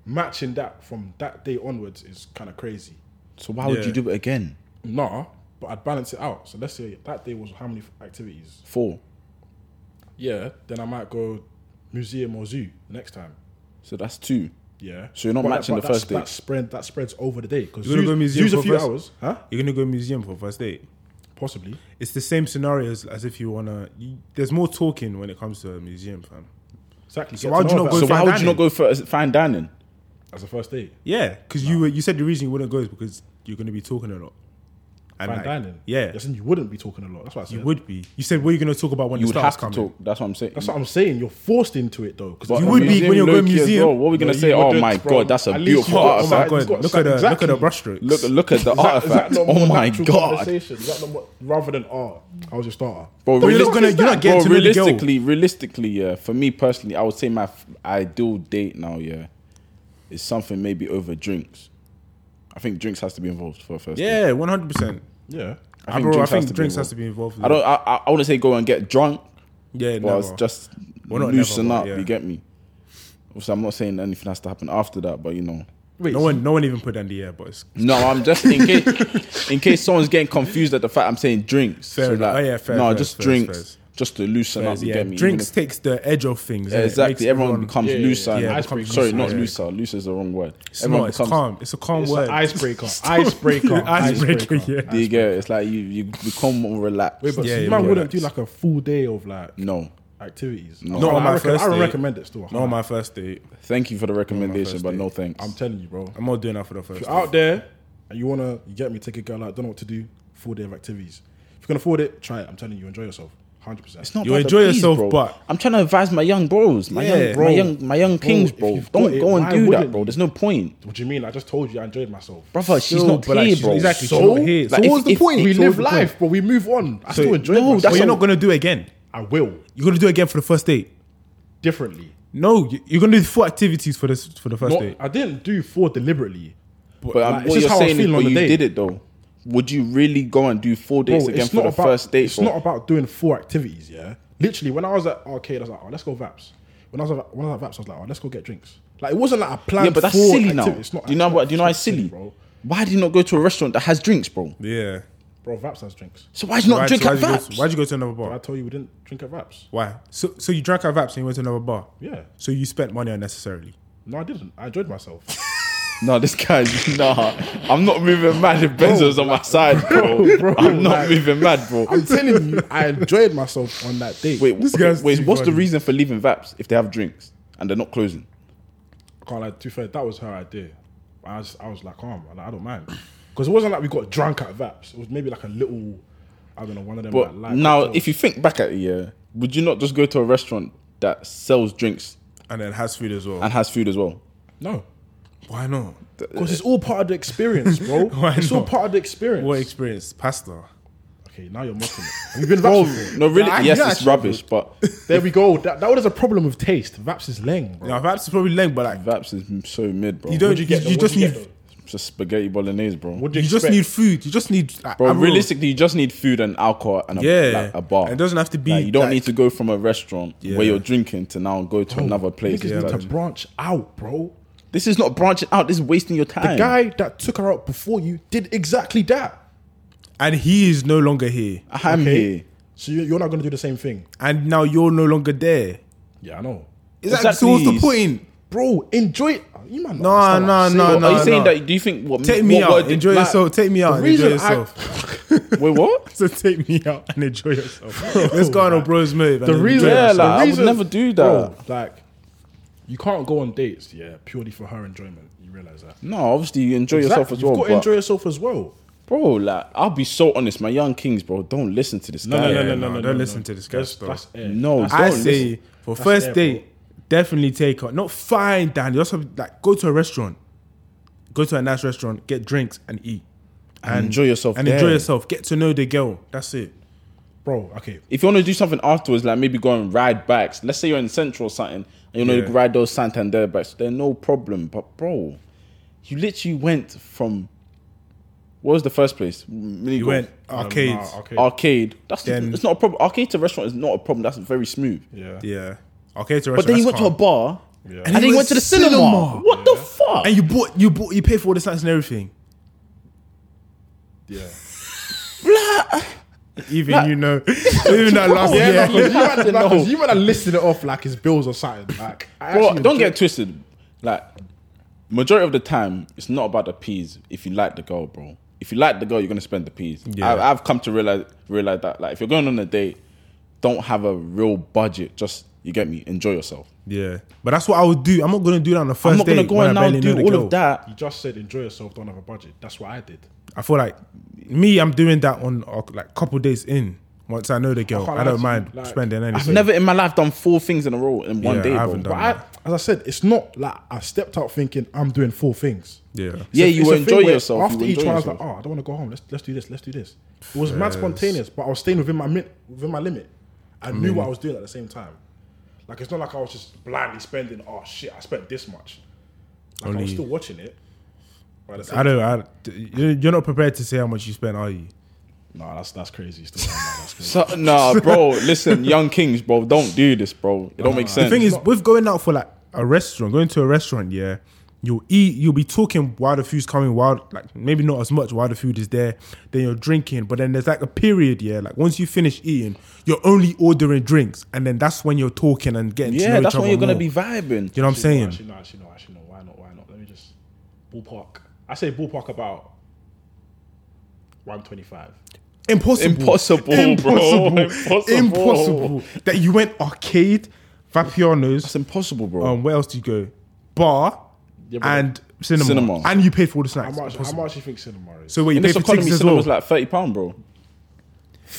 [SPEAKER 4] matching that from that day onwards is kind of crazy.
[SPEAKER 1] So why would
[SPEAKER 3] Yeah.
[SPEAKER 1] you do it again?
[SPEAKER 4] Nah, but I'd balance it out. So let's say that day was how many activities?
[SPEAKER 1] Four.
[SPEAKER 4] Yeah. Then I might go museum or zoo next time.
[SPEAKER 1] So that's two.
[SPEAKER 4] Yeah.
[SPEAKER 1] So you're not
[SPEAKER 4] But
[SPEAKER 1] matching
[SPEAKER 4] but
[SPEAKER 1] the
[SPEAKER 4] that's-
[SPEAKER 1] first day.
[SPEAKER 4] That spread that spreads over the day because
[SPEAKER 3] You wanna go museum
[SPEAKER 4] zoo's a
[SPEAKER 3] for
[SPEAKER 4] few
[SPEAKER 3] first-
[SPEAKER 4] hours, huh?
[SPEAKER 3] You're gonna go museum for first date.
[SPEAKER 4] Possibly.
[SPEAKER 3] It's the same scenarios as if you wanna. You, there's more talking when it comes to a museum, fam.
[SPEAKER 4] Exactly.
[SPEAKER 3] So
[SPEAKER 4] Get
[SPEAKER 3] why
[SPEAKER 4] to
[SPEAKER 3] would you
[SPEAKER 4] know
[SPEAKER 3] not
[SPEAKER 4] about
[SPEAKER 1] So
[SPEAKER 3] go
[SPEAKER 4] someone
[SPEAKER 1] why
[SPEAKER 3] find
[SPEAKER 1] would you
[SPEAKER 3] dining.
[SPEAKER 1] not go for fine dining?
[SPEAKER 4] as a first date?
[SPEAKER 3] Yeah, because you were, you said the reason you wouldn't go is because you're gonna be talking a lot. And
[SPEAKER 4] Fine
[SPEAKER 3] like,
[SPEAKER 4] dining.
[SPEAKER 3] Yeah,
[SPEAKER 4] Yes, and you wouldn't be talking a lot. That's what I said.
[SPEAKER 3] you would be. You said what are you gonna talk about when
[SPEAKER 1] You
[SPEAKER 3] the
[SPEAKER 1] would have
[SPEAKER 3] stars
[SPEAKER 1] to
[SPEAKER 3] coming?
[SPEAKER 1] talk. That's what I'm saying.
[SPEAKER 4] That's what I'm saying. You're forced into it though. 'cause
[SPEAKER 1] But
[SPEAKER 3] You
[SPEAKER 1] a
[SPEAKER 3] would be when you're going
[SPEAKER 1] low-key as
[SPEAKER 3] museum.
[SPEAKER 1] well. What are we gonna
[SPEAKER 4] No,
[SPEAKER 1] say?
[SPEAKER 4] you
[SPEAKER 1] Oh
[SPEAKER 4] wouldn't,
[SPEAKER 1] my
[SPEAKER 4] bro.
[SPEAKER 1] god, that's a
[SPEAKER 4] At least
[SPEAKER 1] beautiful
[SPEAKER 4] you got
[SPEAKER 3] Oh my
[SPEAKER 1] artifact.
[SPEAKER 4] outside.
[SPEAKER 3] god!
[SPEAKER 4] It's
[SPEAKER 3] Look at
[SPEAKER 4] got
[SPEAKER 3] the look at
[SPEAKER 4] exactly.
[SPEAKER 3] the brushstrokes.
[SPEAKER 1] Look, look at the
[SPEAKER 4] Is that-
[SPEAKER 1] artifact.
[SPEAKER 4] is that not
[SPEAKER 1] Oh
[SPEAKER 4] more
[SPEAKER 1] my
[SPEAKER 4] natural
[SPEAKER 1] god,
[SPEAKER 4] conversation? Is that not more, rather than art? I was your starter.
[SPEAKER 1] bro.
[SPEAKER 3] But you're not
[SPEAKER 1] realistic-
[SPEAKER 3] gonna- you're not getting
[SPEAKER 1] bro,
[SPEAKER 3] to know the girl.
[SPEAKER 1] realistically, realistically, yeah. For me personally, I would say my f- ideal date now, yeah, is something maybe over drinks. I think drinks has to be involved for a first. date.
[SPEAKER 3] Yeah, one hundred percent.
[SPEAKER 4] Yeah.
[SPEAKER 1] I
[SPEAKER 3] I
[SPEAKER 1] think
[SPEAKER 3] bro,
[SPEAKER 1] drinks
[SPEAKER 3] I
[SPEAKER 1] has
[SPEAKER 3] think
[SPEAKER 1] to be
[SPEAKER 3] drinks
[SPEAKER 1] involved.
[SPEAKER 3] has to be involved. with
[SPEAKER 1] I
[SPEAKER 3] it.
[SPEAKER 1] don't. I, I, I want to say go and get drunk,
[SPEAKER 3] Yeah,
[SPEAKER 1] but
[SPEAKER 3] never.
[SPEAKER 1] it's just
[SPEAKER 3] Well, not
[SPEAKER 1] loosen
[SPEAKER 3] never,
[SPEAKER 1] up.
[SPEAKER 3] but yeah.
[SPEAKER 1] You get me? Obviously, I'm not saying anything has to happen after that, but you know.
[SPEAKER 4] Wait.
[SPEAKER 3] no one, no one even put that in the air, but it's
[SPEAKER 1] No, I'm just in case in case someone's getting confused at the fact I'm saying drinks.
[SPEAKER 3] Fair enough. Oh, yeah, fair,
[SPEAKER 1] No,
[SPEAKER 3] fair,
[SPEAKER 1] just
[SPEAKER 3] fair,
[SPEAKER 1] drinks,
[SPEAKER 3] fair.
[SPEAKER 1] just to loosen up. You
[SPEAKER 3] yeah,
[SPEAKER 1] get me?
[SPEAKER 3] drinks
[SPEAKER 1] Even
[SPEAKER 3] takes the edge of
[SPEAKER 1] if-
[SPEAKER 3] things. innit? Makes
[SPEAKER 1] exactly. Everyone becomes
[SPEAKER 4] yeah, yeah,
[SPEAKER 1] looser.
[SPEAKER 4] yeah,
[SPEAKER 1] and-
[SPEAKER 4] icebreaker.
[SPEAKER 1] sorry, not
[SPEAKER 4] Yeah.
[SPEAKER 1] looser. Looser is the wrong word.
[SPEAKER 3] It's not. It's calm. It's a calm
[SPEAKER 4] It's
[SPEAKER 3] word. *laughs*
[SPEAKER 4] an icebreaker. Icebreaker.
[SPEAKER 3] Icebreaker, yeah.
[SPEAKER 1] Do you get? It? It's like you you become more relaxed.
[SPEAKER 4] Wait, but
[SPEAKER 3] Yeah,
[SPEAKER 4] so
[SPEAKER 3] yeah,
[SPEAKER 4] you man
[SPEAKER 3] yeah.
[SPEAKER 4] wouldn't do like a full day of like
[SPEAKER 1] no,
[SPEAKER 4] activities.
[SPEAKER 1] No.
[SPEAKER 4] I-
[SPEAKER 1] Not
[SPEAKER 3] on
[SPEAKER 4] I
[SPEAKER 3] my
[SPEAKER 4] reckon-
[SPEAKER 3] first
[SPEAKER 4] I would
[SPEAKER 3] date.
[SPEAKER 4] recommend it still.
[SPEAKER 3] Not on my first date.
[SPEAKER 1] thank you for the recommendation, but
[SPEAKER 3] date.
[SPEAKER 1] no thanks.
[SPEAKER 4] I'm telling you, bro.
[SPEAKER 3] I'm not doing that for the first.
[SPEAKER 4] If
[SPEAKER 3] Date.
[SPEAKER 4] you're out there and you wanna you get me take a girl out, don't know what to do, full day of activities. If you can afford it, try it. I'm telling you, enjoy yourself. Hundred percent.
[SPEAKER 1] It's not
[SPEAKER 3] You
[SPEAKER 1] about the
[SPEAKER 3] enjoy
[SPEAKER 1] bees,
[SPEAKER 3] yourself,
[SPEAKER 1] bro.
[SPEAKER 3] but-
[SPEAKER 1] I'm trying to advise my young bros, my
[SPEAKER 3] Yeah.
[SPEAKER 1] young,
[SPEAKER 4] Bro.
[SPEAKER 1] my young, my young
[SPEAKER 4] Bro,
[SPEAKER 1] kings,
[SPEAKER 4] if
[SPEAKER 1] bro.
[SPEAKER 4] you've got
[SPEAKER 1] Don't
[SPEAKER 4] it,
[SPEAKER 1] go and
[SPEAKER 4] why
[SPEAKER 1] do that,
[SPEAKER 4] wouldn't
[SPEAKER 1] bro.
[SPEAKER 4] you?
[SPEAKER 1] There's no point,
[SPEAKER 4] What do you mean? I just told you I enjoyed myself.
[SPEAKER 1] brother. She's
[SPEAKER 3] Still,
[SPEAKER 1] not here,
[SPEAKER 3] but, like, she's-
[SPEAKER 1] bro.
[SPEAKER 3] exactly, she's
[SPEAKER 4] So,
[SPEAKER 3] not here.
[SPEAKER 1] Like,
[SPEAKER 4] so
[SPEAKER 1] if-
[SPEAKER 4] what's the
[SPEAKER 1] if-
[SPEAKER 4] point? We
[SPEAKER 1] so
[SPEAKER 4] live
[SPEAKER 1] what's the
[SPEAKER 4] life, but we move on. I still enjoy
[SPEAKER 1] No,
[SPEAKER 4] myself.
[SPEAKER 1] that's
[SPEAKER 3] But you're
[SPEAKER 1] all-
[SPEAKER 3] not gonna do it again.
[SPEAKER 4] I will
[SPEAKER 3] You're gonna do it again for the first date.
[SPEAKER 4] differently.
[SPEAKER 3] No, you- you're gonna do four activities for this for the first
[SPEAKER 4] Not,
[SPEAKER 3] date.
[SPEAKER 4] I didn't do four deliberately.
[SPEAKER 1] But
[SPEAKER 4] Like,
[SPEAKER 1] um,
[SPEAKER 4] it's
[SPEAKER 1] what
[SPEAKER 4] just
[SPEAKER 1] you're
[SPEAKER 4] how I
[SPEAKER 1] saying is,
[SPEAKER 4] feel
[SPEAKER 1] but
[SPEAKER 4] on the
[SPEAKER 1] you
[SPEAKER 4] day.
[SPEAKER 1] did it though. Would you really go and do four dates
[SPEAKER 4] Bro,
[SPEAKER 1] again for the
[SPEAKER 4] about,
[SPEAKER 1] first date?
[SPEAKER 4] It's
[SPEAKER 1] bro?
[SPEAKER 4] not about doing four activities, yeah. Literally, when I was at arcade, I was like, oh, let's go Vaps. When I was at, when I was at Vaps, I was like, oh, let's go get drinks. Like it wasn't like a plan.
[SPEAKER 1] yeah, but that's
[SPEAKER 4] four
[SPEAKER 1] silly now.
[SPEAKER 4] activities. It's not,
[SPEAKER 1] do you know
[SPEAKER 4] it's
[SPEAKER 1] what?
[SPEAKER 4] not-
[SPEAKER 1] Do you know why it's
[SPEAKER 4] not
[SPEAKER 1] silly?
[SPEAKER 4] bro?
[SPEAKER 1] Why do you not go to a restaurant that has drinks, bro?
[SPEAKER 3] Yeah.
[SPEAKER 4] Bro, Vaps has drinks.
[SPEAKER 1] So why do you not
[SPEAKER 3] Why'd-
[SPEAKER 1] drink
[SPEAKER 3] why'd
[SPEAKER 1] at
[SPEAKER 3] you go
[SPEAKER 1] Vaps?
[SPEAKER 3] to- Why'd you go to another
[SPEAKER 4] I
[SPEAKER 3] bar?
[SPEAKER 4] told you we didn't drink at Vaps.
[SPEAKER 3] Why? So so you drank at Vaps and you went to another bar.
[SPEAKER 4] Yeah.
[SPEAKER 3] So you spent money unnecessarily.
[SPEAKER 4] No, I didn't. I enjoyed myself.
[SPEAKER 1] *laughs* No, this guy's nah. I'm not moving mad if Benzo's on my side, bro.
[SPEAKER 4] bro,
[SPEAKER 1] I'm not
[SPEAKER 4] like-
[SPEAKER 1] moving mad, bro.
[SPEAKER 4] I'm telling you, I enjoyed myself on that date.
[SPEAKER 1] Wait,
[SPEAKER 3] This
[SPEAKER 1] okay,
[SPEAKER 3] guy's
[SPEAKER 1] wait
[SPEAKER 3] too
[SPEAKER 1] what's the
[SPEAKER 3] funny.
[SPEAKER 1] reason for leaving Vaps if they have drinks and they're not closing?
[SPEAKER 4] I can't lie. To be fair, that was her idea. I was, I was like, calm. I, I don't mind because it wasn't like we got drunk at Vaps. It was maybe like a little. I don't know, one of them.
[SPEAKER 1] But
[SPEAKER 4] like, light
[SPEAKER 1] now,
[SPEAKER 4] cocktails.
[SPEAKER 1] if you think back at it, yeah, would you not just go to a restaurant that sells drinks
[SPEAKER 3] And then has food as well.
[SPEAKER 1] and has food as well?
[SPEAKER 4] no,
[SPEAKER 3] Why not?
[SPEAKER 4] Because it's all part of the
[SPEAKER 1] *laughs*
[SPEAKER 4] experience, bro.
[SPEAKER 3] Why
[SPEAKER 4] it's all
[SPEAKER 3] not?
[SPEAKER 4] part of the experience.
[SPEAKER 3] What experience? Pasta.
[SPEAKER 4] Okay, now you're mocking it. We've been
[SPEAKER 1] Bro,
[SPEAKER 4] vaps.
[SPEAKER 1] no, really,
[SPEAKER 3] Nah, I-
[SPEAKER 1] yes,
[SPEAKER 3] yeah,
[SPEAKER 1] it's
[SPEAKER 3] I-
[SPEAKER 1] rubbish, but
[SPEAKER 3] *laughs*
[SPEAKER 4] There we go. That, that was a problem with taste. Vaps is leng, bro.
[SPEAKER 3] Now Vaps is probably leng, but like
[SPEAKER 1] Vaps is so mid, bro.
[SPEAKER 3] you don't
[SPEAKER 4] you
[SPEAKER 3] you,
[SPEAKER 4] get though?
[SPEAKER 3] you
[SPEAKER 4] What'd
[SPEAKER 3] just
[SPEAKER 4] you
[SPEAKER 3] need
[SPEAKER 4] get
[SPEAKER 1] It's just spaghetti bolognese, bro.
[SPEAKER 4] What do
[SPEAKER 3] you
[SPEAKER 4] you,
[SPEAKER 3] just
[SPEAKER 4] expect?
[SPEAKER 3] need food. You just need like,
[SPEAKER 1] bro,
[SPEAKER 3] I will-
[SPEAKER 1] realistically, you just need food and alcohol and a,
[SPEAKER 3] Yeah.
[SPEAKER 1] like, a bar.
[SPEAKER 3] It doesn't have to be,
[SPEAKER 1] Like, you don't
[SPEAKER 3] like-
[SPEAKER 1] need to go from a restaurant
[SPEAKER 3] Yeah.
[SPEAKER 1] where you're drinking to now go to another place.
[SPEAKER 4] Niggas
[SPEAKER 1] It's
[SPEAKER 4] need
[SPEAKER 1] like-
[SPEAKER 4] to branch out, bro.
[SPEAKER 1] this is not branching out. This is wasting your time.
[SPEAKER 4] The guy that took her out before you did exactly that.
[SPEAKER 3] and he is no longer here.
[SPEAKER 1] I'm
[SPEAKER 4] Okay?
[SPEAKER 1] here.
[SPEAKER 4] So you- you're not gonna do the same thing.
[SPEAKER 3] And now you're no longer there.
[SPEAKER 4] Yeah, I know,
[SPEAKER 3] Is that so what's the
[SPEAKER 1] Exactly.
[SPEAKER 3] point?
[SPEAKER 4] bro. Enjoy. it. Ah, You man.
[SPEAKER 3] No, no, Oh, no,
[SPEAKER 1] Are you
[SPEAKER 3] no.
[SPEAKER 1] saying that? Do you think what?
[SPEAKER 3] Take me
[SPEAKER 1] what
[SPEAKER 3] out.
[SPEAKER 1] word-
[SPEAKER 3] Enjoy
[SPEAKER 1] like-
[SPEAKER 3] yourself. Take me out and enjoy
[SPEAKER 4] reason I-
[SPEAKER 3] yourself.
[SPEAKER 1] *laughs* Wait, what?
[SPEAKER 3] so take me out and enjoy yourself. *laughs* Let's go on a bros move.
[SPEAKER 4] The reason,
[SPEAKER 1] Yeah,
[SPEAKER 4] the
[SPEAKER 1] like, I would
[SPEAKER 4] reason-
[SPEAKER 1] never do
[SPEAKER 4] Bro,
[SPEAKER 1] that.
[SPEAKER 4] like, you can't go on dates, yeah, purely for her enjoyment. You realize that?
[SPEAKER 1] No, obviously you enjoy yourself
[SPEAKER 4] Exactly.
[SPEAKER 1] as well.
[SPEAKER 4] You've got
[SPEAKER 1] but-
[SPEAKER 4] to enjoy yourself as well.
[SPEAKER 1] Bro, like I'll be so honest, my young kings, bro, don't listen to this guy.
[SPEAKER 3] no, no, no. don't listen to this guy,
[SPEAKER 4] That's-
[SPEAKER 3] bro.
[SPEAKER 4] that's air.
[SPEAKER 1] No,
[SPEAKER 4] That's
[SPEAKER 1] don't
[SPEAKER 3] I
[SPEAKER 4] air.
[SPEAKER 3] say
[SPEAKER 1] listen.
[SPEAKER 3] for
[SPEAKER 4] That's
[SPEAKER 3] first
[SPEAKER 4] there, bro.
[SPEAKER 3] date, definitely take her. Not fine, Dan. You also like go to a restaurant, go to a nice restaurant, get drinks and eat, and,
[SPEAKER 1] enjoy yourself
[SPEAKER 3] And
[SPEAKER 1] there.
[SPEAKER 3] enjoy yourself. Get to know the girl. That's it.
[SPEAKER 4] bro. Okay,
[SPEAKER 1] If you want to do something afterwards, like maybe go and ride bikes. Let's say you're in Central or something, and you know
[SPEAKER 3] Yeah.
[SPEAKER 1] to ride those Santander bikes. They're no problem, but bro, you literally went from what was the first place? Mini
[SPEAKER 3] You
[SPEAKER 1] golf.
[SPEAKER 3] went arcades.
[SPEAKER 4] nah, okay.
[SPEAKER 1] arcade. That's
[SPEAKER 3] Then-
[SPEAKER 1] it's not a problem. Arcade to restaurant is not a problem. That's very smooth.
[SPEAKER 4] yeah.
[SPEAKER 3] Yeah. Arcades.
[SPEAKER 1] But then you went to a bar, and,
[SPEAKER 3] And
[SPEAKER 1] then
[SPEAKER 3] you
[SPEAKER 1] you
[SPEAKER 3] went
[SPEAKER 1] went to the
[SPEAKER 3] to
[SPEAKER 1] cinema.
[SPEAKER 3] cinema.
[SPEAKER 1] What the fuck?
[SPEAKER 3] and you bought you bought you paid for all the snacks and everything.
[SPEAKER 4] yeah.
[SPEAKER 3] Even
[SPEAKER 1] *laughs*
[SPEAKER 3] you know, even that last year.
[SPEAKER 4] Yeah, no, 'cause you had
[SPEAKER 3] *laughs*
[SPEAKER 4] to- no, 'cause you might have listed it off like his bills or something. Like, I
[SPEAKER 1] Bro,
[SPEAKER 4] actually
[SPEAKER 1] don't
[SPEAKER 4] enjoy-
[SPEAKER 1] get twisted. Like, majority of the time, it's not about the peas. If you like the girl, bro. If you like the girl, you're gonna spend the peas.
[SPEAKER 3] Yeah.
[SPEAKER 1] I've, I've come to realize realize that. Like, if you're going on a date, don't have a real budget. Just you get me. Enjoy yourself.
[SPEAKER 3] Yeah, but that's what I would do. I'm not gonna do that on the first
[SPEAKER 1] I'm not gonna
[SPEAKER 3] date
[SPEAKER 1] go
[SPEAKER 3] when
[SPEAKER 1] and
[SPEAKER 3] I
[SPEAKER 1] now
[SPEAKER 3] barely know
[SPEAKER 1] do
[SPEAKER 3] the
[SPEAKER 1] all
[SPEAKER 3] girl.
[SPEAKER 1] of that.
[SPEAKER 4] You just said enjoy yourself, don't have a budget. That's what I did.
[SPEAKER 3] I feel like me, I'm doing that on uh, like couple days in. Once I know the girl,
[SPEAKER 4] can't
[SPEAKER 3] I, don't
[SPEAKER 4] lie to you,
[SPEAKER 3] mind
[SPEAKER 4] like,
[SPEAKER 3] spending anything.
[SPEAKER 1] I've never in my life done four things in a row in one
[SPEAKER 3] Yeah,
[SPEAKER 1] day,
[SPEAKER 3] I
[SPEAKER 1] bro.
[SPEAKER 3] haven't
[SPEAKER 4] But
[SPEAKER 3] done
[SPEAKER 4] I, as I said, it's not like I stepped out thinking I'm doing four things.
[SPEAKER 3] Yeah,
[SPEAKER 1] Yeah,
[SPEAKER 4] It's a-
[SPEAKER 1] you
[SPEAKER 4] it's
[SPEAKER 1] will
[SPEAKER 4] a thing
[SPEAKER 1] enjoy
[SPEAKER 4] where
[SPEAKER 1] yourself.
[SPEAKER 4] After
[SPEAKER 1] you will
[SPEAKER 4] each
[SPEAKER 1] enjoy
[SPEAKER 4] one, I was like,
[SPEAKER 1] yourself.
[SPEAKER 4] oh, I don't want to go home. Let's let's do this. Let's do this. It was mad spontaneous, but I was staying within my min- within my limit. I knew
[SPEAKER 3] Mm.
[SPEAKER 4] what I was doing at the same time. Like it's not like I was just blindly spending. Oh shit, I spent this much. Like I
[SPEAKER 3] Only-
[SPEAKER 4] was still watching it. But at the
[SPEAKER 3] I
[SPEAKER 4] same-
[SPEAKER 3] don't. I, you- you're not prepared to say how much you spent, are you?
[SPEAKER 4] Nah, that's that's crazy. Still,
[SPEAKER 3] *laughs*
[SPEAKER 4] nah, that's crazy.
[SPEAKER 1] So, nah, bro. Listen, young kings, bro. Don't do this, bro. It don't make sense.
[SPEAKER 3] The thing is, with going out for like a restaurant, going to a restaurant, yeah, you'll eat, you'll be talking while the food's coming, while like maybe not as much while the food is there. Then you're drinking, but then there's like a period, yeah, like once you finish eating, you're only ordering drinks, and then that's when you're talking and getting to know
[SPEAKER 1] yeah,
[SPEAKER 3] each
[SPEAKER 1] that's
[SPEAKER 3] other
[SPEAKER 1] when you're gonna
[SPEAKER 3] more.
[SPEAKER 1] be vibing.
[SPEAKER 3] You know what I'm
[SPEAKER 4] Actually, no,
[SPEAKER 3] saying?
[SPEAKER 4] Actually, no, actually, no, actually, no. Why not? Why not? Let me just ballpark. I say ballpark about one twenty-five.
[SPEAKER 3] Impossible.
[SPEAKER 1] Impossible, bro. Impossible.
[SPEAKER 3] Impossible. That you went arcade,
[SPEAKER 1] It's
[SPEAKER 3] Vapiano's.
[SPEAKER 1] impossible, bro.
[SPEAKER 3] Um, where else do you go? Bar
[SPEAKER 4] Yeah, but-
[SPEAKER 3] and cinema.
[SPEAKER 1] Cinema.
[SPEAKER 3] And you paid for all the snacks.
[SPEAKER 4] How much? How
[SPEAKER 3] Impossible.
[SPEAKER 4] much do you think cinema is?
[SPEAKER 3] So wait, you
[SPEAKER 1] in
[SPEAKER 3] paid
[SPEAKER 1] this
[SPEAKER 3] for
[SPEAKER 1] economy,
[SPEAKER 3] tickets as
[SPEAKER 1] cinema
[SPEAKER 3] well.
[SPEAKER 1] was like thirty pound, bro.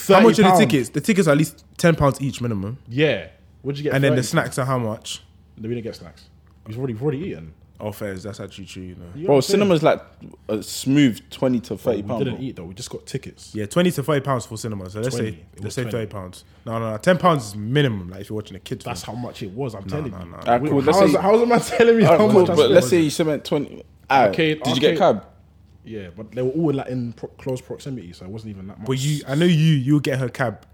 [SPEAKER 3] how much are the
[SPEAKER 4] £30?
[SPEAKER 3] tickets? The tickets are at least ten pounds each minimum,
[SPEAKER 4] yeah, what'd you get?
[SPEAKER 3] and then the
[SPEAKER 4] 30?
[SPEAKER 3] snacks are how much?
[SPEAKER 4] No, we didn't get snacks. We've already, we've already eaten.
[SPEAKER 3] Oh, fairs. That's actually true. You know.
[SPEAKER 4] You know what
[SPEAKER 1] Bro,
[SPEAKER 4] I'm saying?
[SPEAKER 1] cinema's like a smooth twenty to thirty
[SPEAKER 4] We
[SPEAKER 1] pound.
[SPEAKER 4] didn't
[SPEAKER 1] bro.
[SPEAKER 4] eat though. We just got tickets.
[SPEAKER 3] Yeah, twenty to thirty pounds for cinema. So let's
[SPEAKER 4] 20.
[SPEAKER 3] say
[SPEAKER 4] It
[SPEAKER 3] let's
[SPEAKER 4] was
[SPEAKER 3] say
[SPEAKER 4] 20.
[SPEAKER 3] thirty pounds. No, no, no. Ten pounds is minimum. Like if you're watching a kids.
[SPEAKER 4] That's
[SPEAKER 3] film.
[SPEAKER 4] how much it was. I'm telling
[SPEAKER 3] no,
[SPEAKER 4] you.
[SPEAKER 3] no.
[SPEAKER 1] Alright, cool, let's
[SPEAKER 4] How's
[SPEAKER 1] say-
[SPEAKER 4] how's a man telling me
[SPEAKER 1] Alright,
[SPEAKER 4] how
[SPEAKER 1] cool,
[SPEAKER 4] much? I
[SPEAKER 1] but let's
[SPEAKER 4] spent?
[SPEAKER 1] say you spent twenty. Alright,
[SPEAKER 4] Okay,
[SPEAKER 1] did you get
[SPEAKER 4] okay.
[SPEAKER 1] cab?
[SPEAKER 4] yeah, but they were all like in pro- close proximity, so it wasn't even that much.
[SPEAKER 3] But you, I know you. You'll get her cab,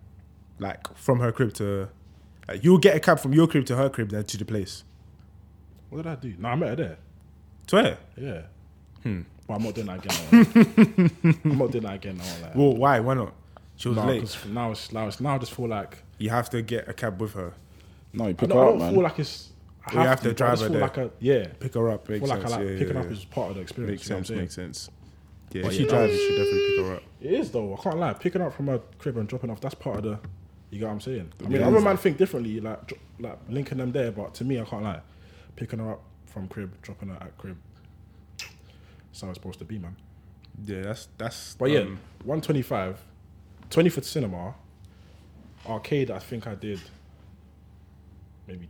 [SPEAKER 3] like from her crib to, like you'll get a cab from your crib to her crib, then to the place.
[SPEAKER 4] what did I do? No, I met her there.
[SPEAKER 3] Swear.
[SPEAKER 4] Yeah.
[SPEAKER 1] Hmm.
[SPEAKER 4] But I'm not doing that again. I
[SPEAKER 1] *laughs*
[SPEAKER 4] won't lie. I'm not doing that again. I won't lie.
[SPEAKER 3] Well, why? Why not? She was
[SPEAKER 4] Nah,
[SPEAKER 3] late.
[SPEAKER 4] 'cause now it's now it's now I just feel like
[SPEAKER 3] You have to get a cab with her,
[SPEAKER 1] No, you pick
[SPEAKER 4] no, I
[SPEAKER 1] her up,
[SPEAKER 4] don't feel
[SPEAKER 1] man.
[SPEAKER 4] like it's. I
[SPEAKER 3] you have to
[SPEAKER 4] but I
[SPEAKER 3] drive
[SPEAKER 4] just
[SPEAKER 3] her
[SPEAKER 4] feel
[SPEAKER 3] there.
[SPEAKER 4] Like a, yeah,
[SPEAKER 3] pick her up. Makes
[SPEAKER 4] feel like
[SPEAKER 3] sense.
[SPEAKER 4] I like
[SPEAKER 3] yeah,
[SPEAKER 4] picking
[SPEAKER 3] yeah,
[SPEAKER 4] up
[SPEAKER 3] yeah.
[SPEAKER 4] is part of the experience.
[SPEAKER 3] Makes
[SPEAKER 4] you know what I'm
[SPEAKER 3] sense.
[SPEAKER 4] saying?
[SPEAKER 3] Makes sense. Yeah, if she drives, you should definitely pick her up.
[SPEAKER 4] It is though. I can't lie. Picking up from a crib and dropping off. That's part of the. You get what I'm saying. I mean,
[SPEAKER 3] Yeah.
[SPEAKER 4] other man think differently. Like dro- like linking them there, but to me, I can't lie. Picking her up from crib, dropping her at crib. That's how it's supposed to be, man.
[SPEAKER 3] Yeah, that's that's.
[SPEAKER 4] But yeah,
[SPEAKER 3] um,
[SPEAKER 4] 125, 20 for cinema, arcade. I think I did maybe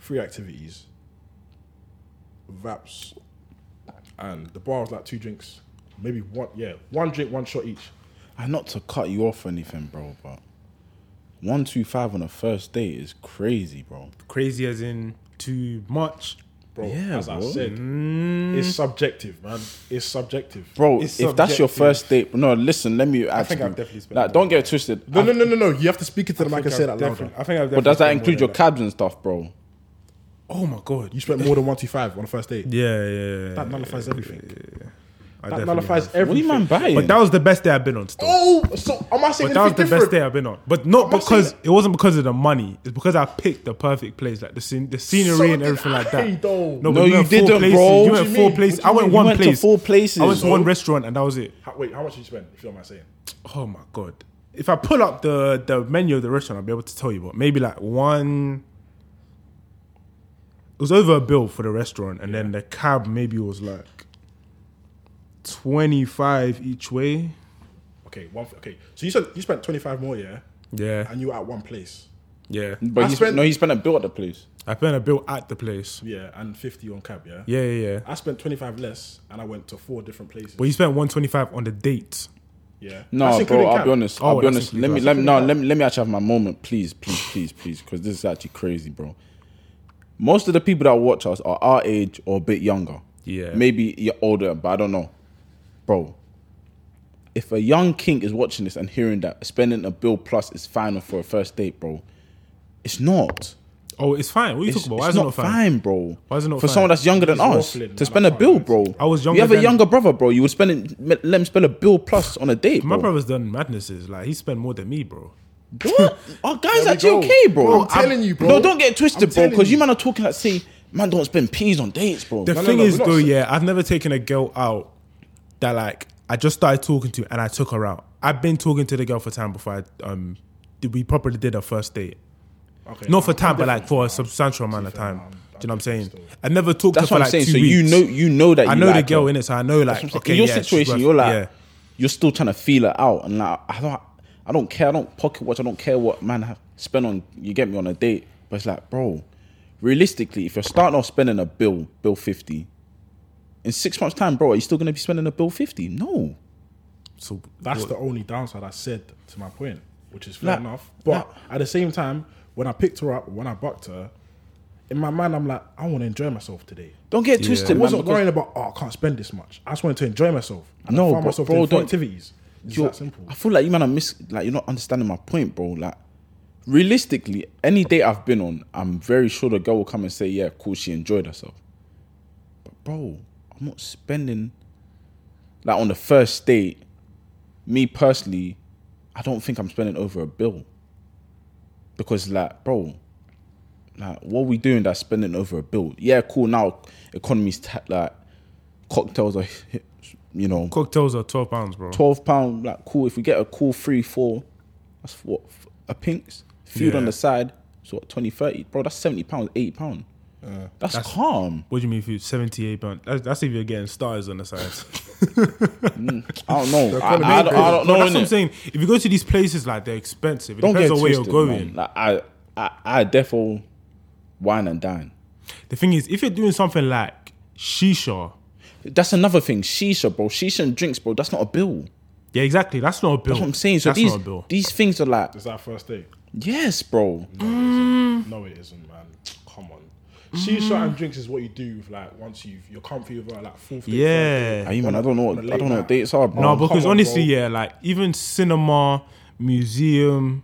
[SPEAKER 4] three activities, vaps, and the bar was like two drinks, maybe one. Yeah, one drink, one shot each.
[SPEAKER 3] Mm-hmm.
[SPEAKER 1] Ah, Not to cut you off or anything, bro, but one two five on a first date is crazy, bro.
[SPEAKER 3] crazy as in too much. Mm.
[SPEAKER 4] Bro,
[SPEAKER 1] Yeah,
[SPEAKER 4] as I
[SPEAKER 1] bro.
[SPEAKER 4] said, it's subjective, man. It's subjective.
[SPEAKER 1] Bro,
[SPEAKER 3] It's
[SPEAKER 1] if that's your
[SPEAKER 3] subjective.
[SPEAKER 1] first date, no, listen, let me. I
[SPEAKER 3] think I've definitely spent
[SPEAKER 1] Like,
[SPEAKER 3] more.
[SPEAKER 1] don't get it twisted.
[SPEAKER 4] No,
[SPEAKER 1] I-
[SPEAKER 4] no, no, no, no. You have to speak it to them. I
[SPEAKER 3] think
[SPEAKER 4] can say
[SPEAKER 3] I've
[SPEAKER 4] that
[SPEAKER 3] definitely-
[SPEAKER 4] louder.
[SPEAKER 3] I think I've.
[SPEAKER 1] But does that
[SPEAKER 3] definitely spent
[SPEAKER 1] include
[SPEAKER 3] more
[SPEAKER 1] your
[SPEAKER 3] than
[SPEAKER 1] cabs and stuff, bro?
[SPEAKER 3] that. Oh my god!
[SPEAKER 4] You spent more than 125 on the first date.
[SPEAKER 3] Yeah, yeah. yeah
[SPEAKER 4] That nullifies everything.
[SPEAKER 3] I
[SPEAKER 4] That
[SPEAKER 3] definitely
[SPEAKER 4] nullifies
[SPEAKER 3] have.
[SPEAKER 4] everything.
[SPEAKER 1] What do you man buying?
[SPEAKER 3] But that was the best day I've been on. Still.
[SPEAKER 4] Oh, so am I saying
[SPEAKER 3] But that was the best
[SPEAKER 4] anything different?
[SPEAKER 3] day I've been on. But not
[SPEAKER 4] I'm not saying
[SPEAKER 3] because it wasn't because of the money. It's because I picked the perfect place, like the scene, the scenery,
[SPEAKER 4] So
[SPEAKER 3] and
[SPEAKER 4] did
[SPEAKER 3] everything like
[SPEAKER 4] I,
[SPEAKER 3] that.
[SPEAKER 4] though.
[SPEAKER 3] but
[SPEAKER 1] No,
[SPEAKER 3] we
[SPEAKER 1] you
[SPEAKER 3] went four
[SPEAKER 1] didn't,
[SPEAKER 3] places.
[SPEAKER 1] bro. What
[SPEAKER 3] You went
[SPEAKER 1] do you
[SPEAKER 3] four
[SPEAKER 4] mean?
[SPEAKER 3] places.
[SPEAKER 4] What do
[SPEAKER 3] I
[SPEAKER 4] you
[SPEAKER 3] went
[SPEAKER 4] mean?
[SPEAKER 1] You
[SPEAKER 3] one
[SPEAKER 1] went to
[SPEAKER 3] place.
[SPEAKER 1] four places,
[SPEAKER 3] I went to
[SPEAKER 1] bro.
[SPEAKER 3] one restaurant, and that was it.
[SPEAKER 4] How, wait, how much did you spend? If you don't mind saying.
[SPEAKER 3] Oh my god! If I pull up the the menu of the restaurant, I'll be able to tell you. But maybe like one. It was over a bill for the restaurant, and then the cab maybe was like twenty five each way.
[SPEAKER 4] Okay, one. Okay, so you said you spent twenty five more, yeah,
[SPEAKER 3] Yeah,
[SPEAKER 4] and you were at one place,
[SPEAKER 3] yeah.
[SPEAKER 1] But
[SPEAKER 4] I
[SPEAKER 1] he
[SPEAKER 4] spent-
[SPEAKER 1] spent no, he spent a bill at the place.
[SPEAKER 3] I spent a bill at the place.
[SPEAKER 4] yeah, and fifty on cab, yeah.
[SPEAKER 3] Yeah, yeah, yeah.
[SPEAKER 4] I spent twenty five less, and I went to four different places.
[SPEAKER 3] But you spent one twenty five on the date.
[SPEAKER 4] yeah,
[SPEAKER 1] No, bro.
[SPEAKER 4] including
[SPEAKER 1] I'll
[SPEAKER 4] cab.
[SPEAKER 1] be honest.
[SPEAKER 3] Oh,
[SPEAKER 1] I'll be
[SPEAKER 3] that's
[SPEAKER 1] honest.
[SPEAKER 3] included,
[SPEAKER 1] Let me
[SPEAKER 3] that's
[SPEAKER 1] let me no.
[SPEAKER 4] included.
[SPEAKER 1] Let me let me actually have my moment, please, please, please, please, because this is actually crazy, bro. Most of the people that watch us are our age or a bit younger.
[SPEAKER 3] Yeah.
[SPEAKER 1] Maybe you're older, but I don't know, bro. If a young king is watching this and hearing that spending a bill plus is final for a first date, bro, it's not.
[SPEAKER 3] Oh, it's fine. What are you
[SPEAKER 1] It's,
[SPEAKER 3] talking about?
[SPEAKER 1] it's
[SPEAKER 3] Why is it
[SPEAKER 1] not
[SPEAKER 3] not
[SPEAKER 1] fine,
[SPEAKER 3] fine?
[SPEAKER 1] bro.
[SPEAKER 3] Why is it not
[SPEAKER 1] for
[SPEAKER 3] fine?
[SPEAKER 1] someone that's younger than
[SPEAKER 4] He's
[SPEAKER 1] us
[SPEAKER 4] waffling,
[SPEAKER 1] to
[SPEAKER 4] man.
[SPEAKER 1] spend
[SPEAKER 4] I
[SPEAKER 1] a
[SPEAKER 4] can't
[SPEAKER 1] bill,
[SPEAKER 4] lie.
[SPEAKER 1] bro?
[SPEAKER 3] I was
[SPEAKER 1] You
[SPEAKER 3] younger
[SPEAKER 1] have a
[SPEAKER 3] than-
[SPEAKER 1] younger brother, bro. You would spend it, let him spend a bill plus on a date,
[SPEAKER 3] My
[SPEAKER 1] bro.
[SPEAKER 3] brother's done madness. Is like he spent more than me, bro.
[SPEAKER 1] What?
[SPEAKER 3] *laughs*
[SPEAKER 1] Our guys
[SPEAKER 4] we
[SPEAKER 1] actually
[SPEAKER 4] go.
[SPEAKER 1] okay, bro.
[SPEAKER 4] Bro, I'm telling you, bro.
[SPEAKER 1] No, don't get it twisted,
[SPEAKER 4] I'm
[SPEAKER 1] bro.
[SPEAKER 4] telling
[SPEAKER 1] Because you
[SPEAKER 4] you.
[SPEAKER 1] man are talking like say, man, don't spend peas on dates, bro.
[SPEAKER 3] The
[SPEAKER 4] no,
[SPEAKER 3] thing
[SPEAKER 4] no,
[SPEAKER 3] is
[SPEAKER 4] we're not
[SPEAKER 3] though,
[SPEAKER 4] s-
[SPEAKER 3] yeah, I've never taken a girl out that like I just started talking to and I took her out. I've been talking to the girl for time before I um did- we properly did our first date.
[SPEAKER 4] Okay.
[SPEAKER 3] Not for
[SPEAKER 4] I'm
[SPEAKER 3] time, but
[SPEAKER 4] different
[SPEAKER 3] like for a
[SPEAKER 4] from that.
[SPEAKER 3] substantial amount of
[SPEAKER 4] fair,
[SPEAKER 3] time.
[SPEAKER 4] I'm- I'm
[SPEAKER 3] Do you know what I'm saying?
[SPEAKER 4] different still.
[SPEAKER 3] I never talked
[SPEAKER 1] That's
[SPEAKER 3] to her
[SPEAKER 1] what
[SPEAKER 3] for
[SPEAKER 1] I'm
[SPEAKER 3] like
[SPEAKER 1] saying.
[SPEAKER 3] two
[SPEAKER 1] So
[SPEAKER 3] weeks.
[SPEAKER 1] you know, you know that
[SPEAKER 3] I
[SPEAKER 1] you
[SPEAKER 3] know the
[SPEAKER 1] like
[SPEAKER 3] girl
[SPEAKER 1] her.
[SPEAKER 3] in it, so I know
[SPEAKER 1] That's
[SPEAKER 3] like
[SPEAKER 1] what I'm saying.
[SPEAKER 3] okay,
[SPEAKER 1] in your
[SPEAKER 3] yeah, she's
[SPEAKER 1] situation,
[SPEAKER 3] worth-
[SPEAKER 1] you're like,
[SPEAKER 3] yeah.
[SPEAKER 1] you're still trying to feel it out, and like, I don't, I don't care. I don't pocket watch. I don't care what man have spend on. You get me on a date, but it's like, bro, realistically, if you're starting off spending a bill, bill fifty, in six months' time, bro, are you still gonna be spending a bill fifty? No,
[SPEAKER 3] So
[SPEAKER 4] That's
[SPEAKER 3] what-
[SPEAKER 4] the only downside I said to my point, which is fair
[SPEAKER 1] Nah,
[SPEAKER 4] enough. But at the same time, when I picked her up, when I bucked her, in my mind, I'm like, I want to enjoy myself today.
[SPEAKER 1] don't get it
[SPEAKER 3] Yeah.
[SPEAKER 1] twisted.
[SPEAKER 4] I
[SPEAKER 1] man,
[SPEAKER 4] wasn't
[SPEAKER 1] because-
[SPEAKER 4] worrying about, oh, I can't spend this much. I just wanted to enjoy myself. And
[SPEAKER 1] No,
[SPEAKER 4] I found
[SPEAKER 1] bro-
[SPEAKER 4] myself
[SPEAKER 1] bro,
[SPEAKER 4] doing fun
[SPEAKER 1] don't-
[SPEAKER 4] activities. It's
[SPEAKER 1] You're-
[SPEAKER 4] that simple.
[SPEAKER 1] I feel like you man are miss like you're not understanding my point, bro. Like realistically, any date I've been on, I'm very sure the girl will come and say, Yeah, cool, she enjoyed herself. But bro, I'm not spending like on the first date, me personally, I don't think I'm spending over a bill. Because like, bro, like what we doing that's spending over a bill? Yeah, cool. Now economy's t- like cocktails are, you know,
[SPEAKER 3] cocktails are twelve pounds, bro.
[SPEAKER 1] twelve pound like cool. If we get a cool three four, that's what f- a pinks food on
[SPEAKER 3] Yeah.
[SPEAKER 1] the side. So what, 20, 30. bro, that's seventy pounds, eighty pound. that's, calm.
[SPEAKER 3] What do you mean for seventy eight pounds? That's, that's if you're getting stars on the *laughs* sides.
[SPEAKER 1] I don't know. I,
[SPEAKER 4] calling
[SPEAKER 1] I- I
[SPEAKER 4] it
[SPEAKER 1] don't, I don't
[SPEAKER 3] No,
[SPEAKER 1] know.
[SPEAKER 3] that's what I'm
[SPEAKER 1] innit?
[SPEAKER 3] saying. If you go to these places, like they're expensive. It
[SPEAKER 1] Don't get
[SPEAKER 3] depends on where
[SPEAKER 1] twisted,
[SPEAKER 3] you're going.
[SPEAKER 1] man. Like I, I, I defo wine and dine.
[SPEAKER 3] The thing is, if you're doing something like shisha,
[SPEAKER 1] That's another thing. Shisha, bro. Shisha and drinks, bro. That's not a bill.
[SPEAKER 3] yeah, exactly. That's not a bill.
[SPEAKER 1] That's what I'm saying. So
[SPEAKER 3] that's
[SPEAKER 1] these
[SPEAKER 3] not a bill.
[SPEAKER 1] these things are like
[SPEAKER 4] Is that first date?
[SPEAKER 1] yes, bro.
[SPEAKER 3] Mm.
[SPEAKER 4] No, it isn't, man. Come on. Shisha and drinks is what you do with, like once you've you're comfy with her, like fourth date.
[SPEAKER 3] Yeah.
[SPEAKER 1] Are you man? I don't know. What,
[SPEAKER 4] On a
[SPEAKER 1] I
[SPEAKER 4] late
[SPEAKER 1] don't know
[SPEAKER 4] night.
[SPEAKER 1] what dates are, bro.
[SPEAKER 3] no,
[SPEAKER 4] come
[SPEAKER 3] because
[SPEAKER 4] on,
[SPEAKER 3] honestly,
[SPEAKER 4] bro.
[SPEAKER 3] yeah, like even cinema, museum,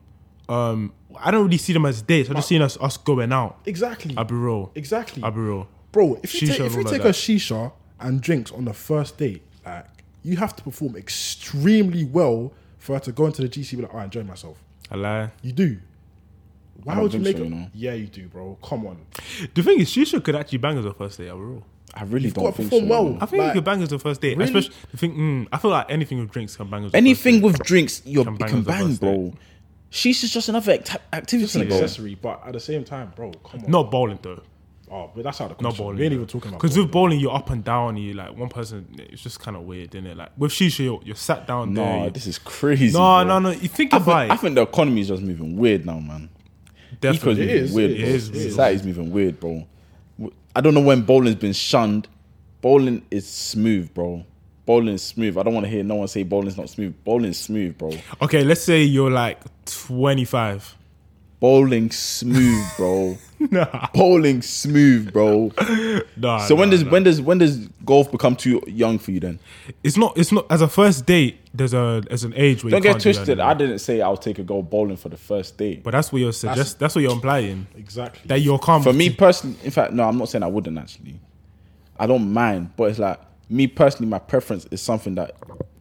[SPEAKER 3] um, I don't really see them as dates. I just seen us us going out.
[SPEAKER 4] Exactly.
[SPEAKER 3] I'll be real.
[SPEAKER 4] Exactly.
[SPEAKER 3] I'll be real.
[SPEAKER 4] Bro, if you
[SPEAKER 3] Shisha
[SPEAKER 4] take,
[SPEAKER 3] and
[SPEAKER 4] if you
[SPEAKER 3] all
[SPEAKER 4] take
[SPEAKER 3] that.
[SPEAKER 4] a shisha and drinks on the first date, like you have to perform extremely well for her to go into the GC and be like, oh, I enjoy myself.
[SPEAKER 3] I lie.
[SPEAKER 4] You do. Why
[SPEAKER 1] don't
[SPEAKER 4] would you
[SPEAKER 1] think
[SPEAKER 4] make
[SPEAKER 1] so,
[SPEAKER 4] it?
[SPEAKER 1] you know.
[SPEAKER 4] Yeah, you do, bro. Come on.
[SPEAKER 3] The thing is, shisha could actually bang as a first date. I'll be real.
[SPEAKER 1] I really
[SPEAKER 4] You've
[SPEAKER 1] don't
[SPEAKER 4] got to
[SPEAKER 1] think
[SPEAKER 4] perform
[SPEAKER 1] so,
[SPEAKER 4] well.
[SPEAKER 1] man.
[SPEAKER 3] I think
[SPEAKER 4] Like-
[SPEAKER 3] you could bang as a first date.
[SPEAKER 4] Really?
[SPEAKER 3] Especially the thing. Mm, I feel like anything with drinks can bang as a
[SPEAKER 1] Anything
[SPEAKER 3] first date.
[SPEAKER 1] with drinks, you're,
[SPEAKER 3] Can
[SPEAKER 1] you
[SPEAKER 3] bang
[SPEAKER 1] can
[SPEAKER 3] as a
[SPEAKER 1] bang,
[SPEAKER 3] first
[SPEAKER 1] bro. She's just, just another act-
[SPEAKER 4] It's an
[SPEAKER 1] activity, bro.
[SPEAKER 4] accessory, but at the same time, bro, come on.
[SPEAKER 3] Not bowling though.
[SPEAKER 4] Oh, but that's out of the
[SPEAKER 3] Not
[SPEAKER 4] question.
[SPEAKER 3] bowling.
[SPEAKER 4] We ain't even talking about
[SPEAKER 3] Because with bowling, you're up and down. You like one person. It's just kind of weird, isn't it? Like with shisha, you're, you're sat down there.
[SPEAKER 1] No,
[SPEAKER 3] you-
[SPEAKER 1] this is crazy.
[SPEAKER 3] No,
[SPEAKER 1] bro.
[SPEAKER 3] no, no. You think
[SPEAKER 1] I think,
[SPEAKER 3] about
[SPEAKER 1] I
[SPEAKER 3] it.
[SPEAKER 1] think the economy is just moving weird now, man. Eco's
[SPEAKER 3] Definitely.
[SPEAKER 1] moving
[SPEAKER 4] It is,
[SPEAKER 1] weird.
[SPEAKER 4] it
[SPEAKER 1] bro.
[SPEAKER 3] is, it is.
[SPEAKER 1] Society's moving weird, bro. W- I don't know when bowling's been shunned. Bowling is smooth, bro. Bowling is smooth. I don't want to hear no one say bowling's not smooth. Bowling's smooth, bro.
[SPEAKER 3] Okay, let's say you're like 25.
[SPEAKER 1] Bowling smooth, bro.
[SPEAKER 3] *laughs* nah.
[SPEAKER 1] bowling smooth, bro.
[SPEAKER 3] nah.
[SPEAKER 1] So when
[SPEAKER 3] nah,
[SPEAKER 1] does
[SPEAKER 3] nah.
[SPEAKER 1] when does when does golf become too young for you then?
[SPEAKER 3] it's not it's not as a first date there's a as an age where
[SPEAKER 1] Don't
[SPEAKER 3] you
[SPEAKER 1] get
[SPEAKER 3] can't do that
[SPEAKER 1] twisted.
[SPEAKER 3] anymore.
[SPEAKER 1] I didn't say I'll take a girl bowling for the first date.
[SPEAKER 3] but that's what you're suggest that's, what you're implying
[SPEAKER 4] Exactly. *laughs*
[SPEAKER 3] that you're calm
[SPEAKER 1] For me personally, in fact, no, I'm not saying I wouldn't actually. I don't mind, but it's like me personally, my preference is something that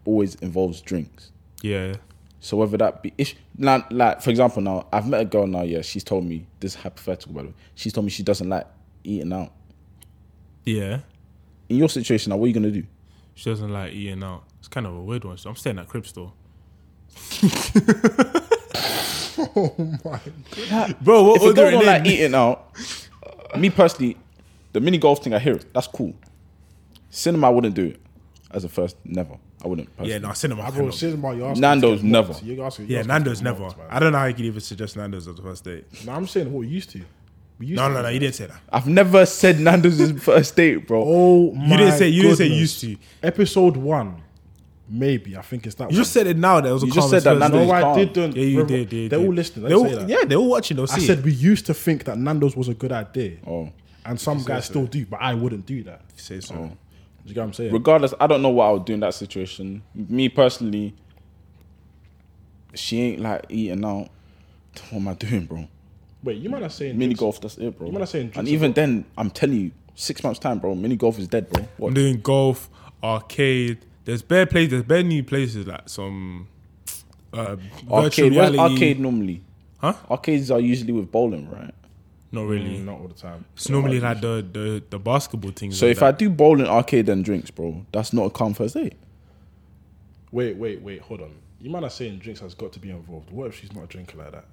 [SPEAKER 1] always involves drinks.
[SPEAKER 3] yeah
[SPEAKER 1] So whether that be ish, like, like for example, now I've met a girl now. Yeah, she's told me this is hypothetical by the way. She's told me she doesn't like eating out.
[SPEAKER 3] yeah
[SPEAKER 1] In your situation, now what are you gonna do?
[SPEAKER 3] she doesn't like eating out it's kind of a weird one so I'm staying at crib store bro what
[SPEAKER 1] If a girl
[SPEAKER 3] order
[SPEAKER 1] don't
[SPEAKER 3] it
[SPEAKER 1] like
[SPEAKER 3] Oh, in?
[SPEAKER 1] eating out, me personally, the mini golf thing I hear it, that's cool. Cinema, I wouldn't do it as a first. Never, I wouldn't. Personally.
[SPEAKER 3] yeah no cinema
[SPEAKER 4] I
[SPEAKER 3] I
[SPEAKER 4] bro,
[SPEAKER 3] cannot.
[SPEAKER 4] shit about you asking
[SPEAKER 1] Nando's
[SPEAKER 4] to get mocked.
[SPEAKER 1] never.
[SPEAKER 4] You're asking- you're
[SPEAKER 3] yeah
[SPEAKER 4] asking
[SPEAKER 3] Nando's
[SPEAKER 4] to get
[SPEAKER 3] never
[SPEAKER 4] mocked,
[SPEAKER 3] I don't know how you could even suggest Nando's as a first date
[SPEAKER 4] man. No, I'm saying what we used to. We used
[SPEAKER 3] no
[SPEAKER 4] to
[SPEAKER 3] no
[SPEAKER 4] do
[SPEAKER 3] no
[SPEAKER 4] that.
[SPEAKER 3] you didn't say that
[SPEAKER 1] I've never said Nando's is first date, bro.
[SPEAKER 4] Oh my
[SPEAKER 3] didn't say- you didn't say used
[SPEAKER 4] goodness.
[SPEAKER 3] to.
[SPEAKER 4] Episode one, maybe I think it's that.
[SPEAKER 3] you
[SPEAKER 4] one.
[SPEAKER 3] just said it now that it was a
[SPEAKER 1] You just
[SPEAKER 3] calm
[SPEAKER 1] said
[SPEAKER 3] as
[SPEAKER 1] that
[SPEAKER 3] first
[SPEAKER 1] Nando's-
[SPEAKER 3] date.
[SPEAKER 4] no, I
[SPEAKER 1] calm.
[SPEAKER 4] didn't.
[SPEAKER 3] yeah you
[SPEAKER 4] Remember-
[SPEAKER 3] did, did
[SPEAKER 4] They're
[SPEAKER 3] did.
[SPEAKER 4] all listening. I,
[SPEAKER 3] they
[SPEAKER 4] didn't
[SPEAKER 3] all,
[SPEAKER 4] say that.
[SPEAKER 3] yeah they're all watching they'll
[SPEAKER 4] I
[SPEAKER 3] see it.
[SPEAKER 4] said we used to think that Nando's was a good idea,
[SPEAKER 1] Oh.
[SPEAKER 4] and some guys still do, but I wouldn't do that.
[SPEAKER 3] say so
[SPEAKER 4] Do you get what I'm saying?
[SPEAKER 1] Regardless, I don't know what I would do in that situation. Me personally, she ain't like eating out. What am I doing, bro?
[SPEAKER 4] Wait, you might not saying
[SPEAKER 1] Mini
[SPEAKER 4] drinks-
[SPEAKER 1] golf, that's it, bro.
[SPEAKER 4] You might not saying
[SPEAKER 1] and
[SPEAKER 4] drinks-
[SPEAKER 1] even then, I'm telling you, six months time, bro, mini golf is dead, bro.
[SPEAKER 3] I'm
[SPEAKER 1] What?
[SPEAKER 3] doing golf, arcade. There's bare places. There's bare new places like some uh, virtual
[SPEAKER 1] Arcade, where's
[SPEAKER 3] reality.
[SPEAKER 1] arcade normally?
[SPEAKER 3] Huh?
[SPEAKER 1] Arcades are usually with bowling, right?
[SPEAKER 3] Not really.
[SPEAKER 4] Not all the time.
[SPEAKER 3] It's normally like the, the the basketball things.
[SPEAKER 1] So
[SPEAKER 3] like
[SPEAKER 1] if I
[SPEAKER 3] that.
[SPEAKER 1] do bowling, arcade, and drinks, bro, that's not a calm first date.
[SPEAKER 4] Wait, wait, wait. Hold on. You might not saying drinks has got to be involved. What if she's not a drinker like that?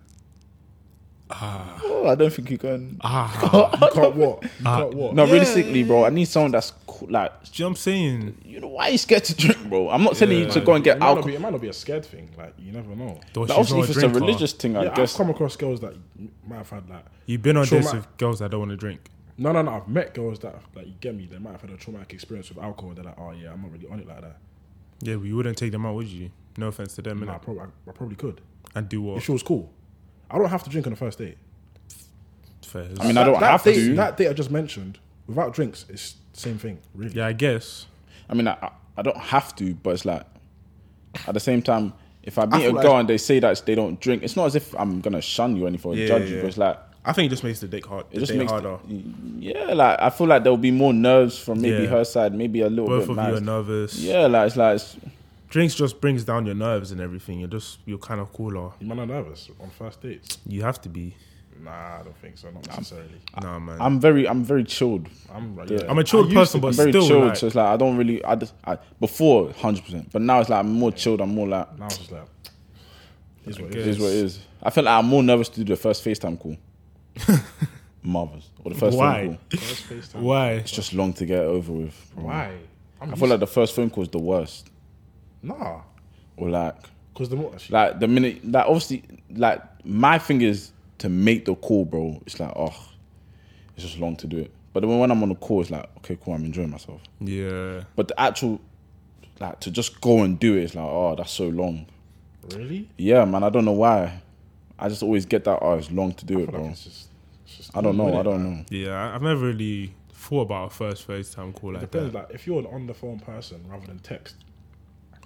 [SPEAKER 1] Oh, I don't think you can.
[SPEAKER 3] ah,
[SPEAKER 4] You can't
[SPEAKER 3] *laughs*
[SPEAKER 4] what? You
[SPEAKER 3] Uh,
[SPEAKER 4] can't
[SPEAKER 1] *laughs*
[SPEAKER 4] what?
[SPEAKER 1] No, realistically, bro, I need someone that's cool, like,
[SPEAKER 3] do you know what I'm saying?
[SPEAKER 1] you know, why are you scared to drink, bro? I'm not telling you to go and
[SPEAKER 4] it
[SPEAKER 1] get
[SPEAKER 4] might, not
[SPEAKER 1] alcohol.
[SPEAKER 4] be, it might not be a scared thing. Like you never know.
[SPEAKER 3] Though
[SPEAKER 1] Like,
[SPEAKER 3] she's
[SPEAKER 1] obviously,
[SPEAKER 3] not
[SPEAKER 1] if
[SPEAKER 3] a
[SPEAKER 1] it's a
[SPEAKER 3] drinker.
[SPEAKER 1] religious thing, I
[SPEAKER 4] yeah, I've
[SPEAKER 1] guess.
[SPEAKER 4] come across girls that might have had like.
[SPEAKER 3] You've been on
[SPEAKER 4] Trauma-
[SPEAKER 3] dates with girls that don't want to drink.
[SPEAKER 4] No, no, no. I've met girls that like you get me. They might have had a traumatic experience with alcohol. They're like, oh yeah, I'm not really on it like that.
[SPEAKER 3] Yeah, but you wouldn't take them out, would you? No offense to them,
[SPEAKER 4] Nah, I,
[SPEAKER 3] innit?
[SPEAKER 4] probably, I, I probably could.
[SPEAKER 3] And do what?
[SPEAKER 4] If she was cool, I don't have to drink on the first date.
[SPEAKER 3] Fair.
[SPEAKER 1] I mean, I don't
[SPEAKER 4] that
[SPEAKER 1] have
[SPEAKER 4] date,
[SPEAKER 1] to.
[SPEAKER 4] That date I just mentioned without drinks, it's same thing. Really.
[SPEAKER 3] yeah, I guess.
[SPEAKER 1] I mean, I, I- I don't have to, but it's like, at the same time, if I meet
[SPEAKER 5] feel
[SPEAKER 1] a
[SPEAKER 5] like-
[SPEAKER 1] girl and they say that they don't drink, it's not as if I'm gonna shun you or anything, or
[SPEAKER 5] Yeah,
[SPEAKER 1] judge
[SPEAKER 5] yeah,
[SPEAKER 1] you.
[SPEAKER 5] yeah.
[SPEAKER 1] But it's like,
[SPEAKER 5] I think it just makes the dick hard.
[SPEAKER 1] it just
[SPEAKER 5] date
[SPEAKER 1] makes,
[SPEAKER 5] harder.
[SPEAKER 1] yeah, like I feel like there'll be more nerves from maybe
[SPEAKER 3] Yeah.
[SPEAKER 1] her side, maybe a little
[SPEAKER 3] Both
[SPEAKER 1] bit.
[SPEAKER 3] of
[SPEAKER 1] mad.
[SPEAKER 3] you are nervous.
[SPEAKER 1] Yeah, like it's like it's,
[SPEAKER 3] Drinks just brings down your nerves and everything. You're just you're kind of cooler.
[SPEAKER 4] You might not nervous on first dates.
[SPEAKER 3] You have to be.
[SPEAKER 4] Nah, I don't think so. Not necessarily.
[SPEAKER 3] Nah, man. I'm,
[SPEAKER 1] I'm very, I'm very chilled.
[SPEAKER 4] I'm right.
[SPEAKER 1] Yeah.
[SPEAKER 4] Yeah.
[SPEAKER 3] I'm a chilled
[SPEAKER 4] I used
[SPEAKER 3] person, but
[SPEAKER 4] to
[SPEAKER 1] I'm very
[SPEAKER 3] still,
[SPEAKER 1] chilled.
[SPEAKER 3] like,
[SPEAKER 1] so it's like I don't really, I just, I, before hundred percent, but now it's like I'm more chilled. I'm more like,
[SPEAKER 4] Now it's just like, here's what it
[SPEAKER 1] it
[SPEAKER 4] is.
[SPEAKER 1] is what it is. I feel like I'm more nervous to do the first FaceTime
[SPEAKER 4] *laughs*
[SPEAKER 1] call. Mothers or the first
[SPEAKER 3] Why?
[SPEAKER 1] phone call.
[SPEAKER 4] First FaceTime.
[SPEAKER 3] why?
[SPEAKER 1] It's just long to get over with. bro.
[SPEAKER 4] Why? I'm
[SPEAKER 1] I feel like the first phone call is the worst.
[SPEAKER 4] nah,
[SPEAKER 1] Or like,
[SPEAKER 4] because the more she,
[SPEAKER 1] like the minute, like obviously, like my thing is to make the call, bro. It's like, oh, it's just long to do it. But then when I'm on the call, it's like, okay, cool, I'm enjoying myself.
[SPEAKER 3] Yeah.
[SPEAKER 1] But the actual, like, to just go and do it, it's like, oh, that's so long.
[SPEAKER 4] really,
[SPEAKER 1] Yeah, man, I don't know why. I just always get that, oh, it's long to do it,
[SPEAKER 4] I feel like
[SPEAKER 1] bro.
[SPEAKER 4] it's just, it's just
[SPEAKER 1] I don't know,
[SPEAKER 4] innit?
[SPEAKER 1] I don't know.
[SPEAKER 3] Yeah. I- I've never really thought about a first FaceTime call like
[SPEAKER 4] Depends.
[SPEAKER 3] that.
[SPEAKER 4] Like if you're an on the phone person rather than text,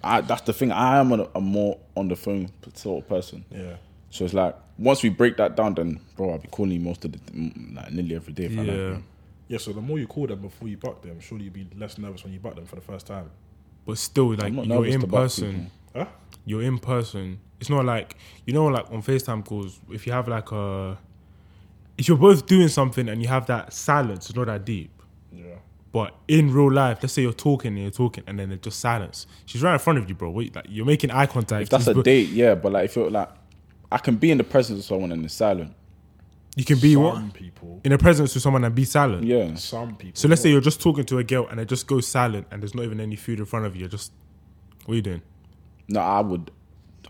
[SPEAKER 1] I, that's the thing. I am a, a more on the phone sort of person.
[SPEAKER 4] yeah,
[SPEAKER 1] So it's like once we break that down, then bro, I'll be calling you most of the mm, like nearly every day. If I like
[SPEAKER 3] Yeah.
[SPEAKER 1] you.
[SPEAKER 4] yeah. So the more you call them before you buck them, surely you'd be less nervous when you buck them for the first time.
[SPEAKER 3] But still, like
[SPEAKER 1] not
[SPEAKER 3] you're
[SPEAKER 1] nervous
[SPEAKER 3] in
[SPEAKER 1] to buck
[SPEAKER 3] person.
[SPEAKER 1] people.
[SPEAKER 4] Huh?
[SPEAKER 3] You're in person. It's not like you know, like on FaceTime calls. If you have like a, if you're both doing something and you have that silence, it's not that deep.
[SPEAKER 4] Yeah.
[SPEAKER 3] But in real life, let's say you're talking and you're talking, and then it's just silence. She's right in front of you, bro. Wait, like you're making eye contact.
[SPEAKER 1] if that's
[SPEAKER 3] She's
[SPEAKER 1] a
[SPEAKER 3] bo-
[SPEAKER 1] date, yeah. But like if you're like, I can be in the presence of someone and it's silent.
[SPEAKER 3] You can be
[SPEAKER 4] some
[SPEAKER 3] what?
[SPEAKER 4] people.
[SPEAKER 3] in the presence of someone and be silent.
[SPEAKER 1] Yeah,
[SPEAKER 4] Some people.
[SPEAKER 3] So let's say you're just talking to a girl and it just goes silent, and there's not even any food in front of you. You're just what are you doing?
[SPEAKER 1] no, I would,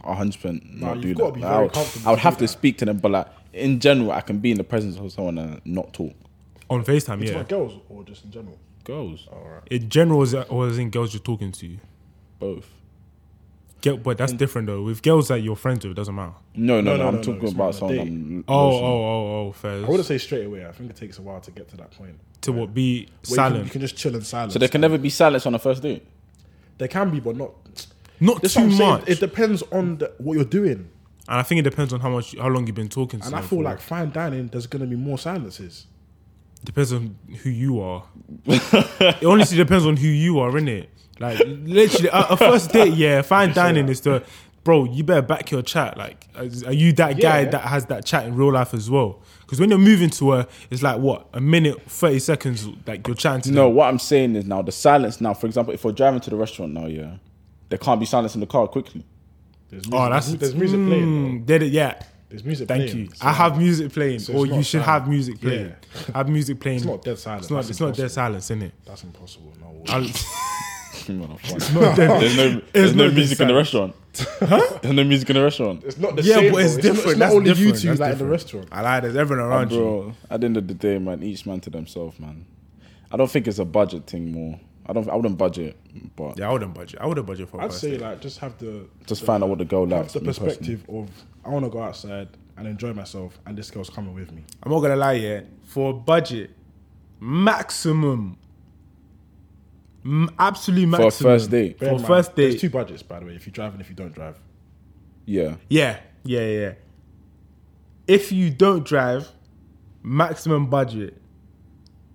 [SPEAKER 1] hundred percent not
[SPEAKER 4] you've
[SPEAKER 1] do
[SPEAKER 4] gotta
[SPEAKER 1] that.
[SPEAKER 4] be
[SPEAKER 1] Like, I
[SPEAKER 4] very
[SPEAKER 1] would,
[SPEAKER 4] comfortable
[SPEAKER 1] I would
[SPEAKER 4] to
[SPEAKER 1] have
[SPEAKER 4] do
[SPEAKER 1] to
[SPEAKER 4] that.
[SPEAKER 1] speak to them, but like in general, I can be in the presence of someone and not talk.
[SPEAKER 3] On FaceTime,
[SPEAKER 4] It's
[SPEAKER 3] yeah.
[SPEAKER 4] like girls or just in general.
[SPEAKER 1] Girls,
[SPEAKER 4] All right.
[SPEAKER 3] In general, is that- or as in girls you're talking to.
[SPEAKER 1] both.
[SPEAKER 3] Get, but that's different though. With girls that you're friends with, it doesn't matter.
[SPEAKER 1] No, no,
[SPEAKER 4] No,
[SPEAKER 1] no.
[SPEAKER 4] no,
[SPEAKER 1] I'm
[SPEAKER 4] no, no,
[SPEAKER 1] talking
[SPEAKER 4] it's not
[SPEAKER 1] about
[SPEAKER 4] a
[SPEAKER 1] someone.
[SPEAKER 4] date.
[SPEAKER 1] I'm
[SPEAKER 3] Oh, oh, oh, oh, fair.
[SPEAKER 4] I wouldn't say straight away. I think it takes a while to get to that point.
[SPEAKER 3] to what be
[SPEAKER 4] Where you can- You can,
[SPEAKER 3] silent?
[SPEAKER 4] just chill in silence.
[SPEAKER 1] So there
[SPEAKER 3] oh.
[SPEAKER 1] can never be silence on a first
[SPEAKER 3] *laughs*
[SPEAKER 1] date. *laughs*
[SPEAKER 4] There can be, but not
[SPEAKER 3] Not
[SPEAKER 4] That's what
[SPEAKER 3] too
[SPEAKER 4] I'm saying.
[SPEAKER 3] much.
[SPEAKER 4] It depends on the, what you're doing.
[SPEAKER 3] and I think it depends on how much, how long you've been talking. to
[SPEAKER 4] And I
[SPEAKER 3] them
[SPEAKER 4] feel
[SPEAKER 3] for.
[SPEAKER 4] like fine dining, there's gonna be more silences.
[SPEAKER 3] depends on who you are. it honestly depends on who you are, innit? Like literally, a, a first date,
[SPEAKER 4] *laughs*
[SPEAKER 3] yeah, fine dining is the bro. You better back your chat. Like, is- are you that guy
[SPEAKER 4] Yeah.
[SPEAKER 3] that has that chat in real life as well? Because when you're moving to her, it's like what a minute, thirty seconds. Like you're chatting to
[SPEAKER 1] No,
[SPEAKER 3] them.
[SPEAKER 1] what I'm saying is now the silence. Now, for example, if we're driving to the restaurant now, yeah, there can't be silence in the car quickly.
[SPEAKER 4] There's
[SPEAKER 3] Oh,
[SPEAKER 4] music-
[SPEAKER 3] that's
[SPEAKER 4] there's music playing. Though.
[SPEAKER 3] mm, Did it? Yeah.
[SPEAKER 4] There's music
[SPEAKER 3] Thank
[SPEAKER 4] playing.
[SPEAKER 3] you.
[SPEAKER 4] so
[SPEAKER 3] I have music playing,
[SPEAKER 4] so
[SPEAKER 3] or
[SPEAKER 4] it's
[SPEAKER 3] you
[SPEAKER 4] not
[SPEAKER 3] should
[SPEAKER 4] silent.
[SPEAKER 3] have music playing. Have music playing. It's
[SPEAKER 4] not dead silence,
[SPEAKER 3] It's not,
[SPEAKER 4] that's
[SPEAKER 3] it's not dead
[SPEAKER 4] impossible.
[SPEAKER 3] silence, innit?
[SPEAKER 4] that's impossible. No, way.
[SPEAKER 3] I'll-
[SPEAKER 1] there's no, there's no
[SPEAKER 3] not
[SPEAKER 1] music in the restaurant. There's no music in the restaurant.
[SPEAKER 4] it's not the
[SPEAKER 3] yeah,
[SPEAKER 4] same.
[SPEAKER 3] but it's
[SPEAKER 4] though.
[SPEAKER 3] different.
[SPEAKER 4] It's not,
[SPEAKER 3] That's
[SPEAKER 4] only
[SPEAKER 3] different.
[SPEAKER 4] you two
[SPEAKER 3] That's
[SPEAKER 4] like in the
[SPEAKER 3] different.
[SPEAKER 4] restaurant. Ah,
[SPEAKER 3] I lie. There's everyone around you.
[SPEAKER 1] Bro, at the end of the day, man, each man to themselves, man. I don't think it's a budget thing more. I don't. I wouldn't budget, but
[SPEAKER 3] Yeah, I wouldn't budget. I wouldn't budget for. a
[SPEAKER 4] I'd
[SPEAKER 3] first
[SPEAKER 4] say
[SPEAKER 3] date.
[SPEAKER 4] like just have the
[SPEAKER 1] just find out what the girl
[SPEAKER 4] have
[SPEAKER 1] likes.
[SPEAKER 4] the
[SPEAKER 1] me personally.
[SPEAKER 4] perspective of I want to go outside and enjoy myself, and this girl's coming with me.
[SPEAKER 3] I'm not gonna lie, yeah. For a budget, maximum, M- absolute
[SPEAKER 1] for
[SPEAKER 3] maximum
[SPEAKER 1] a first date.
[SPEAKER 4] Bear
[SPEAKER 3] For
[SPEAKER 4] in mind,
[SPEAKER 3] first
[SPEAKER 4] there's
[SPEAKER 3] date,
[SPEAKER 4] two budgets by the way. If you drive and if you don't drive,
[SPEAKER 1] Yeah,
[SPEAKER 3] yeah, yeah, yeah. if you don't drive, maximum budget,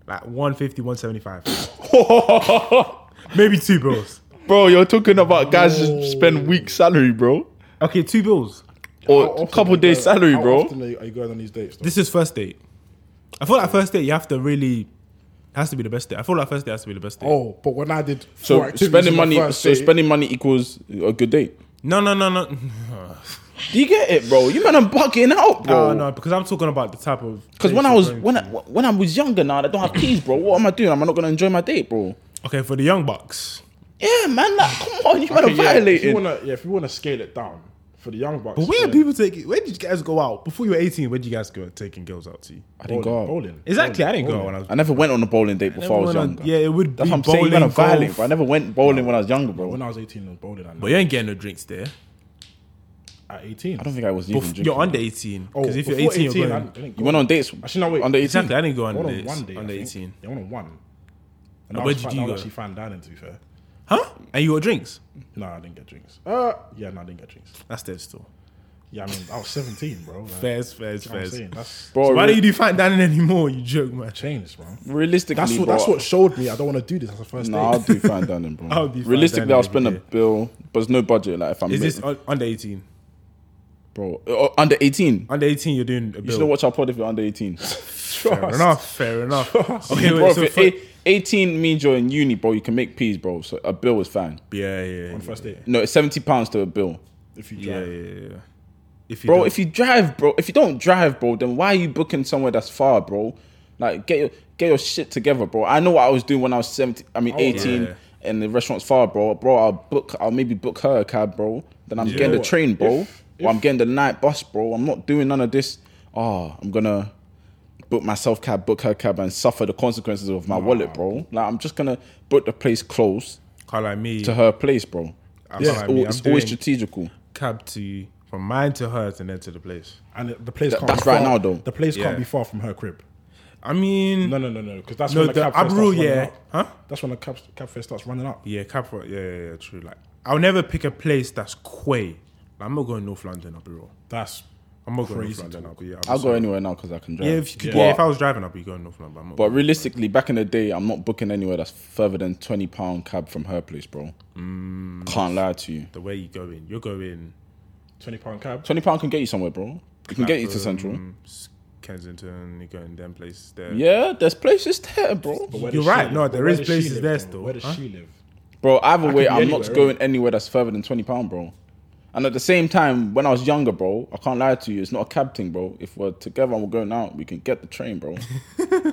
[SPEAKER 3] like 150, 175. *coughs* Maybe two bills.
[SPEAKER 1] *laughs* bro, you're talking about guys who spend week salary, bro,
[SPEAKER 3] Okay, two bills.
[SPEAKER 4] How
[SPEAKER 1] or
[SPEAKER 4] often
[SPEAKER 1] a couple
[SPEAKER 4] are you
[SPEAKER 1] days
[SPEAKER 4] going-
[SPEAKER 1] salary,
[SPEAKER 4] how
[SPEAKER 1] bro.
[SPEAKER 4] often are you, are you going on these dates? though?
[SPEAKER 3] This is first date. I feel like first date you have to really has to be the best date. I feel like first date has to be the best date.
[SPEAKER 4] oh, but when I did four
[SPEAKER 1] So
[SPEAKER 4] activities on
[SPEAKER 1] spending
[SPEAKER 4] my
[SPEAKER 1] money,
[SPEAKER 4] first
[SPEAKER 1] so
[SPEAKER 4] date-
[SPEAKER 1] spending money equals a good date.
[SPEAKER 3] No, no, no, no.
[SPEAKER 1] Do you get it, bro? You man are bugging out, bro.
[SPEAKER 3] Ah, No, no, because I'm talking about the type of.
[SPEAKER 1] Because
[SPEAKER 3] dates
[SPEAKER 1] when I
[SPEAKER 3] you're
[SPEAKER 1] was
[SPEAKER 3] going
[SPEAKER 1] when
[SPEAKER 3] to.
[SPEAKER 1] I, when I was younger now, and I don't have keys, bro. What am I doing? Am I not gonna enjoy my date, bro?
[SPEAKER 3] Okay, for the young bucks.
[SPEAKER 1] Yeah, man. Like, come on, you man are
[SPEAKER 4] Okay, yeah, if you
[SPEAKER 1] violating.
[SPEAKER 4] wanna, yeah, if you want to scale it down for the young bucks,
[SPEAKER 3] But where
[SPEAKER 4] yeah.
[SPEAKER 3] people take? Where did you guys go out before you were 18? Where did you guys go taking girls out to?
[SPEAKER 1] I didn't
[SPEAKER 4] bowling,
[SPEAKER 1] go out.
[SPEAKER 4] bowling.
[SPEAKER 3] Exactly, I didn't go out when I was.
[SPEAKER 1] I never went on a bowling date before I, was
[SPEAKER 3] Everyone-
[SPEAKER 1] younger.
[SPEAKER 3] Yeah, it would
[SPEAKER 1] That's
[SPEAKER 3] be
[SPEAKER 1] what I'm saying.
[SPEAKER 3] bowling,
[SPEAKER 1] You man are violent.
[SPEAKER 3] golf.
[SPEAKER 1] But I never went bowling when I was younger, bro.
[SPEAKER 4] When I was eighteen, I was bowling. I
[SPEAKER 3] But
[SPEAKER 4] know.
[SPEAKER 3] you ain't getting no drinks there.
[SPEAKER 4] At eighteen,
[SPEAKER 1] I don't think I was even
[SPEAKER 3] Bef-
[SPEAKER 1] drinking.
[SPEAKER 3] you're under 18.
[SPEAKER 4] Oh,
[SPEAKER 3] Because if you're
[SPEAKER 4] before
[SPEAKER 3] 18, you're
[SPEAKER 4] I
[SPEAKER 3] going.
[SPEAKER 4] didn't go.
[SPEAKER 1] you went on dates.
[SPEAKER 4] Actually, no, wait.
[SPEAKER 1] Under 18.
[SPEAKER 3] Exactly, I didn't go
[SPEAKER 4] I went
[SPEAKER 3] under,
[SPEAKER 4] on one day.
[SPEAKER 3] under
[SPEAKER 4] I think.
[SPEAKER 3] 18.
[SPEAKER 4] They went on one.
[SPEAKER 3] where
[SPEAKER 4] And that was
[SPEAKER 3] did
[SPEAKER 4] fine-
[SPEAKER 3] you
[SPEAKER 4] that was
[SPEAKER 3] go?
[SPEAKER 4] Actually, fine dining. To be fair,
[SPEAKER 3] Huh? And you got drinks?
[SPEAKER 4] no, I didn't get drinks. Uh, yeah, no, I didn't get drinks.
[SPEAKER 3] That's dead still.
[SPEAKER 4] Yeah, I mean, I was seventeen, bro. Like, you know
[SPEAKER 3] Fairs, fairs,
[SPEAKER 4] what I'm
[SPEAKER 3] fairs.
[SPEAKER 4] saying that's
[SPEAKER 1] Bro,
[SPEAKER 3] So why do
[SPEAKER 1] re-
[SPEAKER 3] you do fine dining anymore? You joke, man.
[SPEAKER 4] changed, bro.
[SPEAKER 1] realistically,
[SPEAKER 4] That's what.
[SPEAKER 1] bro,
[SPEAKER 4] That's what showed me. I don't want to do this. That's the first
[SPEAKER 1] Nah, I'll
[SPEAKER 4] date. *laughs*
[SPEAKER 1] do fine
[SPEAKER 3] *laughs*
[SPEAKER 1] dining, bro.
[SPEAKER 3] I'll do fine
[SPEAKER 1] Realistically,
[SPEAKER 3] dining
[SPEAKER 1] I'll spend a
[SPEAKER 3] every day.
[SPEAKER 1] bill, but there's no budget. Like if I'm
[SPEAKER 3] Is
[SPEAKER 1] ma-
[SPEAKER 3] this un- under 18?
[SPEAKER 1] bro uh, under 18.
[SPEAKER 3] Under 18, you're doing a
[SPEAKER 1] You should
[SPEAKER 3] bill.
[SPEAKER 1] watch our pod if you're under
[SPEAKER 3] *laughs*
[SPEAKER 1] 18.
[SPEAKER 3] Fair enough. Fair
[SPEAKER 4] *laughs*
[SPEAKER 3] enough. Okay,
[SPEAKER 1] bro,
[SPEAKER 3] wait, so
[SPEAKER 1] if
[SPEAKER 3] for,
[SPEAKER 1] you're eight- 18 means you're in uni, bro. You can make peas, bro. So a bill is fine.
[SPEAKER 3] yeah, yeah, yeah,
[SPEAKER 4] On first date,
[SPEAKER 1] No, it's 70 pounds to a bill.
[SPEAKER 4] if you
[SPEAKER 3] yeah,
[SPEAKER 4] drive.
[SPEAKER 3] yeah, yeah. If you
[SPEAKER 1] Bro,
[SPEAKER 3] don't-
[SPEAKER 1] if you drive, bro, if you don't drive, bro, then why are you booking somewhere that's far, bro? Like get your get your shit together, bro. I know what I was doing when I was 17, I mean 18
[SPEAKER 3] Oh, yeah.
[SPEAKER 1] and the restaurant's far, bro. Bro, I'll book I'll maybe book her a cab, bro. Then I'm getting the
[SPEAKER 4] What?
[SPEAKER 1] train, bro.
[SPEAKER 4] If-
[SPEAKER 1] or I'm getting the night bus, bro. I'm not doing none of this. Oh, I'm gonna book myself cab, book her cab, and suffer the consequences of my wallet, bro. Like I'm just gonna book the place close
[SPEAKER 3] can't like me,
[SPEAKER 1] to her place, bro.
[SPEAKER 3] I'm
[SPEAKER 1] It's,
[SPEAKER 3] like
[SPEAKER 1] al-
[SPEAKER 3] me, I'm
[SPEAKER 1] it's always
[SPEAKER 3] doing
[SPEAKER 1] strategical.
[SPEAKER 3] cab to from mine to hers and then to the place.
[SPEAKER 4] and it- the place
[SPEAKER 1] Th-
[SPEAKER 4] can't
[SPEAKER 1] that's
[SPEAKER 4] be
[SPEAKER 1] right
[SPEAKER 4] far-
[SPEAKER 1] now, though.
[SPEAKER 4] The place
[SPEAKER 3] Yeah.
[SPEAKER 4] can't be far from her
[SPEAKER 3] *laughs*
[SPEAKER 4] crib.
[SPEAKER 3] I mean,
[SPEAKER 4] No, no, no, no, because that's
[SPEAKER 3] No,
[SPEAKER 4] when the,
[SPEAKER 3] the
[SPEAKER 4] cab fare starts
[SPEAKER 3] Abril,
[SPEAKER 4] running
[SPEAKER 3] yeah.
[SPEAKER 4] up.
[SPEAKER 3] Huh?
[SPEAKER 4] That's when the cab cab fare starts running up.
[SPEAKER 3] Yeah, Capra. Yeah, yeah, yeah, true. Like, I'll never pick a place that's quay. Like, I'm not going North London. I'll be real.
[SPEAKER 4] That's
[SPEAKER 3] I'm not going North
[SPEAKER 4] Crazy
[SPEAKER 3] London. I'll be. Yeah,
[SPEAKER 1] I'll go anywhere now because I can drive.
[SPEAKER 3] Yeah, if you could,
[SPEAKER 1] But-
[SPEAKER 3] yeah. if I was driving, I'd be going North London. But, I'm not
[SPEAKER 1] But
[SPEAKER 3] going.
[SPEAKER 1] realistically, back in the day, I'm not booking anywhere that's further than twenty pound cab from her place, bro.
[SPEAKER 4] Mm.
[SPEAKER 1] Can't lie to you.
[SPEAKER 3] the way you going, you're going
[SPEAKER 4] twenty pound cab.
[SPEAKER 1] Twenty pound can get you somewhere, bro. It can get you to Central.
[SPEAKER 3] um, S- Kensington. You're going them places there.
[SPEAKER 1] Yeah, there's places there, bro.
[SPEAKER 4] But where
[SPEAKER 3] You're
[SPEAKER 4] does she
[SPEAKER 3] right.
[SPEAKER 4] live?
[SPEAKER 3] No,
[SPEAKER 4] But
[SPEAKER 3] there
[SPEAKER 4] where
[SPEAKER 3] is
[SPEAKER 4] does she
[SPEAKER 3] places
[SPEAKER 4] live,
[SPEAKER 3] there
[SPEAKER 4] though?
[SPEAKER 3] still,
[SPEAKER 4] Where does
[SPEAKER 3] huh?
[SPEAKER 4] she live?
[SPEAKER 1] Bro, either way,
[SPEAKER 4] be
[SPEAKER 1] I'm
[SPEAKER 4] anywhere,
[SPEAKER 1] not
[SPEAKER 4] right?
[SPEAKER 1] going anywhere that's further than twenty pound, bro. And at the same time, when I was younger, bro, I can't lie to you, it's not a cab thing, bro. If we're together and we're going out, we can get the train,
[SPEAKER 4] *laughs*
[SPEAKER 1] bro.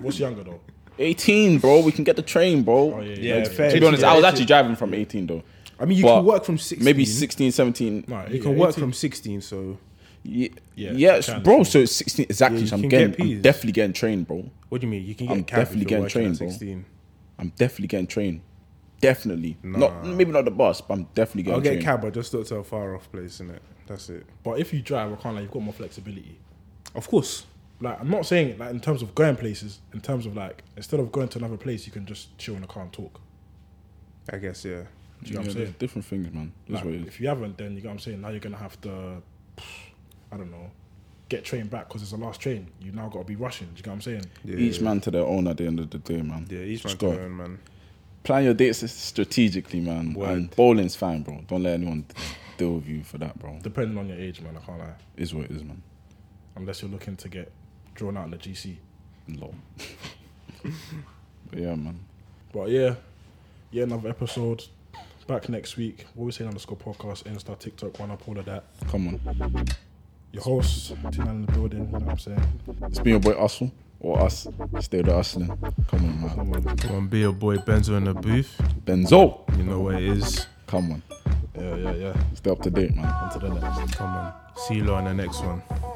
[SPEAKER 4] What's younger though?
[SPEAKER 1] Eighteen, bro, we can get the train, bro.
[SPEAKER 4] Oh, yeah,
[SPEAKER 1] Like,
[SPEAKER 4] yeah, yeah.
[SPEAKER 3] fair.
[SPEAKER 1] To be honest, I was
[SPEAKER 3] Yeah,
[SPEAKER 1] actually driving from eighteen though.
[SPEAKER 3] I mean, you
[SPEAKER 1] But
[SPEAKER 3] can work from 16.
[SPEAKER 1] Maybe 16, 17.
[SPEAKER 4] No,
[SPEAKER 3] You can work from 16, so
[SPEAKER 1] Yeah,
[SPEAKER 4] Yeah,
[SPEAKER 1] yes,
[SPEAKER 4] can,
[SPEAKER 1] bro.
[SPEAKER 4] sure.
[SPEAKER 1] So it's sixteen exactly.
[SPEAKER 3] Yeah,
[SPEAKER 1] so
[SPEAKER 3] you
[SPEAKER 1] I'm
[SPEAKER 3] can get
[SPEAKER 1] getting, I'm
[SPEAKER 3] peas.
[SPEAKER 1] definitely getting trained, bro.
[SPEAKER 3] what do you mean? You can get
[SPEAKER 1] I'm
[SPEAKER 3] cab
[SPEAKER 1] definitely
[SPEAKER 3] if
[SPEAKER 1] getting
[SPEAKER 3] you're working
[SPEAKER 1] trained,
[SPEAKER 3] at
[SPEAKER 1] bro.
[SPEAKER 3] 16.
[SPEAKER 1] I'm definitely getting trained. Definitely. Not maybe not the bus, but I'm definitely getting
[SPEAKER 3] I'll get a
[SPEAKER 1] trained.
[SPEAKER 3] cab, but just not to a far off place, innit? That's it.
[SPEAKER 4] But if you drive, I can't like you've got more flexibility.
[SPEAKER 3] Of course.
[SPEAKER 4] Like I'm not saying like in terms of going places, in terms of like instead of going to another place, you can just chill in the car and talk.
[SPEAKER 3] I guess, yeah.
[SPEAKER 4] Do you
[SPEAKER 1] Yeah,
[SPEAKER 4] know what I'm
[SPEAKER 1] there's
[SPEAKER 4] saying?
[SPEAKER 1] different things, man. That's
[SPEAKER 4] Like,
[SPEAKER 1] what it is.
[SPEAKER 4] if you haven't, then you know what I'm saying. Now you're gonna have to, I don't know, get train back because it's the last train. You now got to be rushing. Do you know what I'm saying?
[SPEAKER 3] Yeah,
[SPEAKER 1] Each man to their own at the end of the day, man.
[SPEAKER 3] Yeah, each man
[SPEAKER 1] Just
[SPEAKER 3] to
[SPEAKER 1] go.
[SPEAKER 3] their own, man.
[SPEAKER 1] Plan your dates strategically, man.
[SPEAKER 3] Word.
[SPEAKER 1] And bowling's fine, bro. Don't let anyone deal with you for that, bro.
[SPEAKER 4] Depending on your age, man. I can't lie.
[SPEAKER 1] Is what it is, man.
[SPEAKER 4] Unless you're looking to get drawn out in the GC.
[SPEAKER 1] Lol. *laughs* but yeah, man.
[SPEAKER 4] But yeah, yeah, another episode. Back next week. What we saying underscore podcast, Insta, TikTok, one up, all of that.
[SPEAKER 1] Come on.
[SPEAKER 4] Your host, Tina in the building, you know what I'm saying?
[SPEAKER 1] It's been your boy Hustle or us. Still the hustling. Come on, man.
[SPEAKER 4] Come on.
[SPEAKER 3] Come on, be your boy Benzo in the booth.
[SPEAKER 1] Benzo.
[SPEAKER 3] You know what it is.
[SPEAKER 1] Come on.
[SPEAKER 4] Yeah, yeah, yeah.
[SPEAKER 1] Stay up to date, man.
[SPEAKER 4] On to the next.
[SPEAKER 3] Come on. See you lot on the next one.